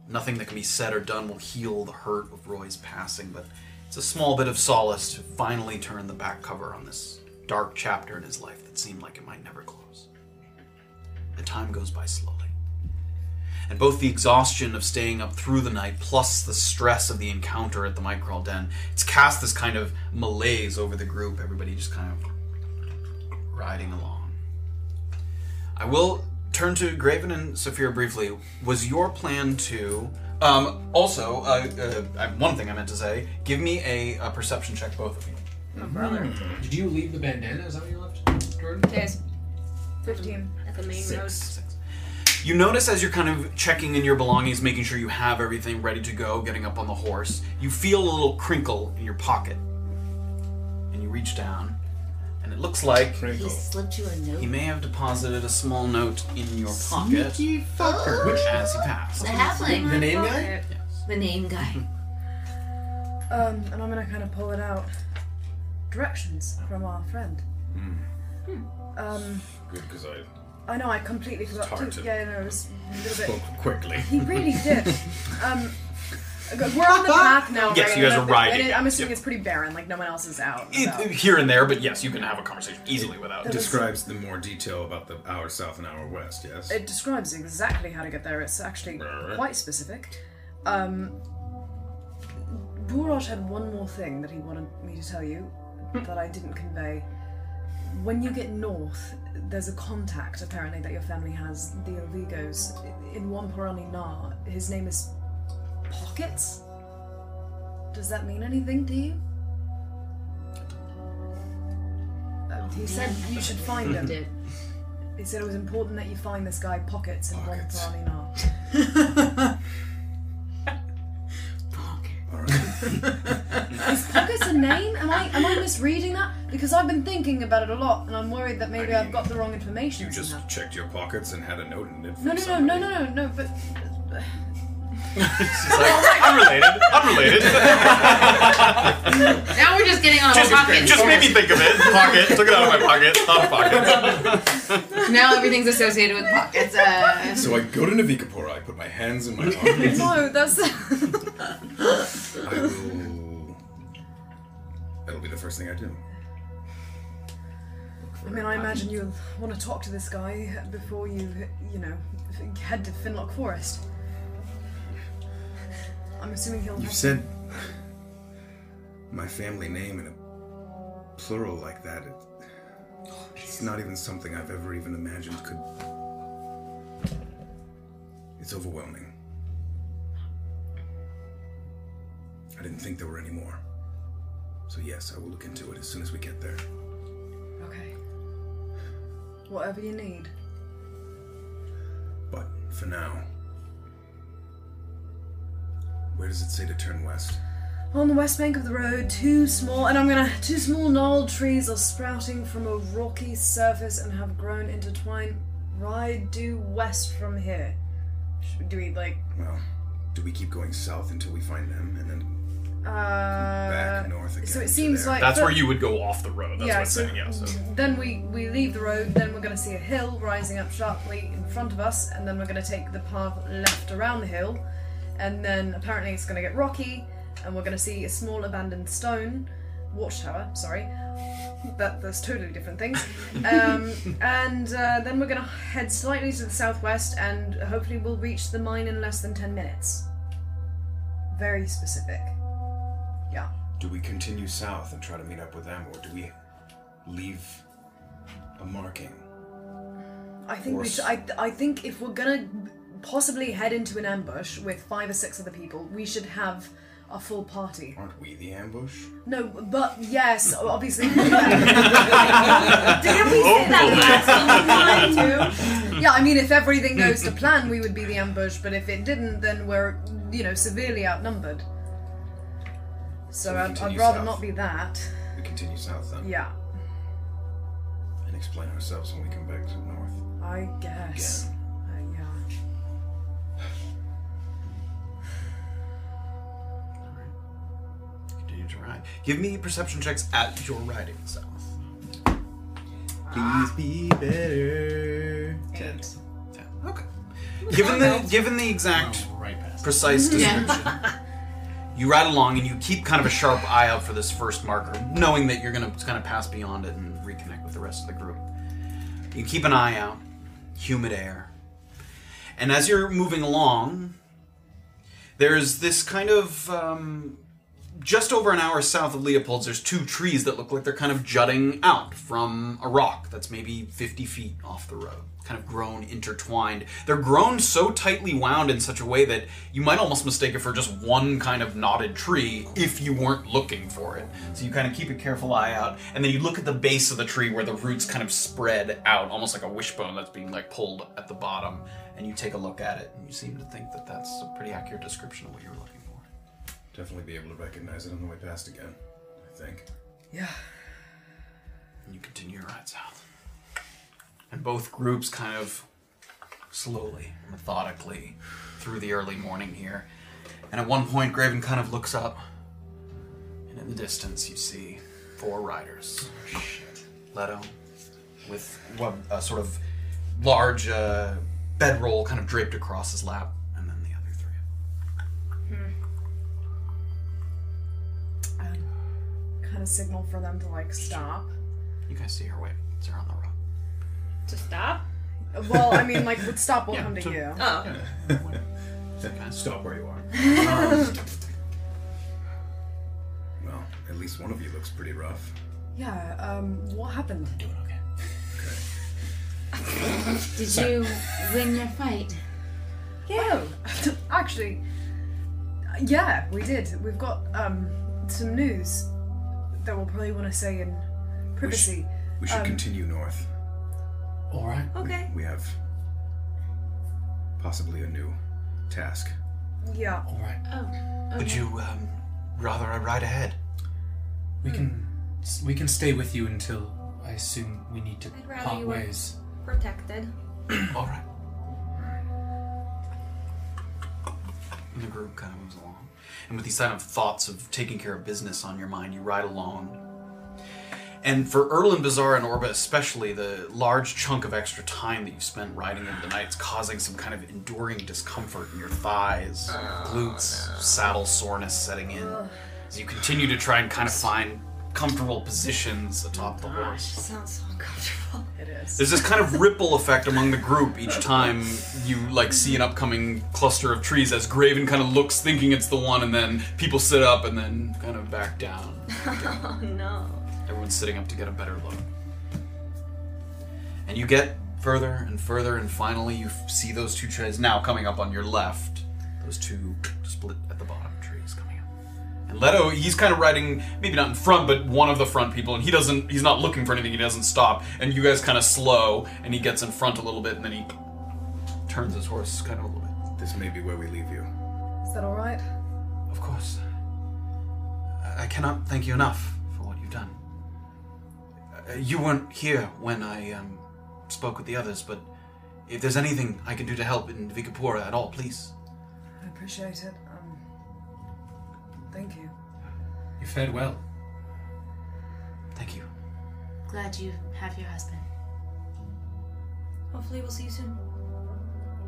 Nothing that can be said or done will heal the hurt of Roy's passing, but it's a small bit of solace to finally turn the back cover on this dark chapter in his life that seemed like it might never close. The time goes by slowly. And both the exhaustion of staying up through the night plus the stress of the encounter at the Microl Den, it's cast this kind of malaise over the group, everybody just kind of riding along. I will turn to Graven and Saphira briefly. Was your plan to. Um, also, uh, uh, I- one thing I meant to say give me a, a perception check, both of you. Did you leave the bandana? Is that what you left? Jordan? Yes. 15. At the main road. You notice as you're kind of checking in your belongings, making sure you have everything ready to go, getting up on the horse, you feel a little crinkle in your pocket. And you reach down, and it looks like He slipped you a note. he may have deposited a small note in your pocket. Sneaky fucker. Which as he passed. The halfling. The name guy? The (laughs) name guy. Um, and I'm gonna kind of pull it out. Directions from our friend. Um, Good, because I I know I completely forgot. hard to, to- yeah, no, it was a little bit. spoke quickly. He really did. um, we're on the path now, Yes, right? you And guys are that- riding. and it- I'm assuming it's pretty barren, like no one else is out. It- so. here and there, but yes, you can have a conversation easily without. Describes the more detail about the hour south and hour west, yes? It describes exactly how to get there. It's actually quite specific. Um, Burot had one more thing that he wanted me to tell you that I didn't convey. When you get north, there's a contact apparently that your family has, the Ovigos. In Wamparani Na, his name is Pockets? Does that mean anything to you? Uh, he said you should find him. Did. He said it was important that you find this guy Pockets in Wamparani (laughs) Na. (laughs) Is Pockets a name? Am I am I misreading that? Because I've been thinking about it a lot, and I'm worried that maybe I have got the wrong information. You just checked your pockets and had a note in it. no, no, no, no, no, no, no. But unrelated, (laughs) unrelated. Now we're just getting on just, a pocket. just made me think of it. Pocket. Took it out of my pocket. Out of pocket. Now everything's associated with pockets. Uh, So I go to Navikapura, I put my hands in (laughs) my pockets. no, oh, that's (laughs) I will. That'll be the first thing I do. I mean, I imagine you'll want to talk to this guy before you, you know, f- head to Finlock Forest. I'm assuming he'll. You have- said my family name in a plural like that. It, it's not even something I've ever even imagined could. It's overwhelming. I didn't think there were any more. So, yes, I will look into it as soon as we get there. Okay. Whatever you need. But for now, where does it say to turn west? On the west bank of the road, two small, and I'm gonna, two small gnarled trees are sprouting from a rocky surface and have grown intertwined. Ride due west from here. Should- Do we like Well, do we keep going south until we find them, and then Uh, back north again? so it to seems there? like That's the- where you would go off the road. That's Yeah, what I'm so- saying. Yeah. So Then we, we leave the road, then we're going to see a hill rising up sharply in front of us, and then we're going to take the path left around the hill, and then apparently it's going to get rocky, and we're going to see a small abandoned stone watchtower, sorry. That, that's totally different (laughs) things. Um, and uh, then we're going to head slightly to the southwest, and hopefully we'll reach the mine in less than 10 minutes. Very specific. Yeah. Do we continue south and try to meet up with them, or do we leave a marking? I think Or we s- should, I, I think if we're gonna possibly head into an ambush with five or six other people, we should have a full party. Aren't we the ambush? No, but yes, obviously. (laughs) Didn't we say that last time? Yeah, I mean, if everything goes to plan, we would be the ambush. But if it didn't, then we're you know severely outnumbered. So, So we I'd, I'd continue rather south. not be that. We continue south then, Yeah, and explain ourselves when we come back to north. I guess. Uh, yeah. continue to ride. Give me perception checks at your riding south. Please be better. Ten. Ten. Okay. Given the given the exact precise Yeah. description, you ride along and you keep kind of a sharp eye out for this first marker, knowing that you're going to kind of pass beyond it and reconnect with the rest of the group. You keep an eye out, humid air, and as you're moving along, there's this kind of um, just over an hour south of Leopold's. There's two trees that look like they're kind of jutting out from a rock that's maybe 50 feet off the road, kind of grown intertwined. They're grown so tightly wound in such a way that you might almost mistake it for just one kind of knotted tree if you weren't looking for it. So you kind of keep a careful eye out, and then you look at the base of the tree where the roots kind of spread out, almost like a wishbone that's being like pulled at the bottom. And you take a look at it, and you seem to think that that's a pretty accurate description of what you were looking for. Definitely be able to recognize it on the way past again. I think. Yeah. And you continue your ride south. And both groups kind of slowly, methodically, through the early morning here. And at one point, Graven kind of looks up, and in the distance, you see four riders. Leto, with what a sort of large uh, bedroll kind of draped across his lap, and then the other three. Kind of um, signal for them to like stop. You guys see her wave. It's her on the road. To stop? Well, I mean, like, would stop will Yeah, come to to- you. Oh. Stop where you are. Well, at least one of you looks pretty rough. Yeah, um, what happened? Did you win your fight? Yeah. (laughs) Actually, yeah, we did. We've got um, some news that we'll probably want to say in privacy. We should Um, continue north. All right. Okay. We have possibly a new task. Yeah. All right. Oh. Would okay. you um, rather I ride ahead? We can we can stay with you until I assume we need to I'd rather part you were- ways. Protected. All right. And the group kind of moves along. And with these kind of thoughts of taking care of business on your mind, you ride along. And for Erlin Bazaar and Orba especially, the large chunk of extra time that you've spent riding over the night is causing some kind of enduring discomfort in your thighs, glutes, saddle soreness setting in. As you continue to try and kind of find comfortable positions atop the horse. Sounds so uncomfortable. It is. There's this kind of ripple effect among the group each time you like see an upcoming cluster of trees as Graven kind of looks thinking it's the one and then people sit up and then kind of back down. (laughs) Oh no. Everyone's sitting up to get a better look. And you get further and further and finally you f- see those two trees now coming up on your left. Those two split at the bottom trees coming up. And Leto, he's kind of riding, maybe not in front, but one of the front people, and he doesn't, he's not looking for anything, he doesn't stop. And you guys kind of slow, and he gets in front a little bit, and then he turns his horse kind of a little bit. This may be where we leave you. Is that all right? Of course. I- I cannot thank you enough for what you've done. Uh, you weren't here when I um, spoke with the others, but if there's anything I can do to help in Vikapura at all, please. I I appreciate it. Um, thank you. You fared well. Thank you. Glad you have your husband. Hopefully, we'll see you soon.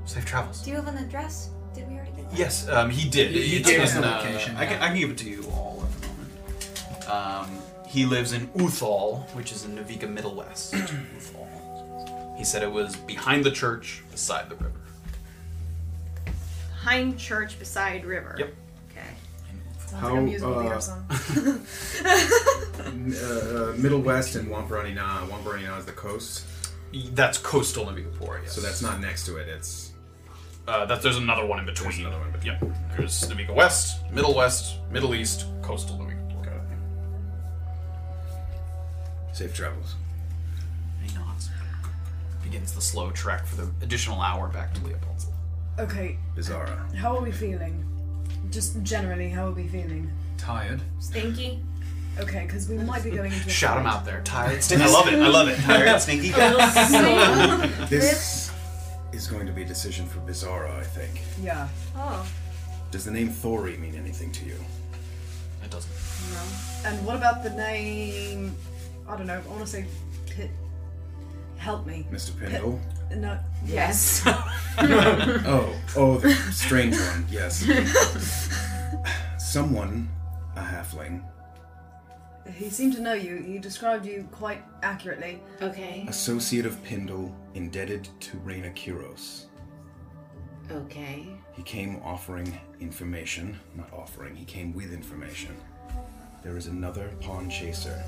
Safe travels. Do you have an address? Did we already get one? Yes, um, he did. He- he It's gave us in, the uh, location, I, can, I can give it to you all at the moment. Um, he lives in Uthal, which is in Navika, Middle (clears throat) West. Uthal. He said it was behind the church, beside the river. Hind Church beside river. Yep. Okay. like a How, musical uh, theater song. M- uh, uh, Middle West and Wamparani Na. Wamparani Na is the coast. That's coastal Navigapore, yes. So that's not next to it. It's Uh, that there's another one in between. There's another one in between. Yep. There's Navika West, Middle West, Middle East, coastal Navigapore. uh, safe travels. He nods. Begins the slow trek for the additional hour back to Leopold's. Okay, Bizarra. how are we feeling? Just generally, how are we feeling? Tired. Stinky. Okay, because we might be going into. a Shout him fight. out there. (laughs) Tired, stinky. I love it. I love it. Tired, stinky. (laughs) This is going to be a decision for Bizarra, I think. Yeah. Oh. Does the name Thori mean anything to you? It doesn't. No. And what about the name? I don't know. I want to say Pit. Help me. Mr. Pindle? Pit- No. Yes. Yes. oh, oh, the strange one, yes. Someone, a halfling, (laughs) He seemed to know you. He described you quite accurately. Okay. associate of Pindle, indebted to Reina Kiros. Okay. He came offering information, not offering, he came with information. There is another pawn chaser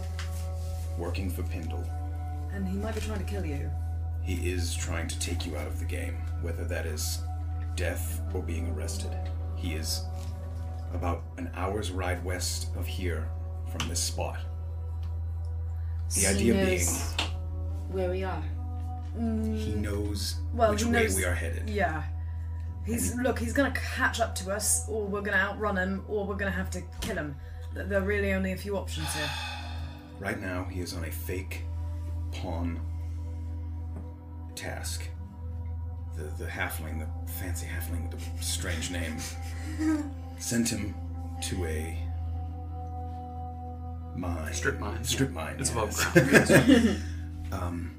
working for Pindle. And he might be trying to kill you. He is trying to take you out of the game, whether that is death or being arrested. He is about an hour's ride west of here from this spot. The So idea he being, knows where we are. he knows Well, which he way knows- we are headed. Yeah. He's look. He's gonna catch up to us, or we're gonna outrun him, or we're gonna have to kill him. Th- There are really only a few options here. Right now, he is on a fake pawn task. The, the halfling, the fancy halfling with the strange name, sent him to a mine. Strip mine, Strip yeah. mine. It's above yes. (laughs) ground, (laughs) yes. um,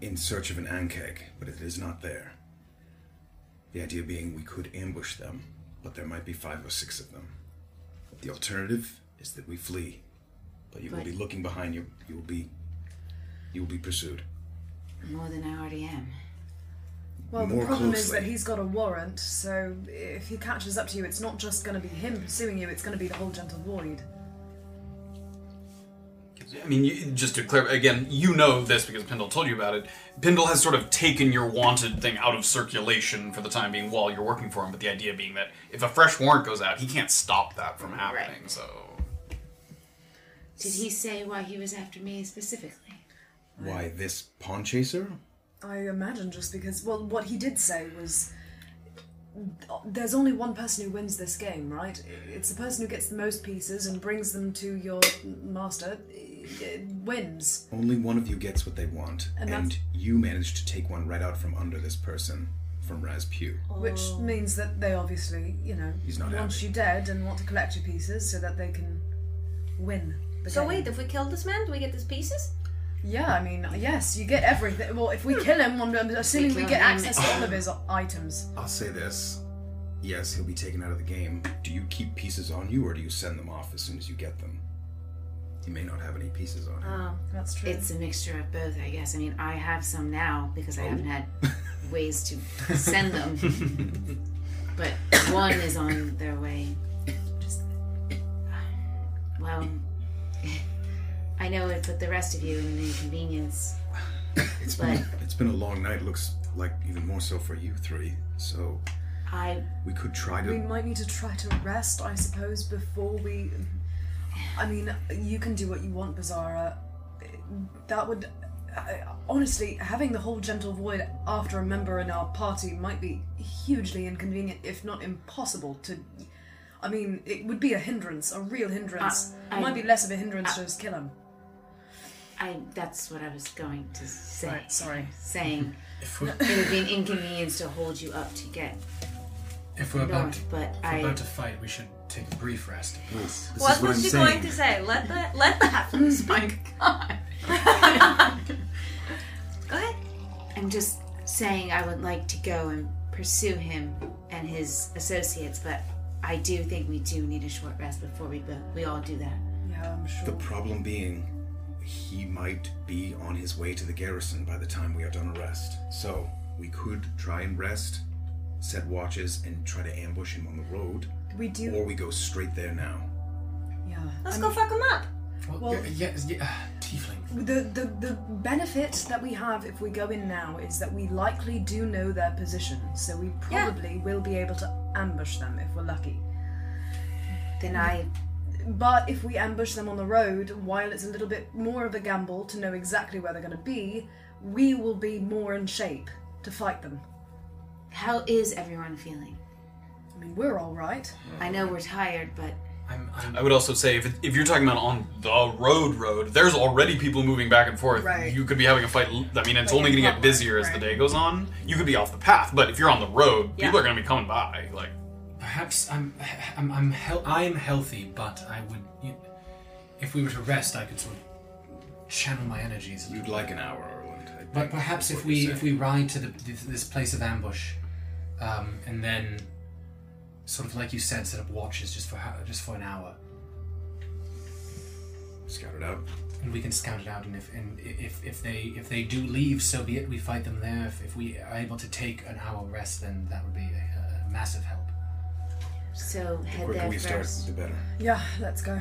in search of an ankeg, but it is not there. The idea being we could ambush them, but there might be five or six of them. The alternative is that we flee, but you will be looking behind you. You will be, you will be pursued. More than I already am. Well, the More problem is closely. that he's got a warrant, so if he catches up to you, it's not just going to be him pursuing you; it's going to be the whole gentle void. I mean, you, just to clarify, again, you know this because Pindle told you about it. Pindle has sort of taken your wanted thing out of circulation for the time being while you're working for him, but the idea being that if a fresh warrant goes out, he can't stop that from happening, so. Did he say why he was after me specifically? Why this pawn chaser? I imagine just because, well, what he did say was, "There's only one person who wins this game, right? It's the person who gets the most pieces and brings them to your master eh, wins." Only one of you gets what they want, And and, that's- you managed to take one right out from under this person, from Raz Pugh. Which Oh. means that they obviously, you know, He's not want you dead and want to collect your pieces so that they can win. The So game. wait, if we kill this man, do we get his pieces? Yeah, I mean, yes, you get everything. Well, if we kill him, one, I'm assuming we, Hmm. kill get him. access to all of his items. I'll say this. Yes, he'll be taken out of the game. Do you keep pieces on you or do you send them off as soon as you get them? He may not have any pieces on Ah, him. Um, Oh, that's true. It's a mixture of both, I guess. I mean, I have some now because I haven't had ways (laughs) to send them, but one is on their way. Just well, I know it put the rest of you in an inconvenience. It's But been, it's been a long night. Looks like even more so for you three. So I we could try We to. might need to try to rest, I suppose, before we. I mean, you can do what you want, Bizarra. That would. I, honestly, having the whole gentle void after a member in our party might be hugely inconvenient, if not impossible, to. I mean, it would be a hindrance, a real hindrance. I- it might be less of a hindrance I- to just kill him. I that's what I was going to say. Right, sorry. Saying it would be an inconvenience to hold you up to get If (laughs) we're I about, don't, to, but if we're I- about to fight, we should take a brief rest. Yes, what was she going to say? Let the let the (laughs) happens. My God. Go ahead. I'm just saying I would like to go and pursue him and his associates, but I do think we do need a short rest before we go. We all do that. Yeah, I'm sure. The problem being, he might be on his way to the garrison by the time we are done a rest. So, we could try and rest, set watches, and try to ambush him on the road. We do- Or we go straight there now. Yeah. Let's I'm- go fuck him up. Well- yeah, yeah, yeah, tiefling. The, the the benefit that we have if we go in now is that we likely do know their position, so we probably will be able to ambush them if we're lucky. Then I. But if we ambush them on the road, while it's a little bit more of a gamble to know exactly where they're going to be, we will be more in shape to fight them. How is everyone feeling? I mean, we're all right. I know we're tired, but I would also say if, if you're talking about on the road, road, there's already people moving back and forth. Right. You could be having a fight. l- I mean, it's Like only going in to get public, busier as the right. day goes on. You could be off the path, but if you're on the road, Yeah. people are going to be coming by. Like, Perhaps I'm I'm I'm, hel- I'm healthy, but I would you, if we were to rest, I could sort of channel my energies. You'd like an hour, Erland. But perhaps if we if we ride to the, this, this place of ambush, um, and then sort of like you said, set up watches just for ho- just for an hour. Scout it out. And we can scout it out, and if and i- if, if they if they do leave, so be it. We fight them there. If, if we are able to take an hour rest, then that would be a, a massive help. so The head quicker there we start, first. the better. Yeah, let's go.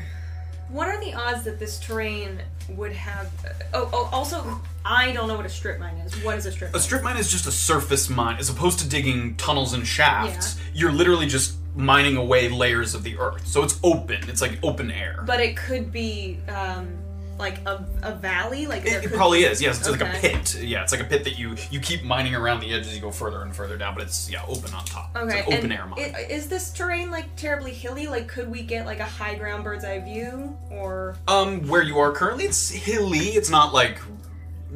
What are the odds that this terrain would have? Oh, oh also, I don't know what a strip mine is. What is a strip? a Mine? strip mine is just a surface mine. As opposed to digging tunnels and shafts, you're literally just mining away layers of the earth. So it's open. It's like open air. But it could be um, like a, a valley. Like there It, it could probably be- is. Yes, it's like a Okay. pit. Yeah, it's like a pit that you you keep mining around the edge as you go further and further down. But it's yeah, open on top. Okay. it's an open and air mine. i- Is this terrain like terribly hilly? Like, could we get like a high ground bird's eye view? Or Um, where you are currently, it's hilly. It's not like,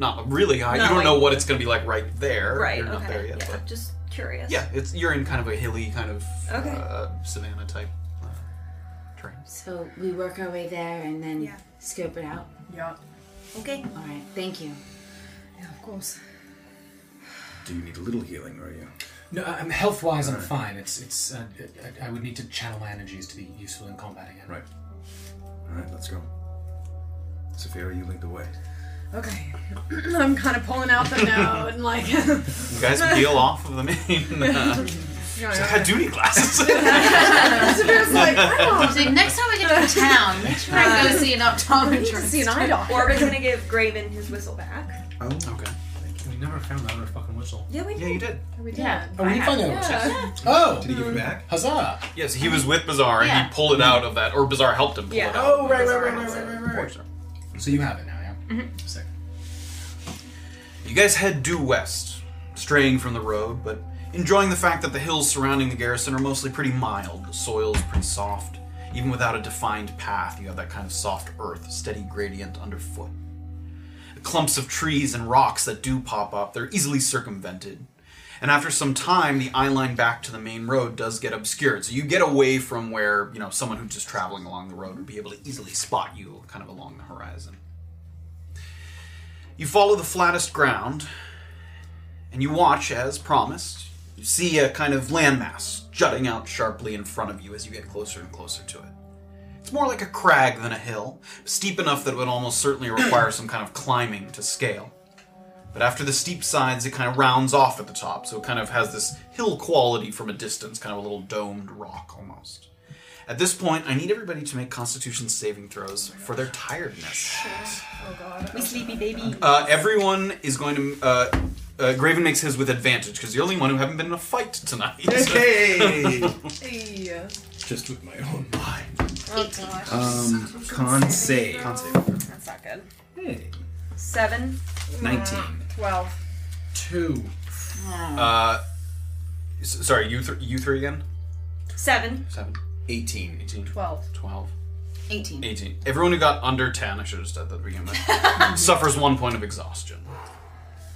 not really high. Not you don't like- know what it's going to be like right there. right? You're okay. not there yet. yeah. But Just curious. yeah, it's you're in kind of a hilly kind of Okay. uh, savanna type. uh, So we work our way there and then scope it out. Yeah. Okay. All right. Thank you. Yeah, of course. Do you need a little healing, or are you? No, I- I'm health wise. I'm fine. It's it's. Uh, I, I would need to channel my energies to be useful in combat again. Right. All right, let's go. Safira, you lead the way. Okay. (clears throat) I'm kind of pulling out the now and like. (laughs) You guys peel (laughs) off of the main. Uh, Yeah, she's like, "I had duty (laughs) glasses. Saphira's like, "Oh." She's like, next time we get to town, make sure I go see an We need to optometrist. see an eye doctor. Orb is gonna give Graven his whistle back. Oh, okay. We never found that other fucking whistle. Yeah, we Yeah, (laughs) you did. We did. Yeah. Oh, we did find that whistle. Oh! Did he give it back? Huzzah! Yes, he was with Bazaar and Yeah. he pulled it out of that, or Bazaar helped him pull Yeah. it out. Oh, of right, right, Bazaar. right, right, right, right, right. So you have it now, yeah. Sick. You guys head due west, straying from the road, but enjoying the fact that the hills surrounding the garrison are mostly pretty mild. The soil's pretty soft. Even without a defined path, you have that kind of soft earth, steady gradient underfoot. The clumps of trees and rocks that do pop up, they're easily circumvented. And after some time, the eye line back to the main road does get obscured. So you get away from where, you know, someone who's just traveling along the road would be able to easily spot you kind of along the horizon. You follow the flattest ground, and you watch as promised. You see a kind of landmass jutting out sharply in front of you as you get closer and closer to it. It's more like a crag than a hill, steep enough that it would almost certainly require some kind of climbing to scale. But after the steep sides, it kind of rounds off at the top, so it kind of has this hill quality from a distance, kind of a little domed rock almost. At this point, I need everybody to make constitution saving throws for their tiredness. Oh God. We sleepy baby. Uh, everyone is going to. Uh, uh, Graven makes his with advantage because you're the only one who haven't been in a fight tonight. (laughs) Hey! yeah. Just with my own mind. Oh gosh. Um, con save. Con That's not good. Hey. Seven. 19. Twelve. Two. Uh, s- sorry, you th- you three again. Seven. Seven. 18. 18. Twelve. 12. 18. 18. Everyone who got under 10, I should have said that at the beginning, (laughs) but suffers one point of exhaustion.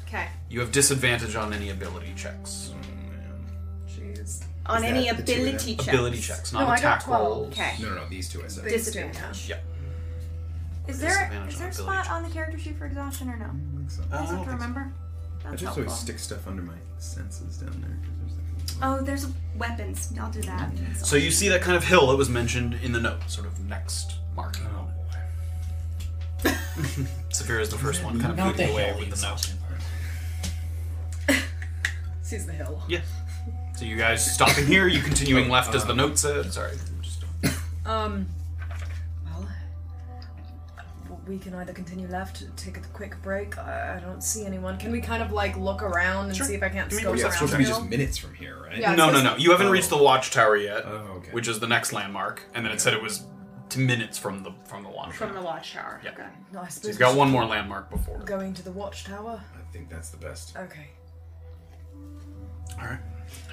Okay. You have disadvantage on any ability checks. Jeez. on Is any that the two of them? ability checks. Ability checks, not no, I got attack 12. rolls. Okay. No, no, no. These two I said. These two, yeah. Yep. Is there Disadvantage on is there a ability spot on the character sheet for exhaustion or no? so. I I don't just have to think so. Oh. remember. I just That's helpful. always stick stuff under my senses down there because there's like Oh, there's weapons. I'll do that. So you see that kind of hill that was mentioned in the note, sort of next marking. Oh (laughs) Severe is the first one, kind of Not leading the the way hill, with the note. Sees the hill. Yeah. So you guys stopping here? You continuing left as the note said? Sorry. Um. Well, we can either continue left, take a quick break. I, I don't see anyone. Can we kind of like look around and see if I can't scope around? the hill? from here, right? Yeah, it's no, no, supposed no. to- You haven't reached the watchtower yet, okay. which is the next landmark, and then it said it was two minutes from the from the watchtower. From the watchtower. Yeah. No, I So suppose you've got we one should more landmark before. keep Going to the watchtower. I think that's the best. Okay. All right.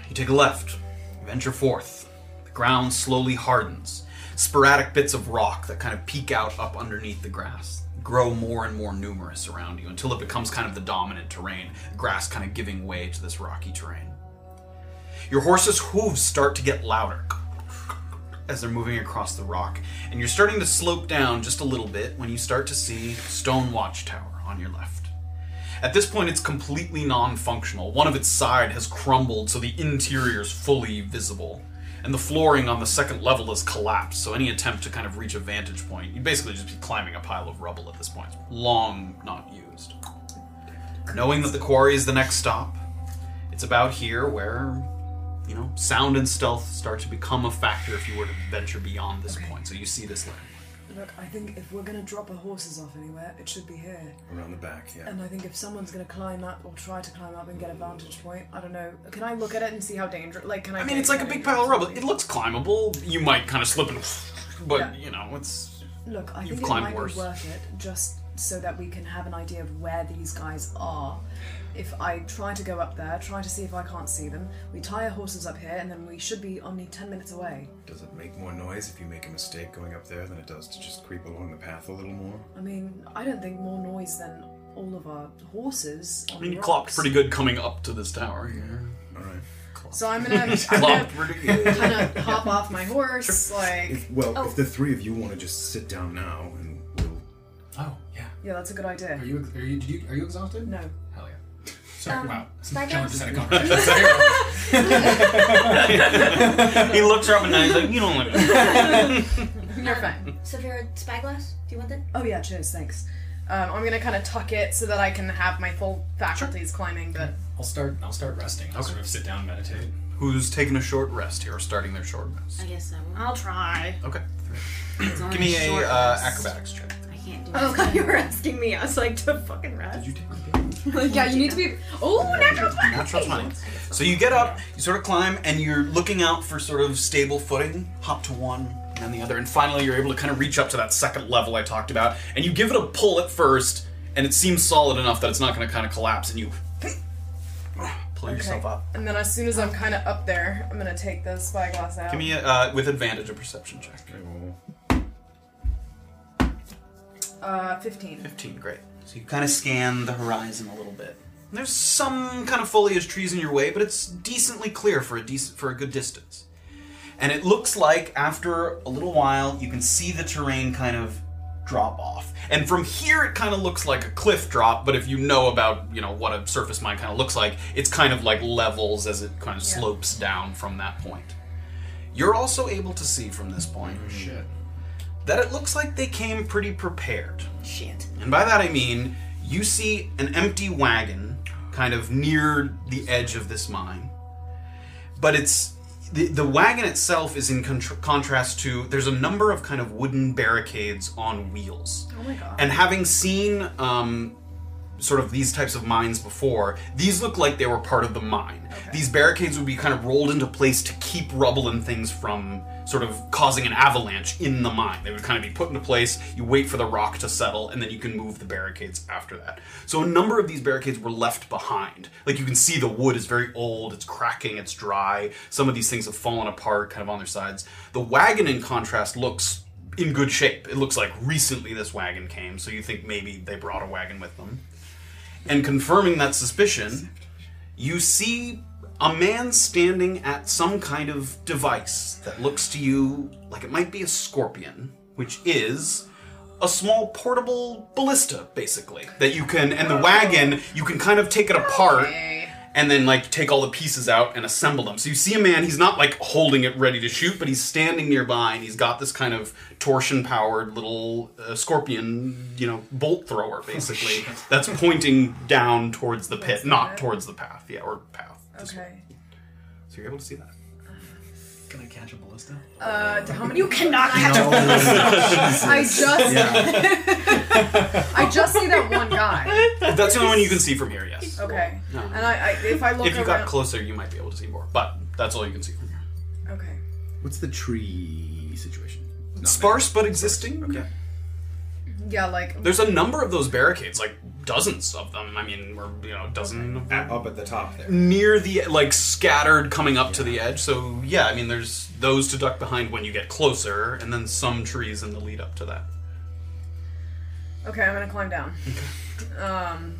You take a left, venture forth. The ground slowly hardens. Sporadic bits of rock that kind of peek out up underneath the grass grow more and more numerous around you until it becomes kind of the dominant terrain, grass kind of giving way to this rocky terrain. Your horse's hooves start to get louder as they're moving across the rock, and you're starting to slope down just a little bit when you start to see Stone Watchtower on your left. At this point, it's completely non functional. One of its side has crumbled, so the interior is fully visible. And the flooring on the second level is collapsed, so any attempt to kind of reach a vantage point, you'd basically just be climbing a pile of rubble at this point. It's long not used. Knowing that the quarry is the next stop, it's about here where, you know, sound and stealth start to become a factor if you were to venture beyond this point. So you see this land. Look, I think if we're gonna drop our horses off anywhere, it should be here. Around the back, yeah. And I think if someone's gonna climb up or try to climb up and get a vantage point, I don't know. Can I look at it and see how dangerous? Like, can I? I mean, it's like a big pile of rubble. It looks climbable. You might kind of slip and, (laughs) but you know, it's Look, I You've think it climbed might worse. be worth it just so that we can have an idea of where these guys are. If I try to go up there, try to see if I can't see them, we tie our horses up here, and then we should be only ten minutes away. Does it make more noise if you make a mistake going up there than it does to just creep along the path a little more? I mean, I don't think more noise than all of our horses. On I mean, the you clocked rocks. pretty good coming up to this (laughs) tower. Yeah. All right. So I'm (laughs) gonna, I'm Clocked pretty gonna kind of hop off my horse, like. If, well, Oh. if the three of you want to just sit down now and we'll. Oh, yeah. Yeah, that's a good idea. Are you, are you, did you, are you exhausted? No. Hell yeah. Sorry, Um, wow. Spyglass? John just had a conversation. he looks her up and down. He's like, "You don't let me." You're fine. Severe spyglass. Do you want that? Oh yeah, cheers, thanks. Um, I'm gonna kind of tuck it so that I can have my full faculties climbing, but (laughs) I'll start. I'll start resting. I'll sort of sit down, and meditate. Who's taking a short rest here, or starting their short rest? I guess I will. I'll (laughs) try. Okay. It's only Give me a short uh, rest. acrobatics check. I can't do it. Oh, God, you were asking me. I was like, to fucking rest. Did you take (laughs) like, yeah, you need to be. Oh, natural twenty. Natural twenty. So you get up, you sort of climb, and you're looking out for sort of stable footing. Hop to one, and then the other, and finally you're able to kind of reach up to that second level I talked about. And you give it a pull at first, and it seems solid enough that it's not going to kind of collapse. And you (clears throat) pull yourself up. And then as soon as I'm kind of up there, I'm gonna take the spyglass out. Give me a, uh, with advantage a perception check. uh, 15. 15, great. So you kind of scan the horizon a little bit. And there's some kind of foliage trees in your way, but it's decently clear for a decent for a good distance. And it looks like after a little while you can see the terrain kind of drop off. And from here it kind of looks like a cliff drop, but if you know about, you know, what a surface mine kind of looks like, it's kind of like levels as it kind of slopes down from that point. You're also able to see from this point Mm-hmm. shit. that it looks like they came pretty prepared. Shit. And by that I mean, you see an empty wagon kind of near the edge of this mine. But it's. The, the wagon itself is in contr contrast to. There's a number of kind of wooden barricades on wheels. Oh my god. And having seen um, sort of these types of mines before, these look like they were part of the mine. These barricades would be kind of rolled into place to keep rubble and things from sort of causing an avalanche in the mine. They would kind of be put into place, you wait for the rock to settle, and then you can move the barricades after that. So a number of these barricades were left behind. Like you can see the wood is very old, it's cracking, it's dry. Some of these things have fallen apart kind of on their sides. The wagon, in contrast, looks in good shape. It looks like recently this wagon came, so you think maybe they brought a wagon with them. And confirming that suspicion, you see a man standing at some kind of device that looks to you like it might be a scorpion, which is a small portable ballista, basically, that you can, and the wagon, you can kind of take it apart and then like take all the pieces out and assemble them. So you see a man, he's not like holding it ready to shoot, but he's standing nearby and he's got this kind of torsion powered little uh, scorpion, you know, bolt thrower basically that's pointing down Oh, towards the pit, not towards the path, yeah, or path. Okay. So you're able to see that. Can I catch a ballista? Uh, how many? You cannot catch No. a I (laughs) Jesus. just. Yeah. (laughs) I just see that one guy. That's the only one you can see from here, yes. Okay. No. And I, I, if I look If you around. got closer, you might be able to see more, but that's all you can see from here. okay. What's the tree situation? Sparse but existing. Okay. Yeah, like. There's a number of those barricades, like dozens of them. I mean, or you know, a dozen up at the top there. near the like scattered coming up to the edge. So yeah, I mean, there's those to duck behind when you get closer, and then some trees in the lead up to that. Okay, I'm gonna climb down. Um.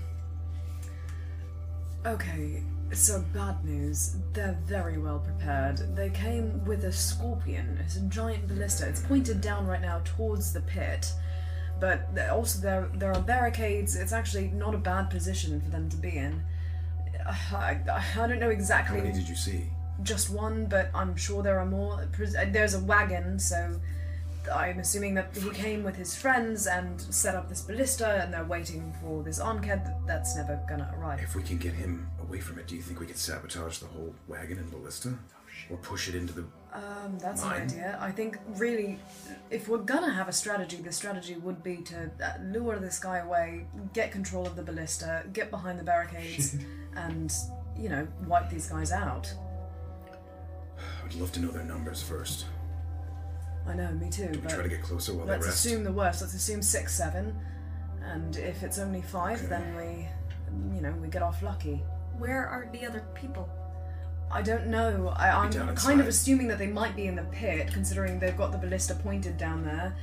Okay, so bad news. They're very well prepared. They came with a scorpion. It's a giant ballista. It's pointed down right now towards the pit. But there- also there there are barricades. It's actually not a bad position for them to be in. Uh, I, I- I don't know How exactly many did you see? just one, but I'm sure there are more. Pres- uh, There's a wagon, so I'm assuming that he came with his friends and set up this ballista, and they're waiting for this Onked that's never gonna arrive. If we can get him away from it, do you think we could sabotage the whole wagon and ballista? Oh, Or push it into the. Um, that's Mine. an idea. I think really, if we're gonna have a strategy, the strategy would be to uh, lure this guy away, get control of the ballista, get behind the (laughs) barricades, and you know wipe these guys out. I'd love to know their numbers first. I know, me too. Do we but try to get closer while they let's rest? assume the worst. Let's assume six, seven, and if it's only five, Okay. then we, you know, we get off lucky. Where are the other people? I don't know. I, I'm down kind inside. of assuming that they might be in the pit, considering they've got the ballista pointed down there.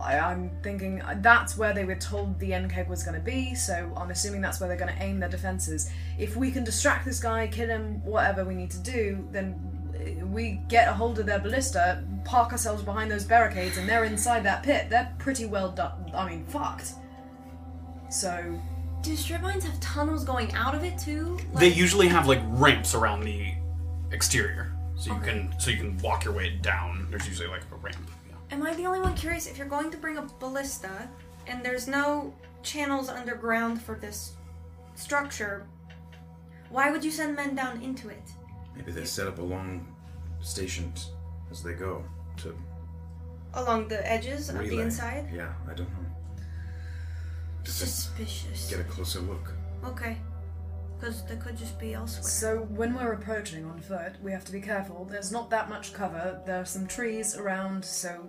I, I'm thinking uh, that's where they were told the end keg was going to be, so I'm assuming that's where they're going to aim their defences. If we can distract this guy, kill him, whatever we need to do, then uh, we get a hold of their ballista, park ourselves behind those barricades, and they're inside that pit. They're pretty well done. I mean, fucked. So. Do strip mines have tunnels going out of it too? They usually have like ramps around the exterior, so you can so you can walk your way down. There's usually like a ramp. Am I the only one curious if you're going to bring a ballista and there's no channels underground for this structure? Why would you send men down into it? Maybe they set up along stations as they go to Along the edges of the relay. inside? Yeah, I don't know. Just to Suspicious. Get a closer look. Okay. Because they could just be elsewhere. So when we're approaching on foot, we have to be careful. There's not that much cover. There are some trees around, so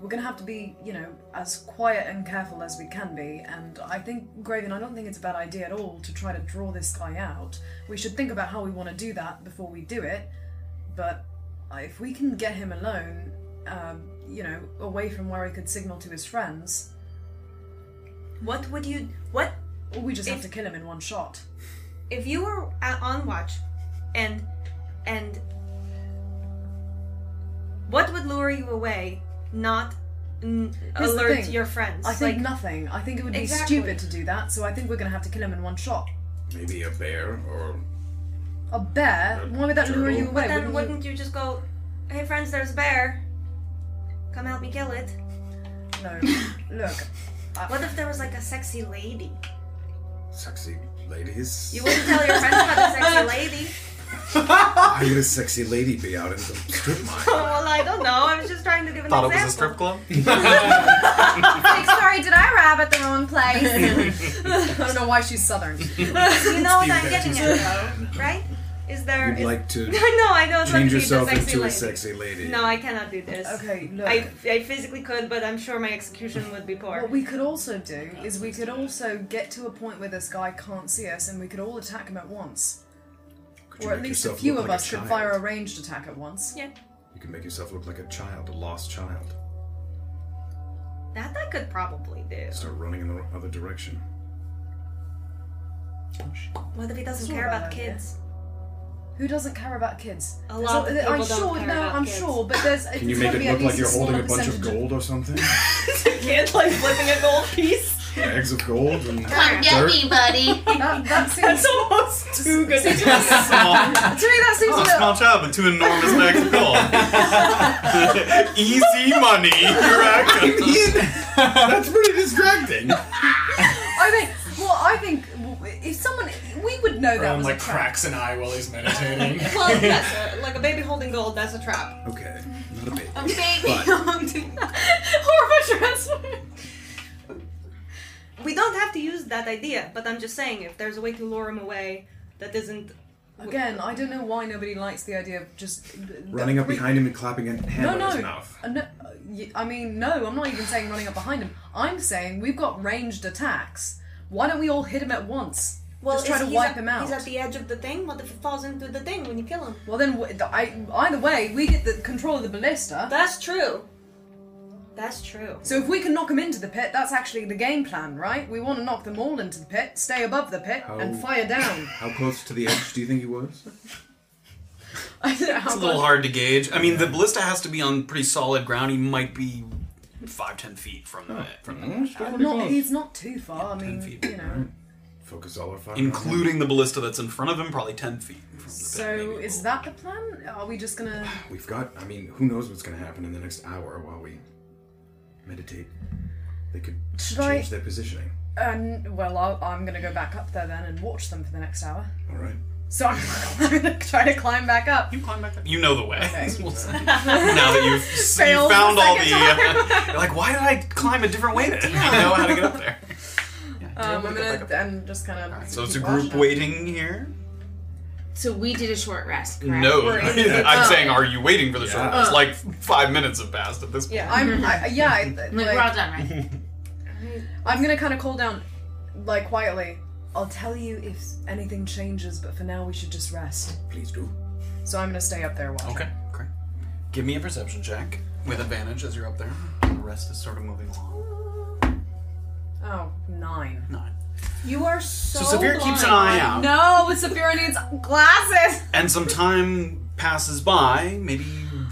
we're gonna have to be, you know, as quiet and careful as we can be. And I think, Graven, I don't think it's a bad idea at all to try to draw this guy out. We should think about how we want to do that before we do it. But uh, if we can get him alone, um, you know, away from where he could signal to his friends, What would you. What? we just have If- to kill him in one shot. if you were at, on watch and and what would lure you away not n- Here's the alert thing. your friends I think like nothing. I think it would be Exactly. stupid to do that, so I think we're gonna have to kill him in one shot. Maybe a bear or. A bear? Why would that lure you Turtle. away? but then Wouldn't wouldn't you just go hey friends there's a bear come help me kill it no look (laughs) Uh. what if there was like a sexy lady Sexy ladies. you wouldn't tell your friends about a (laughs) sexy lady How would a sexy lady be out in the strip mine? (laughs) Oh, well i don't know i was just trying to give an Thought it was example a strip club? Like, sorry, did I arrive at the wrong (laughs) place? I don't know why she's (laughs) southern. you know what Steve i'm getting at Jobs. though right is there You'd is- like to no (laughs) i know it's like Change to be yourself the sexy into lady. a sexy lady. No, I cannot do this. Okay, look. I, I physically could, but I'm sure my execution would be poor. What we could also do is we could also get to a point where this guy can't see us and we could all attack him at once. you or at make least a yourself few look of like a us could child? fire a ranged attack at once. Yeah. You can make yourself look like a child, a lost child. That I could probably do. Start running in the other direction. What if he doesn't It's not care a bad about idea. kids? Who doesn't care about kids? A There's lot of people I'm don't sure. care no, about I'm kids. sure, but there's. Can you it's make gotta it be at look like least you're holding a smaller bunch of percentage gold or something? (laughs) kid like flipping a gold piece. Bags of gold and Come get dirt? me, buddy. that, that seems (laughs) That's almost (laughs) too good. to Small, To me, that seems a a little. small job and two enormous bags of (laughs) gold. (laughs) Easy money. You're I (laughs) acting. mean, (laughs) that's pretty distracting. I think. Well, I think if someone, we would know that Rowan was a like trap. cracks an eye while he's meditating. (laughs) Well, (laughs) yes, uh, like a baby holding gold, that's a trap. Okay, not a (laughs) bit. A baby. But- (laughs) Horrible transfer. We don't have to use that idea, but I'm just saying, if there's a way to lure him away that isn't. Again, I don't know why nobody likes the idea of just Running up behind him and clapping a hand No, on no. his mouth. Uh, no, uh, y- I mean, no, I'm not even saying running up behind him. I'm saying we've got ranged attacks. Why don't we all hit him at once? just try is- to he's wipe at- him out. He's at the edge of the thing. What if he falls into the thing when you kill him? Well, then, w- th- I, either way, we get the control of the ballista. That's true. That's true. So if we can knock them into the pit, that's actually the game plan, right? We want to knock them all into the pit, stay above the pit, and Oh. How- fire (laughs) down. (laughs) How close to the edge do you think he was? I don't know how It's a little much- hard to gauge. I mean, the ballista has to be on pretty solid ground. He might be five, ten feet from the from Mm-hmm. the, Well, not, he's not too far. I mean, you know. Focus all our fire. on him. including the ballista that's in front of him, probably ten feet. From the pit, So maybe. is that the plan? Are we just gonna? We've got. I mean, who knows what's going to happen in the next hour while we meditate? They could Should I- change their positioning. Um, well, I'll, I'm gonna go back up there then and watch them for the next hour. All right. So I'm (laughs) gonna try to climb back up. you climb back up. You know the way. Okay. (laughs) We'll (laughs) see. now that you've, s- you Failed the found all the, second uh, you're like, why did I climb a different way? Then (laughs) I know how to get up there. Um, I'm gonna and just kind of. (laughs) So it's a group waiting here. So we did a short rest, correct? No, We're- (laughs) I'm Oh. saying, are you waiting for the short Yeah. Uh. rest? Like five minutes have passed at this point. Yeah. I'm (laughs) I, yeah. I- Like, like, we're all done, right? I'm gonna kind of call down, like quietly. I'll tell you if anything changes, but for now we should just rest. Please do. So I'm gonna stay up there watching. Okay, great. Give me a perception check with advantage as you're up there. The rest is sort of moving along. Oh, nine. Nine. You are so. So Severe keeps an eye blind. out, No, it's Severa needs glasses. and some time passes by, maybe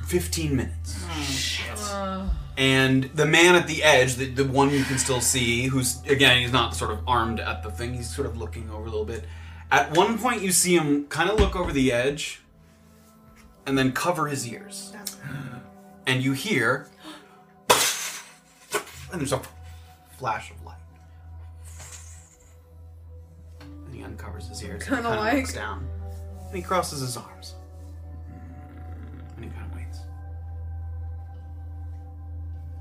15 minutes. Hmm. Uh, And the man at the edge, the, the one you can still see, who's, again, he's not sort of armed at the thing, he's sort of looking over a little bit. At one point, you see him kind of look over the edge and then cover his ears. (gasps) And you hear, (gasps) and there's a flash of light. And he uncovers his ears and Kinda kind of looks like- down. And he crosses his arms. And he kind of waits.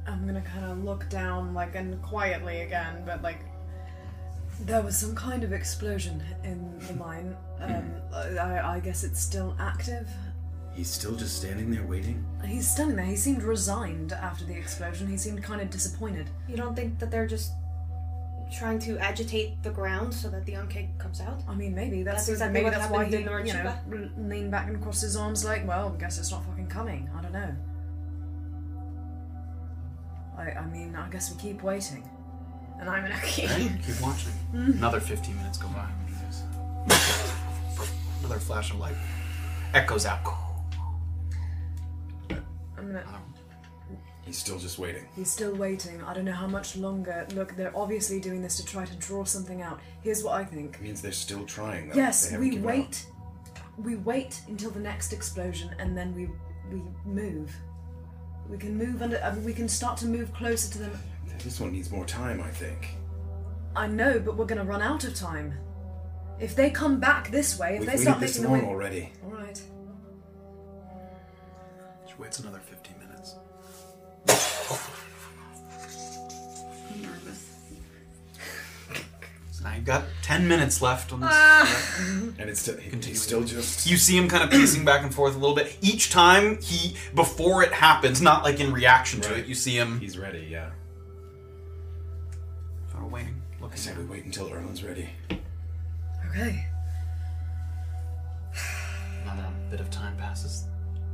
I'm gonna kind of look down, like, and quietly again, but like, there was some kind of explosion in the mine. Um, I, I guess it's still active. He's still just standing there waiting. He's standing there. He seemed resigned after the explosion. He seemed kind of disappointed. You don't think that they're just trying to agitate the ground so that the uncake comes out? I mean, maybe that's, That's exactly maybe what that's why happened he, in you know, l- leaned back and crossed his arms, like, well, guess it's not fucking coming. I don't know. I, I mean, I guess we keep waiting, and I'm gonna (laughs) keep. Right? Keep watching. Another 15 minutes go by. Another flash of light echoes out. I'm gonna. He's still just waiting. He's still waiting. I don't know how much longer. Look, they're obviously doing this to try to draw something out. Here's what I think. It means they're still trying. Though. They Yes, haven't we given up. wait. We wait until the next explosion, and then we we move. We can move under. I mean, we can start to move closer to them. This one needs more time, I think. I know, but we're gonna run out of time. If they come back this way, if We've they start waited this making long the way. already. All right. She waits another 15 minutes. I'm nervous. So now you've got 10 minutes left on this. Ah. And it's still, he, Continuing. he's still just. You see him kind of pacing back and forth a little bit. Each time he, before it happens, not like in reaction to Right. it, you see him He's ready. Yeah. sort of waiting, I looking said we down. wait until Erlen's ready. Okay. Another bit of time passes.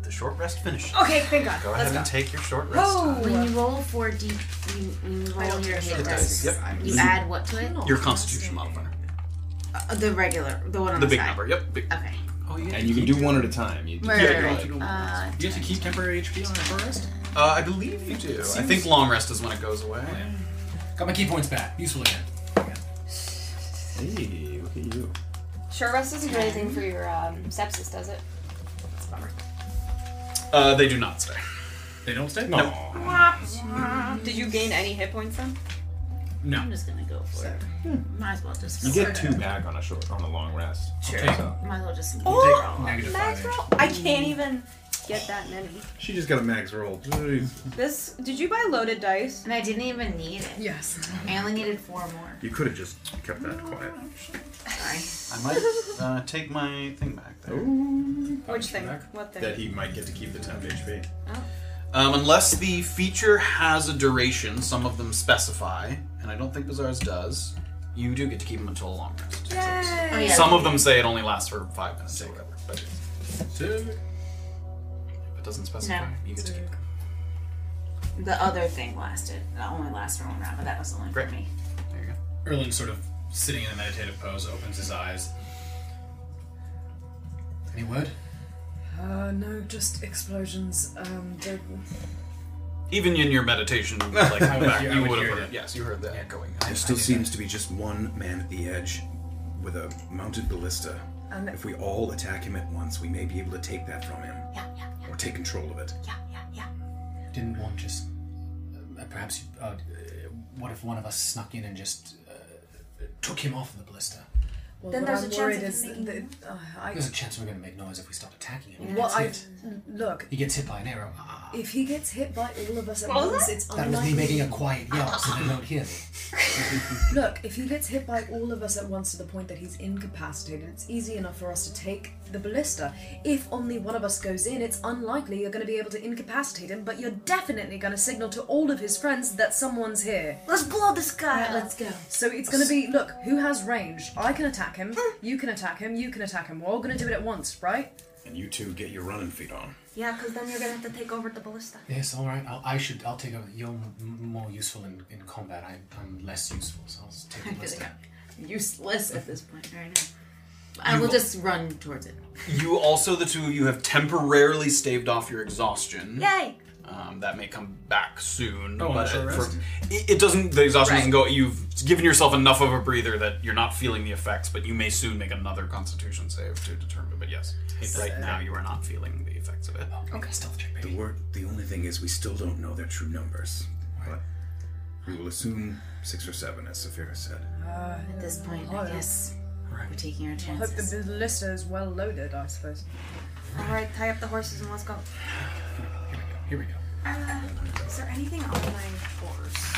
The short rest finishes. Okay, thank God. Go Let's ahead go. Oh. and take your short rest. time. When you roll four d, you, when you roll your hit dice. Yep. You add what to it? Your constitution modifier. Uh, the regular, the one on The the big side. number. Yep. Big. Okay. Oh, yeah. And you can do one at a time. You, Right, yeah, right, you can- right. Uh, You have to keep temporary HP on for rest? Uh, I believe you do. I think long rest is when it goes away. Got my key points back. Useful again. Hey, look at you. Sure rest doesn't do anything for your um, sepsis, does it? Uh, they do not stay. They don't stay? No. Uh-huh. Did you gain any hit points then? No. I'm just gonna go for it. Might as well just. You go get for two back on a short, on a long rest. Sure. So, it. Might as well just. Oh, Negative max five. roll! I can't even get that many. She just got a max roll. Jeez. This did you buy loaded dice? And I didn't even need it. Yes. I only needed four more. You could have just kept that quiet. Sorry. I might uh, take my thing back there. Which thing? What thing? that he might get to keep the temp HP. Um, unless the feature has a duration, some of them specify, and I don't think Bazaar's does, you do get to keep them until a long rest. Oh, yeah. Some of them say it only lasts for five minutes or whatever, but if it doesn't specify, No. you get to keep them. The other thing lasted. That only lasted for one round, but that was only Great. for me. There you go. Erlin sort of sitting in a meditative pose, opens his eyes. Any word? Uh, no, just explosions. Um, the- Even in your meditation, like (laughs) I would back, hear- I you would would have hear heard. that. Yes, you heard that echoing. There still seems to be just one man at the edge with a mounted ballista. And- if we all attack him at once, we may be able to take that from him. Or take control of it. Didn't want just. Uh, perhaps. Uh, uh, what if one of us snuck in and just uh, took him off the blister? well, Then what there's I'm a chance worried of is him that, uh, I, There's a chance we're going to make noise if we start attacking him. He gets what I hit. look. He gets hit by an arrow. Ah, If he gets hit by all of us at What was once, that? it's that was me unlikely. making a quiet yell so they don't hear me. Look, if he gets hit by all of us at once to the point that he's incapacitated, it's easy enough for us to take the ballista. If only one of us goes in, it's unlikely you're going to be able to incapacitate him, but you're definitely going to signal to all of his friends that someone's here. Let's blow this guy up. go. So it's going to be look, who has range? I can attack him, you can attack him, you can attack him. We're all going to do it at once, right? And you two get your running feet on. Yeah, because then you're gonna have to take over the ballista. Yes, all right. I'll, I should. I'll take over. You're m- more useful in, in combat. I, I'm less useful, so I'll s- take the I feel blister. like I'm useless at this point right now. I will just run towards it. You also, the two of you, have temporarily staved off your exhaustion. Yay! Um, that may come back soon, Oh, but on short it, for, rest? it, it doesn't. The exhaustion doesn't go. You've given yourself enough of a breather that you're not feeling the effects, but you may soon make another Constitution save to determine. But yes, right now you are not feeling the effects of it. Okay, stealth check, The baby. word the only thing is we still don't know their true numbers. But we will assume six or seven, as Saphira said. At this point, Oh, I yeah. guess we're taking our I hope chances. the ballista is well loaded, I suppose. Alright, tie up the horses and let's go. Here we go. Is there anything on my horse?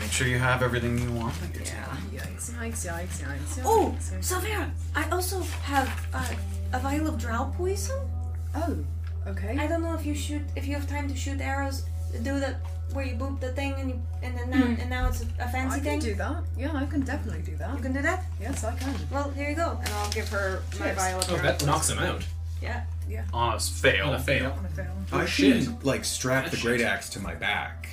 Make sure you have everything you want. Yikes, yikes, yikes, yikes. Oh, yikes. Silvera, I also have uh, a vial of drow poison. Oh, okay. I don't know if you shoot, if you have time to shoot arrows. Do the where you boop the thing and you, and then now, Hmm. and now it's a, a fancy I can thing. do that. Yeah, I can definitely do that. you can do that. Yes, I can. Well, here you Oh, go, and I'll give her my Cheers. vial of Oh, Oh, drow. knocks him out. Yeah. Honest fail. On a fail. On a fail. I shit. should like strap the great axe to my back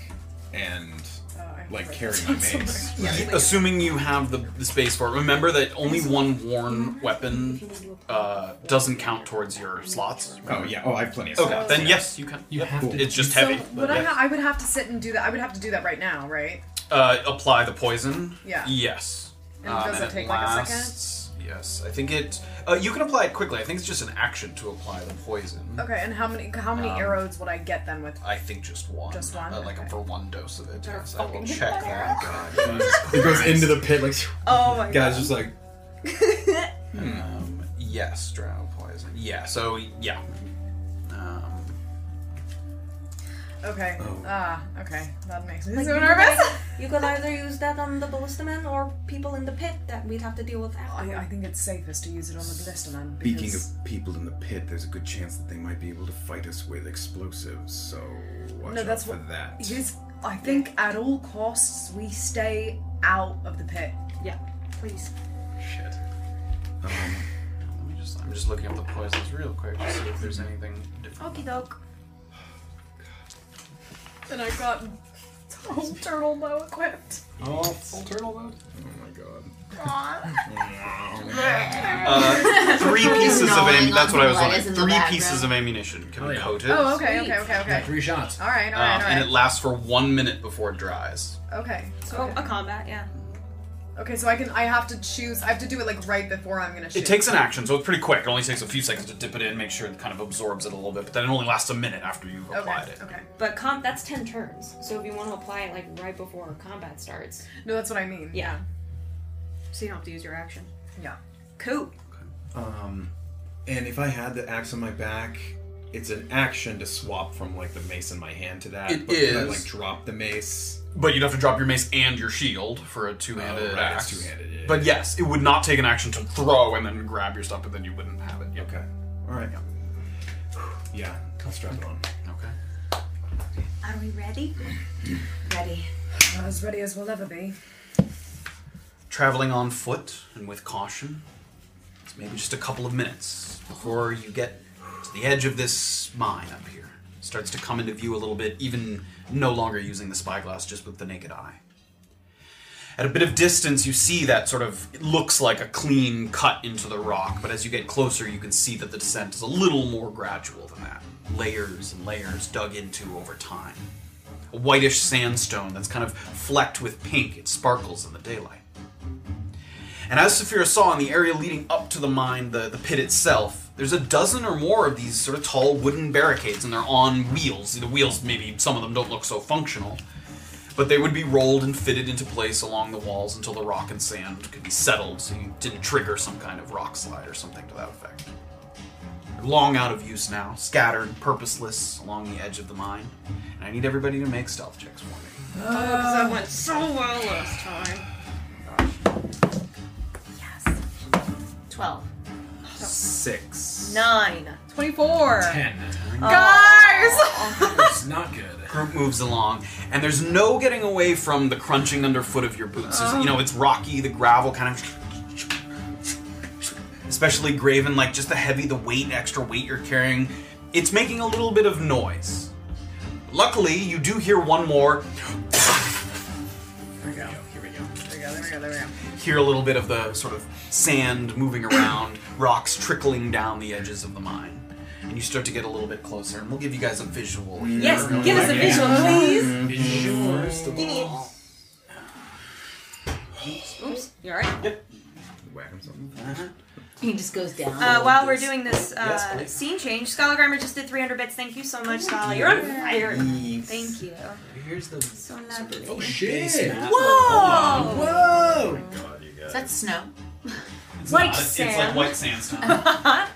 and Uh, I like forgot. carry my mace. (laughs) Assuming you have the, the space for it. Remember that only one worn weapon uh, doesn't count towards your slots. Oh yeah. Oh, I have plenty of. Okay, slots, then yeah. yes, you can. You have to. It's just So heavy. would but I, yeah. ha- I would have to sit and do that. I would have to do that right now, right? Uh, apply the poison. Yeah. Yes. Um, And does it take, like, a second? second? Yes, I think it. Uh, you can apply it quickly. I think it's just an action to apply the poison. Okay. And how many how Um, many arrows would I get then with? I think just one. Just one? Uh, like Okay. Oh for one dose of it. Yes, I will (laughs) check that. God. It goes into the (laughs) pit like. Oh my Guys, just like um, yes, drow poison. Yeah. So yeah. Um, Okay. oh. Ah. Okay. That makes me Like, so you nervous. could ei- You could either use that on the ballista man or people in the pit that we'd have to deal with after. I, I think it's safest to use it on the ballista man. Speaking because- of people in the pit, there's a good chance that they might be able to fight us with explosives, so watch No, that's out for what- that. Yes, I think at all costs we stay out of the pit. Please. shit. Um, let me just. I'm just looking up the poisons real quick to see if there's (laughs) anything different. Okie doke. And I got (laughs) whole turtle bow equipped. Oh, full turtle mode. Oh my god. Uh, three pieces of Gnawing am- on That's what I was the wondering. letters in the Three background. pieces of ammunition can be coated. Oh, okay, okay, okay, okay. Three shots. All right, all Um, right, all And it right. lasts for one minute before it dries. Oh, Okay. So a combat, yeah. Okay, so I can. I have to choose. I have to do it like right before I'm gonna shoot. It takes an action, so it's pretty quick. It only takes a few seconds to dip it in, make sure it kind of absorbs it a little bit, but then it only lasts a minute after you've applied it. Okay. But com- that's 10 turns. So if you want to apply it like right before combat starts. No, that's what I mean. Yeah. So you don't have to use your action. Yeah. Cool. Um, and if I had the axe on my back, it's an action to swap from like the mace in my hand to that. It but could I, is. like drop the mace. But you'd have to drop your mace and your shield for a two-handed Oh, right, axe. it's two-handed, yeah. But yes, it would not take an action to throw and then grab your stuff, but then you wouldn't have it. Okay. All right. Yeah, I'll strap it on. Okay. Are we (clears throat) ready? Ready. As ready as we'll ever be. Traveling on foot and with caution, it's maybe just a couple of minutes before you get to the edge of this mine up here. It starts to come into view a little bit, even no longer using the spyglass, just with the naked eye. At a bit of distance, you see that sort of, it looks like a clean cut into the rock, but as you get closer, you can see that the descent is a little more gradual than that. Layers and layers dug into over time. A whitish sandstone that's kind of flecked with pink, it sparkles in the daylight. And as Saphira saw in the area leading up to the mine, the, the pit itself, there's a dozen or more of these sort of tall wooden barricades, and they're on wheels. The wheels, maybe some of them don't look so functional, but they would be rolled and fitted into place along the walls until the rock and sand could be settled so you didn't trigger some kind of rock slide or something to that effect. They're long out of use now, scattered, purposeless along the edge of the mine. And I need everybody to make stealth checks for me. Oh, 'cause I went so well last time. 12. Six. Nine. 24. Ten. Guys! It's not good. Group moves along, and there's no getting away from the crunching underfoot of your boots. There's- You know, it's rocky, the gravel kind of. Especially graven, like just the heavy, the weight, extra weight you're carrying. It's making a little bit of noise. Luckily, you do hear one more. There we go. Here we go. There we go. There we go. There we go. Hear a little bit of the sort of sand moving around, (coughs) rocks trickling down the edges of the mine. And you start to get a little bit closer, and we'll give you guys a visual. here. Yes, give us a visual, please. First of Give me. all- Oops, you alright? He just goes down. Uh, while we're doing this uh, Yes, please. scene change, Scala Grimer just did 300 bits. Thank you so much, Scala. You're on fire. Thank you. Here's the. So lovely. Oh, shit. Whoa! Whoa! Is that snow? Like It's- It's like sand. white sandstone. (laughs)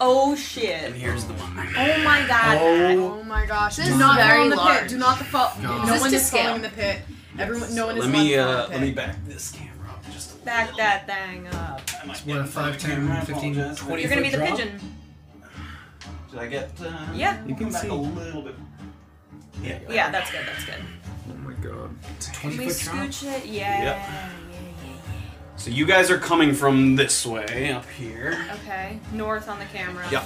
oh, shit. and here's the one. Oh my god. Oh my gosh. This Do is not very fall in the large. pit. Do not the fall. God. No This one is is to falling in the pit. Everyone, no one is let me allowed to uh, fall in let me the pit. back this camera up just a little. Back that thing up. It's worth 5, 10, 15, 20 You're gonna be the foot drop. pigeon. Did I get? Uh, Yeah. You can back a little bit. Yeah. Yeah, that's good, that's good. Oh my god. Can we 20 foot drop. scooch it? Yeah. Yep. So you guys are coming from this way up here. Okay. North on the camera. Yeah.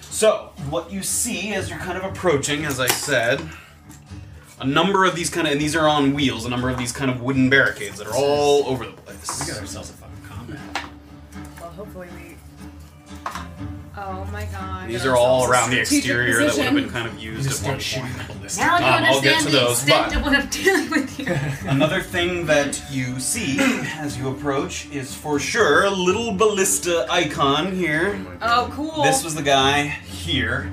So, what you see as you're kind of approaching, as I said, a number of these kind of, and these are on wheels, a number of these kind of wooden barricades that are all over the We got place. ourselves a fucking combat. Well, hopefully we. Oh my god. These are all ourselves a around the strategic exterior that would have been position. kind of used Just at one start point. shooting the ballistic. Now I Um, don't I'll get understand to the those, extent but- of what I'm dealing with here. Another thing that you (coughs) see as you approach is for sure a little ballista icon here. Oh, cool. This was the guy here,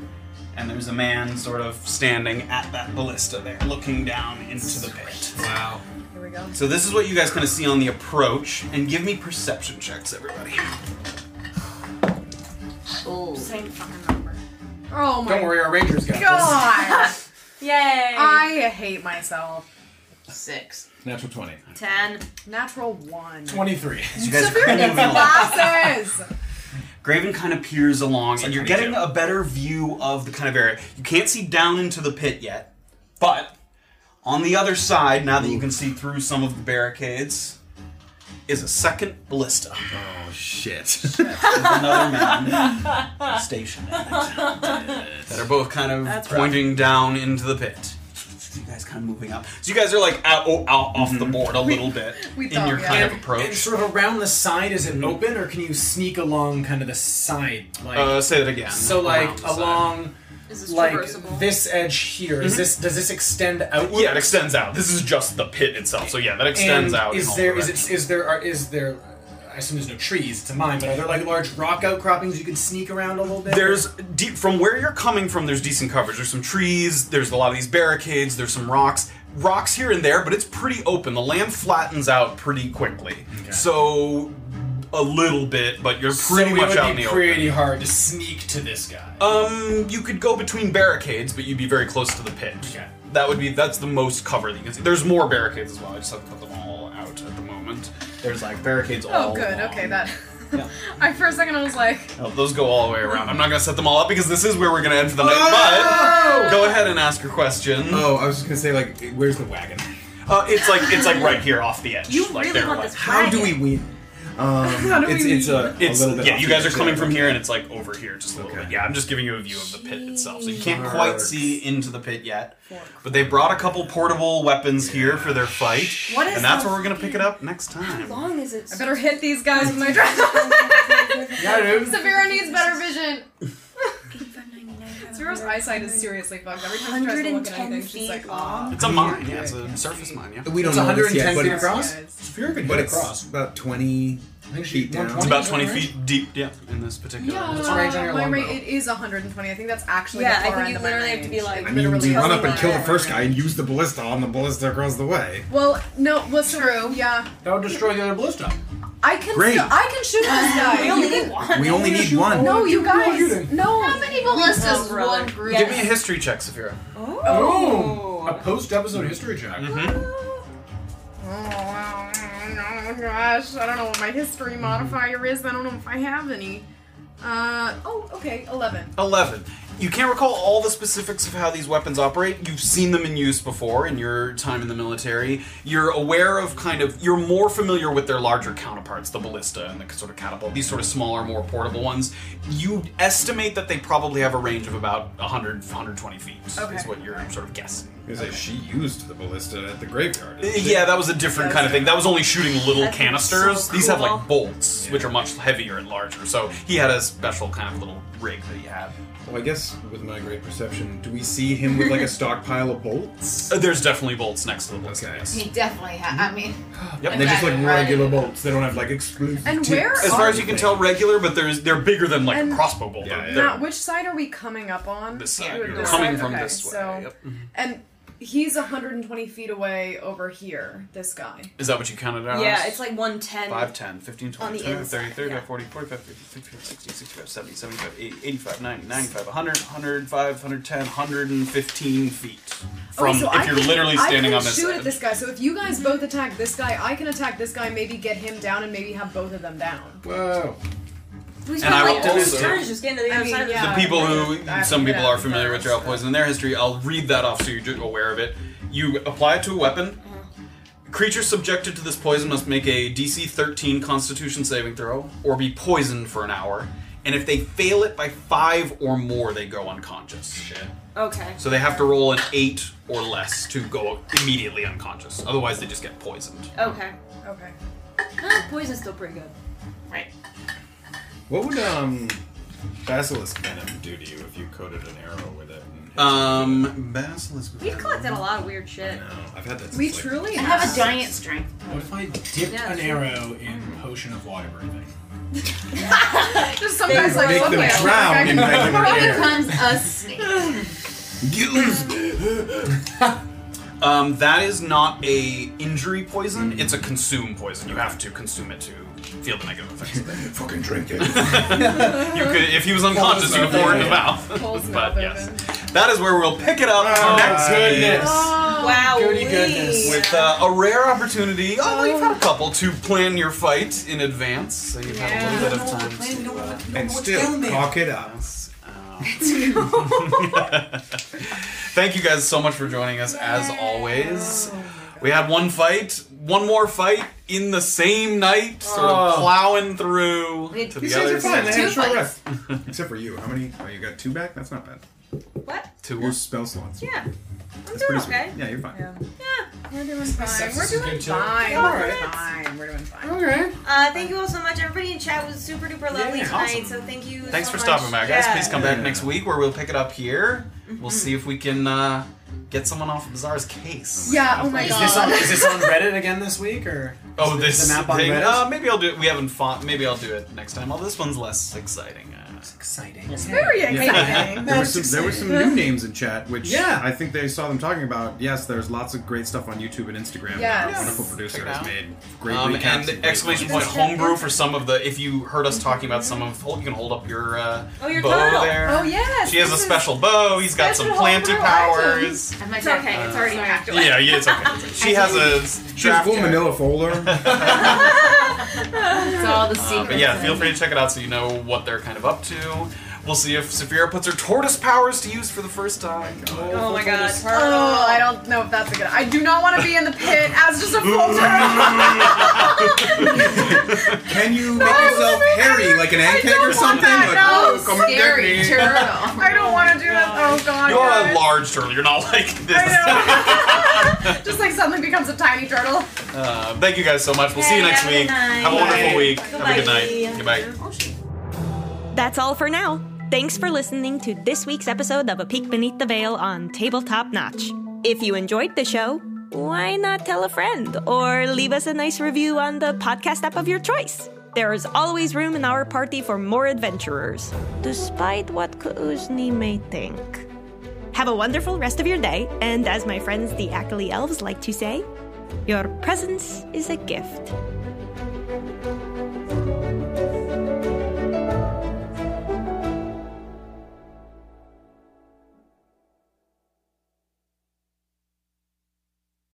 and there's a man sort of standing at that ballista there, looking down into the pit. Wow. Here we go. So this is what you guys kind of see on the approach, and give me perception checks, everybody. Oh. Same fucking number. Oh my Don't worry, our Rangers got this. god. (laughs) Yay! I hate myself. Six. Natural twenty. Ten. Natural one. 23. As you guys are kind of moving along. (laughs) Glasses. Graven kind of peers along, and you're pretty getting a better view of the kind of area. You can't see down into the pit yet, but on the other side, now that you can see through some of the barricades, is a second ballista. Oh shit. With another man (laughs) stationed. at it. that are both kind of pointing down into the pit. You guys guys kind of moving up. So you guys are like out, oh, out off the board a little bit We in thought, your yeah. kind of And- approach. and sort of around the side, is it open, or can you sneak along kind of the side? Like, Uh, say that again. So, Around like the side. along, Is this traversable? like this edge here. Is Mhm. this does this extend outward? Yeah, it extends out. This is just the pit itself. So yeah, that extends And out. Is in all there is directions. it is there are is there? I assume there's no trees. It's a mine, but are there like large rock outcroppings you can sneak around a little bit? There's de- from where you're coming from. There's decent coverage. There's some trees. There's a lot of these barricades. There's some rocks, rocks here and there, but it's pretty open. The land flattens out pretty quickly. So a little bit, but you're So pretty it much would out be in the pretty hard to sneak to this guy. open. Um, you could go between barricades, but you'd be very close to the pit. Okay. That would be that's the most cover that you can see. There's more barricades as well. I just have to put them all out at the moment. There's like barricades all. Oh, good. along. Okay, that. (laughs) I for a second I was like, No, Oh, those go all the way around. I'm not going to set them all up because this is where we're going to end for the night. Oh! Whoa! But go ahead and ask your question. (laughs) Oh, I was just gonna say like, where's the wagon? Uh, it's like it's like right here off the edge. You like really they're want like, this How do we win? Um, How do it's, we it's a, a It's- little bit. yeah. off You the guys are edge coming there. from here, and it's like over here, just a little bit. Yeah, I'm just giving you a view of the pit itself, so you can't quite Shucks. see into the pit yet. But they brought a couple portable weapons here for their fight, What is and that's the- where we're going to pick it up next time. How long is it? I better hit these guys with my (laughs) dragon. (laughs) (laughs) Yeah, dude. Severo needs better vision. Severo's eyesight is seriously fucked. Every time she tries to look at 110 anything, she's like, ah. It's a Mm-hmm. mine. Yeah, it's a surface mine. Yeah. We don't It's know this 110 yet, but feet it's, across? but it's about twenty feet down. It's about 20 feet deep. Yeah, in this particular. my rate it is 120. I think that's actually Yeah, the far I think end you of my literally have to be range. like. I mean, we run up and kill the that. first guy and use the ballista on the ballista across the way. Well, no, what's true? Yeah, That would destroy the other ballista. I can. Great. Still, I can shoot this guy. We only need one. We only need one. No, you guys. Shooting. No. How many ballistas brother. one group? Give me a history check, Saphira. Oh, a post-episode history check. Oh wow! Oh gosh, I don't know what my Mm-hmm. history modifier is. I don't know if I have any. Uh oh, okay, eleven. 11. You can't recall all the specifics of how these weapons operate. You've seen them in use before in your time in the military. You're aware of kind of, you're more familiar with their larger counterparts, the ballista and the sort of catapult, these sort of smaller, more portable ones. You estimate that they probably have a range of about 100, 120 feet, is Okay. what you're sort of guessing. Because like, she used the ballista at the graveyard. Uh, Yeah, that was a different kind of thing. That was only shooting little That's canisters. so These have cool. like bolts, which are much heavier and larger. So he had a special kind of little rig that he had. Well, I guess with my great perception, do we see him with like a stockpile (laughs) of bolts? Uh, There's definitely bolts next to the bolts. He definitely ha I mean, And they're just like Right. regular bolts. They don't have like exclusive. And where As far as you can tell, regular, but there's they're bigger than like And- a crossbow bolt. They're- they're- Now, which side are we coming up on? This side. We're You're this coming side, from okay, this way, So, yep. Mm-hmm. and he's 120 feet away over here. This guy. is that what you counted out? Yeah, it's like 110. 5, 10, 15, On 20, the 20, inside, 30, 35, 40, 45, 50, 60, 65, 70, 75, 80, 85, 90, 95, 100, 105, 110, 115 feet. From okay, so if I you're can- literally I standing can on this shoot side. at this guy. So if you guys both attack this guy, I can attack this guy. Maybe get him down, and maybe have both of them down. Whoa. We And I will also- getting to the I mean, yeah. the people I who have some to get people are out familiar with drought poison in their history i'll read that off so you're ju- aware of it you apply it to a weapon creatures subjected to this poison must make a dc 13 constitution saving throw or be poisoned for an hour and if they fail it by five or more they go unconscious Shit. Okay. so they have to roll an eight or less to go immediately unconscious otherwise they just get poisoned Okay. Okay. poison's still pretty good. Right. What would um basilisk venom do to you if you coated an arrow with it? um basilisk We've collected a lot of weird shit. I've had that. We truly I have a giant strength. What if I dipped Yeah, an sure. arrow in potion of water breathing? Just some They guys like make look them at me, drown like, in I- (laughs) regular air. Becomes a snake. (laughs) Um, that is not a injury poison. It's a consume poison. You have to consume it to feel the negative effects of it. Fucking drink it. you could, if he was unconscious, you could pour it in his mouth. (laughs) Pulls his but mouth yes, that is where we'll pick it up next Oh, goodness. Wow. Goody goodness. With uh, a rare opportunity, although you've had a couple, to plan your fight in advance, so you've had a little bit of time to. Uh, and still cock it up. Thank you guys so much for joining us as always. We had one fight, one more fight in the same night, sort of Oh. plowing through to the These other guys are fine. They had a side. short rest. Except for you. How many? Oh, you got two back? That's not bad. What? Two Your spell slots. Yeah. I'm doing okay. Yeah, you're fine. We're doing fine. We're is doing good, too. fine. All We're doing right. fine. We're doing fine. Okay. Uh, thank you all so much. Everybody in chat was super duper lovely Yeah, tonight. awesome. So thank you. Thanks so for much. Mm-hmm. stopping by, guys. Yeah. Please come back next week where we'll pick it up here. We'll see if we can uh, get someone off Bizarre's case. Yeah, oh my Is this on, God. is this on Reddit again this week or? Oh, is this the map on thing. Reddit. Uh, maybe I'll do it. We haven't fought. Maybe I'll do it next time. Although this one's less exciting. Uh, it's exciting. It's very Yeah. (laughs) there, were some, there were some new names in chat, which Yeah. I think they saw them talking about. Yes, there's lots of great stuff on YouTube and Instagram. that Yes. Our wonderful producer has made great um, recaps and great exclamation point ones. homebrew for some of the. If you heard us talking about some of, hold, you can hold up your uh, Oh, your bow turtle. there. Oh, yes, She has a this is special bow. He's got some special planted homebrew item. powers. It's okay. Uh, It's already packed away. Yeah, yeah, it's okay. It's okay. She has a She has a full manila (laughs) folder. it's all the Uh, secrets. but yeah, feel free to check it out so you know what they're kind of up to. We'll see if Saphira puts her tortoise powers to use for the first time. Oh my god. Oh, I don't know if that's a good. I do not want to be in the pit as (laughs) just a full Can you make yourself hairy like an egg cake or something? Like, no, oh, come and get scary me. turtle. (laughs) (laughs) I don't want to do that. Oh god. You're a guys. large turtle. You're not (laughs) like this. (laughs) Just like suddenly becomes a tiny turtle. Uh, thank you guys so much. We'll see you Hey, next have a good week. night. Have a wonderful Bye. week. Have a good night. Goodbye. Goodbye. That's all for now. Thanks for listening to this week's episode of A Peek Beneath the Veil on Tabletop Notch. If you enjoyed the show, why not tell a friend or leave us a nice review on the podcast app of your choice? There is always room in our party for more adventurers, despite what Kuzni may think. Have a wonderful rest of your day, and as my friends the Ackley Elves like to say, your presence is a gift.